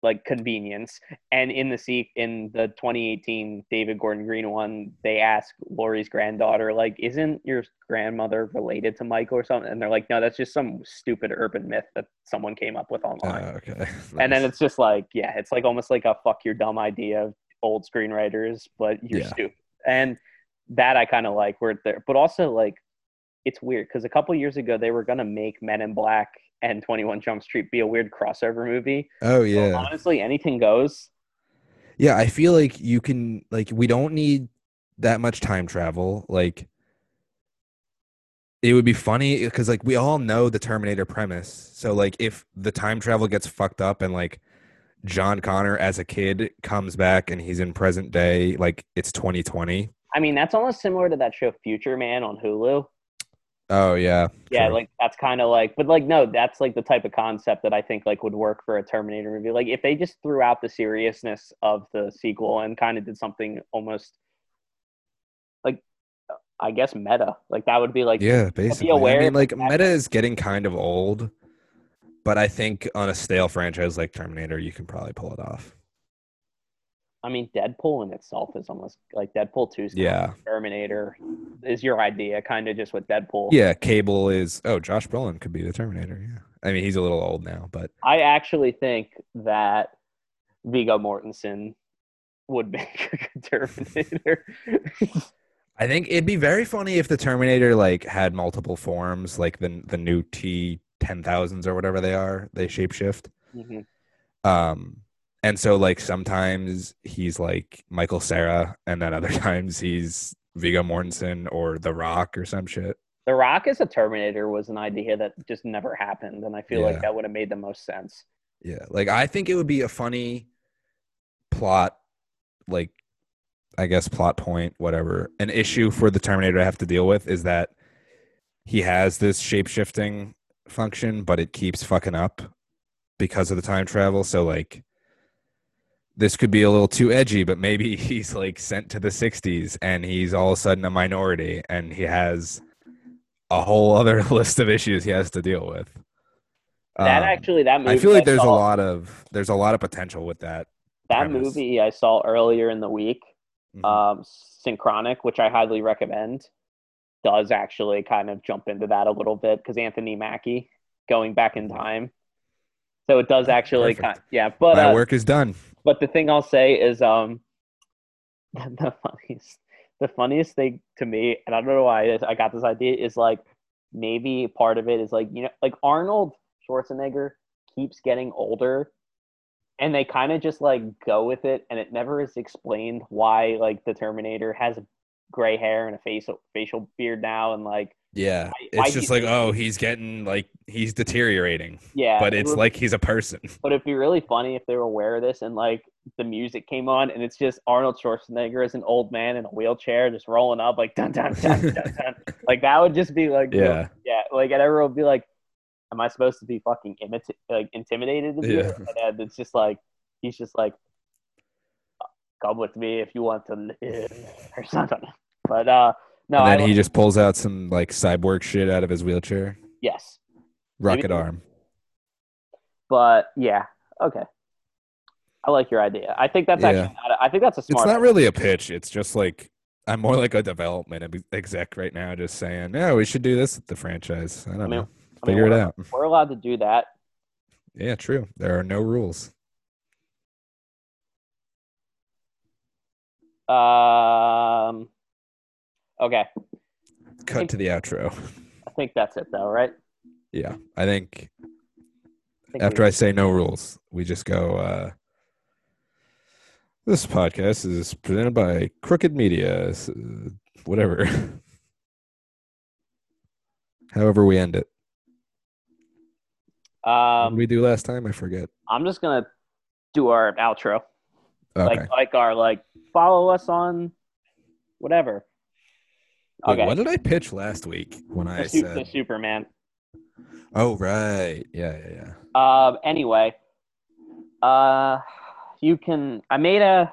S1: like convenience. And in the se- in the 2018 David Gordon Green one, they ask Laurie's granddaughter, like, "Isn't your grandmother related to Michael or something?" And they're like, "No, that's just some stupid urban myth that someone came up with online."
S2: Uh, okay.
S1: And then
S2: Nice.
S1: it's just like, yeah, it's like almost like a fuck your dumb idea of old screenwriters, but you're
S2: Yeah.
S1: stupid. And that I kind of like where it there, but also like it's weird because a couple years ago they were gonna make Men in Black and 21 Jump Street be a weird crossover movie.
S2: oh
S1: So
S2: yeah,
S1: honestly, anything goes.
S2: yeah. I feel like you can like we don't need that much time travel. Like it would be funny because like we all know the Terminator premise. So like if the time travel gets fucked up and like John Connor as a kid comes back and he's in present day, like it's 2020.
S1: I mean, that's almost similar to that show Future Man on Hulu.
S2: Oh yeah,
S1: Yeah,
S2: True.
S1: like that's kind of like, but like no, that's like the type of concept that I think like would work for a Terminator movie. Like if they just threw out the seriousness of the sequel and kind of did something almost like, I guess meta. Like that would be like,
S2: yeah. Basically,
S1: aware
S2: I mean,
S1: that
S2: like
S1: that-
S2: meta is getting kind of old, but I think on a stale franchise like Terminator, you can probably pull it off.
S1: I mean, Deadpool in itself is almost like Deadpool 2's kind of
S2: Yeah.
S1: Terminator is your idea, kind of just with Deadpool.
S2: Yeah, Cable is. Oh, Josh Brolin could be the Terminator. Yeah, I mean he's a little old now, but
S1: I actually think that Vigo Mortensen would make a good Terminator.
S2: I think it'd be very funny if the Terminator like had multiple forms, like the the new T ten thousands or whatever they are. They shapeshift.
S1: Mhm.
S2: Um, and so like sometimes he's like Michael Sarah, and then other times he's Vigo Mortensen or The Rock or some shit.
S1: The Rock as a Terminator was an idea that just never happened, and I feel
S2: Yeah.
S1: like that would have made the most sense.
S2: Yeah, like I think it would be a funny plot, like I guess plot point, whatever. An issue for the Terminator to have to deal with is that he has this shape shifting function, but it keeps fucking up because of the time travel. So like this could be a little too edgy, but maybe he's like sent to the sixties and he's all of a sudden a minority and he has a whole other list of issues he has to deal with.
S1: That
S2: Um,
S1: actually, that movie.
S2: I feel like there's a
S1: saw-
S2: lot of there's a lot of potential with that.
S1: That
S2: premise.
S1: movie I saw earlier in the week,
S2: Mhm.
S1: um, Synchronic, which I highly recommend. does actually kind of jump into that a little bit because Anthony Mackie going back in time. So it does actually
S2: Mm-hmm. Perfect.
S1: kind yeah, but
S2: that
S1: uh,
S2: work is done.
S1: but the thing I'll say is um the funniest the funniest thing to me, and I don't know why I got this idea is like maybe part of it is like you know like Arnold Schwarzenegger keeps getting older and they kind of just like go with it and it never is explained why like the Terminator has gray hair and a facial facial beard now and like
S2: Yeah,
S1: I
S2: it's just
S1: keep-
S2: like oh, he's getting like he's deteriorating,
S1: yeah
S2: but
S1: it
S2: it's
S1: would-
S2: like he's a person.
S1: But it'd be really funny if they were aware of this and like the music came on and it's just Arnold Schwarzenegger as an old man in a wheelchair just rolling up like dun dun dun dun dun. Like that would just be like really-
S2: Yeah,
S1: yeah. Like and everyone would be like, Am I supposed to be fucking imita- like intimidated of you?
S2: Yeah.
S1: And it's just like he's just like come with me if you want to live or something. But uh no
S2: and
S1: I
S2: then
S1: li-
S2: he just pulls out some like cyborg shit out of his wheelchair,
S1: yes.
S2: rocket
S1: Maybe-
S2: arm.
S1: But yeah, okay. I like your idea. I think that's
S2: Yeah.
S1: actually not a, I think that's a
S2: It's
S1: smart
S2: not really a pitch. It's just like I'm more like a development ex- exec right now, just saying, yeah, we should do this with the franchise. I don't
S1: mean-
S2: know,
S1: I mean,
S2: figure it
S1: we're-
S2: out.
S1: We're allowed to do that.
S2: Yeah, true. There are no rules.
S1: Um, okay,
S2: Cut to the outro.
S1: I think that's it though, right?
S2: Yeah, I think
S1: I think
S2: after
S1: we-
S2: I say no rules, we just go. uh This podcast is presented by Crooked Media, s- uh, whatever. However, we end it. What
S1: um,
S2: did we do last time, I forget.
S1: I'm just gonna do our outro,
S2: Okay.
S1: like like our like follow us on whatever.
S2: Wait,
S1: Okay,
S2: what did I pitch last week when I
S1: the, su- the
S2: said?
S1: Superman.
S2: Oh right, yeah, yeah, yeah.
S1: Um, anyway, uh, you can. I made a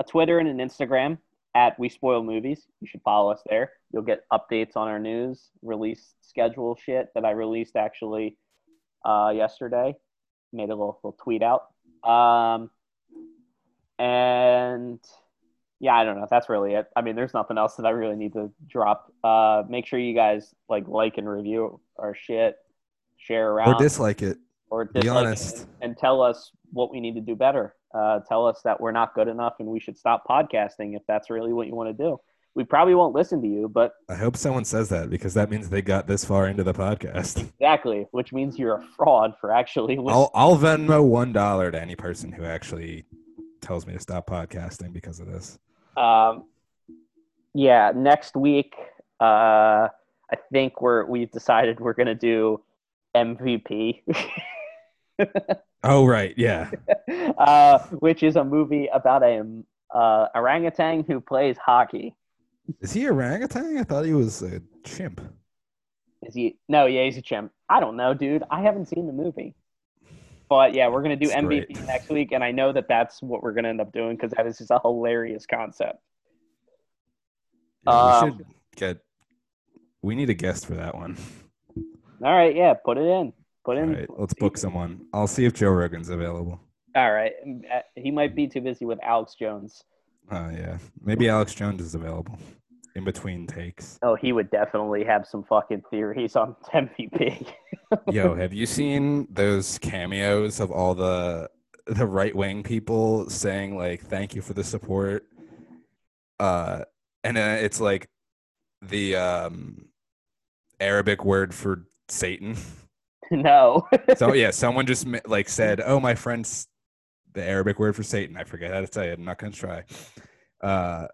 S1: a Twitter and an Instagram at We Spoil Movies. You should follow us there. You'll get updates on our news, release schedule shit that I released actually uh, yesterday. Made a little, little tweet out. Um, and yeah, I don't know. That's really it. I mean, there's nothing else that I really need to drop. Uh, make sure you guys like like and review our shit, share around
S2: Or dislike it.
S1: or
S2: Be
S1: dislike it
S2: honest.
S1: and, and tell us what we need to do better. Uh, tell us that we're not good enough and we should stop podcasting if that's really what you want to do. We probably won't listen to you, but
S2: I hope someone says that because that means they got this far into the podcast.
S1: exactly, which means you're a fraud for actually listening.
S2: I'll I'll Venmo one dollar to any person who actually tells me to stop podcasting because of this.
S1: Um, yeah, next week, uh, I think we're we've decided we're gonna do MVP,
S2: Oh right, yeah.
S1: uh, which is a movie about a uh, orangutan who plays hockey.
S2: Is he orangutan? I thought he was a chimp.
S1: Is he? No, yeah, he's a chimp. I don't know, dude. I haven't seen the movie. But yeah, we're gonna do
S2: That's
S1: MVP
S2: great.
S1: next week, and I know that that's what we're gonna end up doing because that is just a hilarious concept.
S2: Yeah,
S1: Um,
S2: we should get. We need a guest for that one.
S1: All right, yeah, put it in, put
S2: All
S1: in.
S2: right, let's book someone. I'll see if Joe Rogan's available.
S1: All right, uh, he might be too busy with Alex Jones.
S2: Oh yeah, maybe Alex Jones is available in between takes.
S1: Oh, he would definitely have some fucking theories on MVP.
S2: Yo, have you seen those cameos of all the the right wing people saying like "thank you for the support"? Uh, and uh, it's like the um, Arabic word for Satan.
S1: no,
S2: So yeah, someone just mi- like said, "Oh, my friend's the Arabic word for Satan." I forget how to tell you. I'm not gonna try. Uh,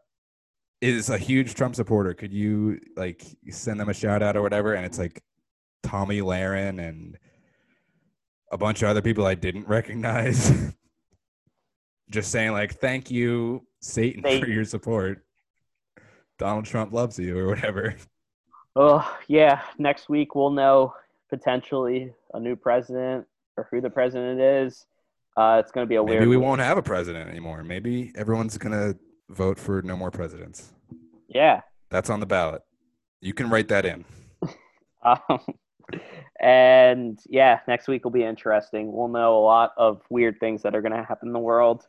S2: is a huge Trump supporter. Could you like send them a shout out or whatever? And it's like Tommy Laren and a bunch of other people I didn't recognize, just saying like, "Thank you, Satan, for
S1: Satan.
S2: your support." Donald Trump loves you or whatever.
S1: oh yeah, next week we'll know potentially a new president or who the president is. Uh, it's gonna be a
S2: Maybe
S1: weird.
S2: we won't have a president anymore. Maybe everyone's gonna vote for no more presidents.
S1: Yeah.
S2: That's on the ballot. You can write that in.
S1: Um, and yeah, next week will be interesting. We'll know a lot of weird things that are going to happen in the world.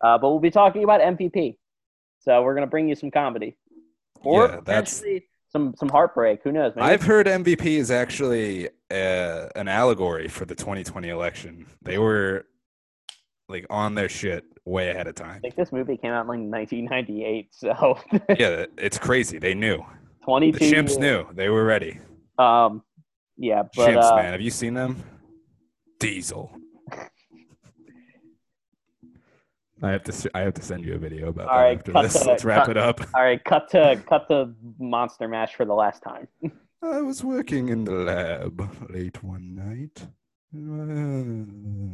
S1: Uh, but we'll be talking about MVP. So we're going to bring you some comedy. Or
S2: Yeah, that's-
S1: potentially some some heartbreak. Who knows? Maybe
S2: I've heard MVP is actually uh, an allegory for the 2020 election. They were like on their shit way ahead of time.
S1: I think this movie came out in like 1998, so
S2: yeah, it's crazy. They knew.
S1: 22.
S2: The chimps
S1: years.
S2: knew. They were ready.
S1: Um, yeah, but
S2: chimps,
S1: uh,
S2: man. Have you seen them? Diesel. I have to. s- I have to send you a video about
S1: All
S2: that
S1: right,
S2: after
S1: cut
S2: this.
S1: to the-
S2: Let's wrap
S1: cut-
S2: it up.
S1: all right, cut to cut to Monster Mash for the last time.
S2: I was working in the lab late one night.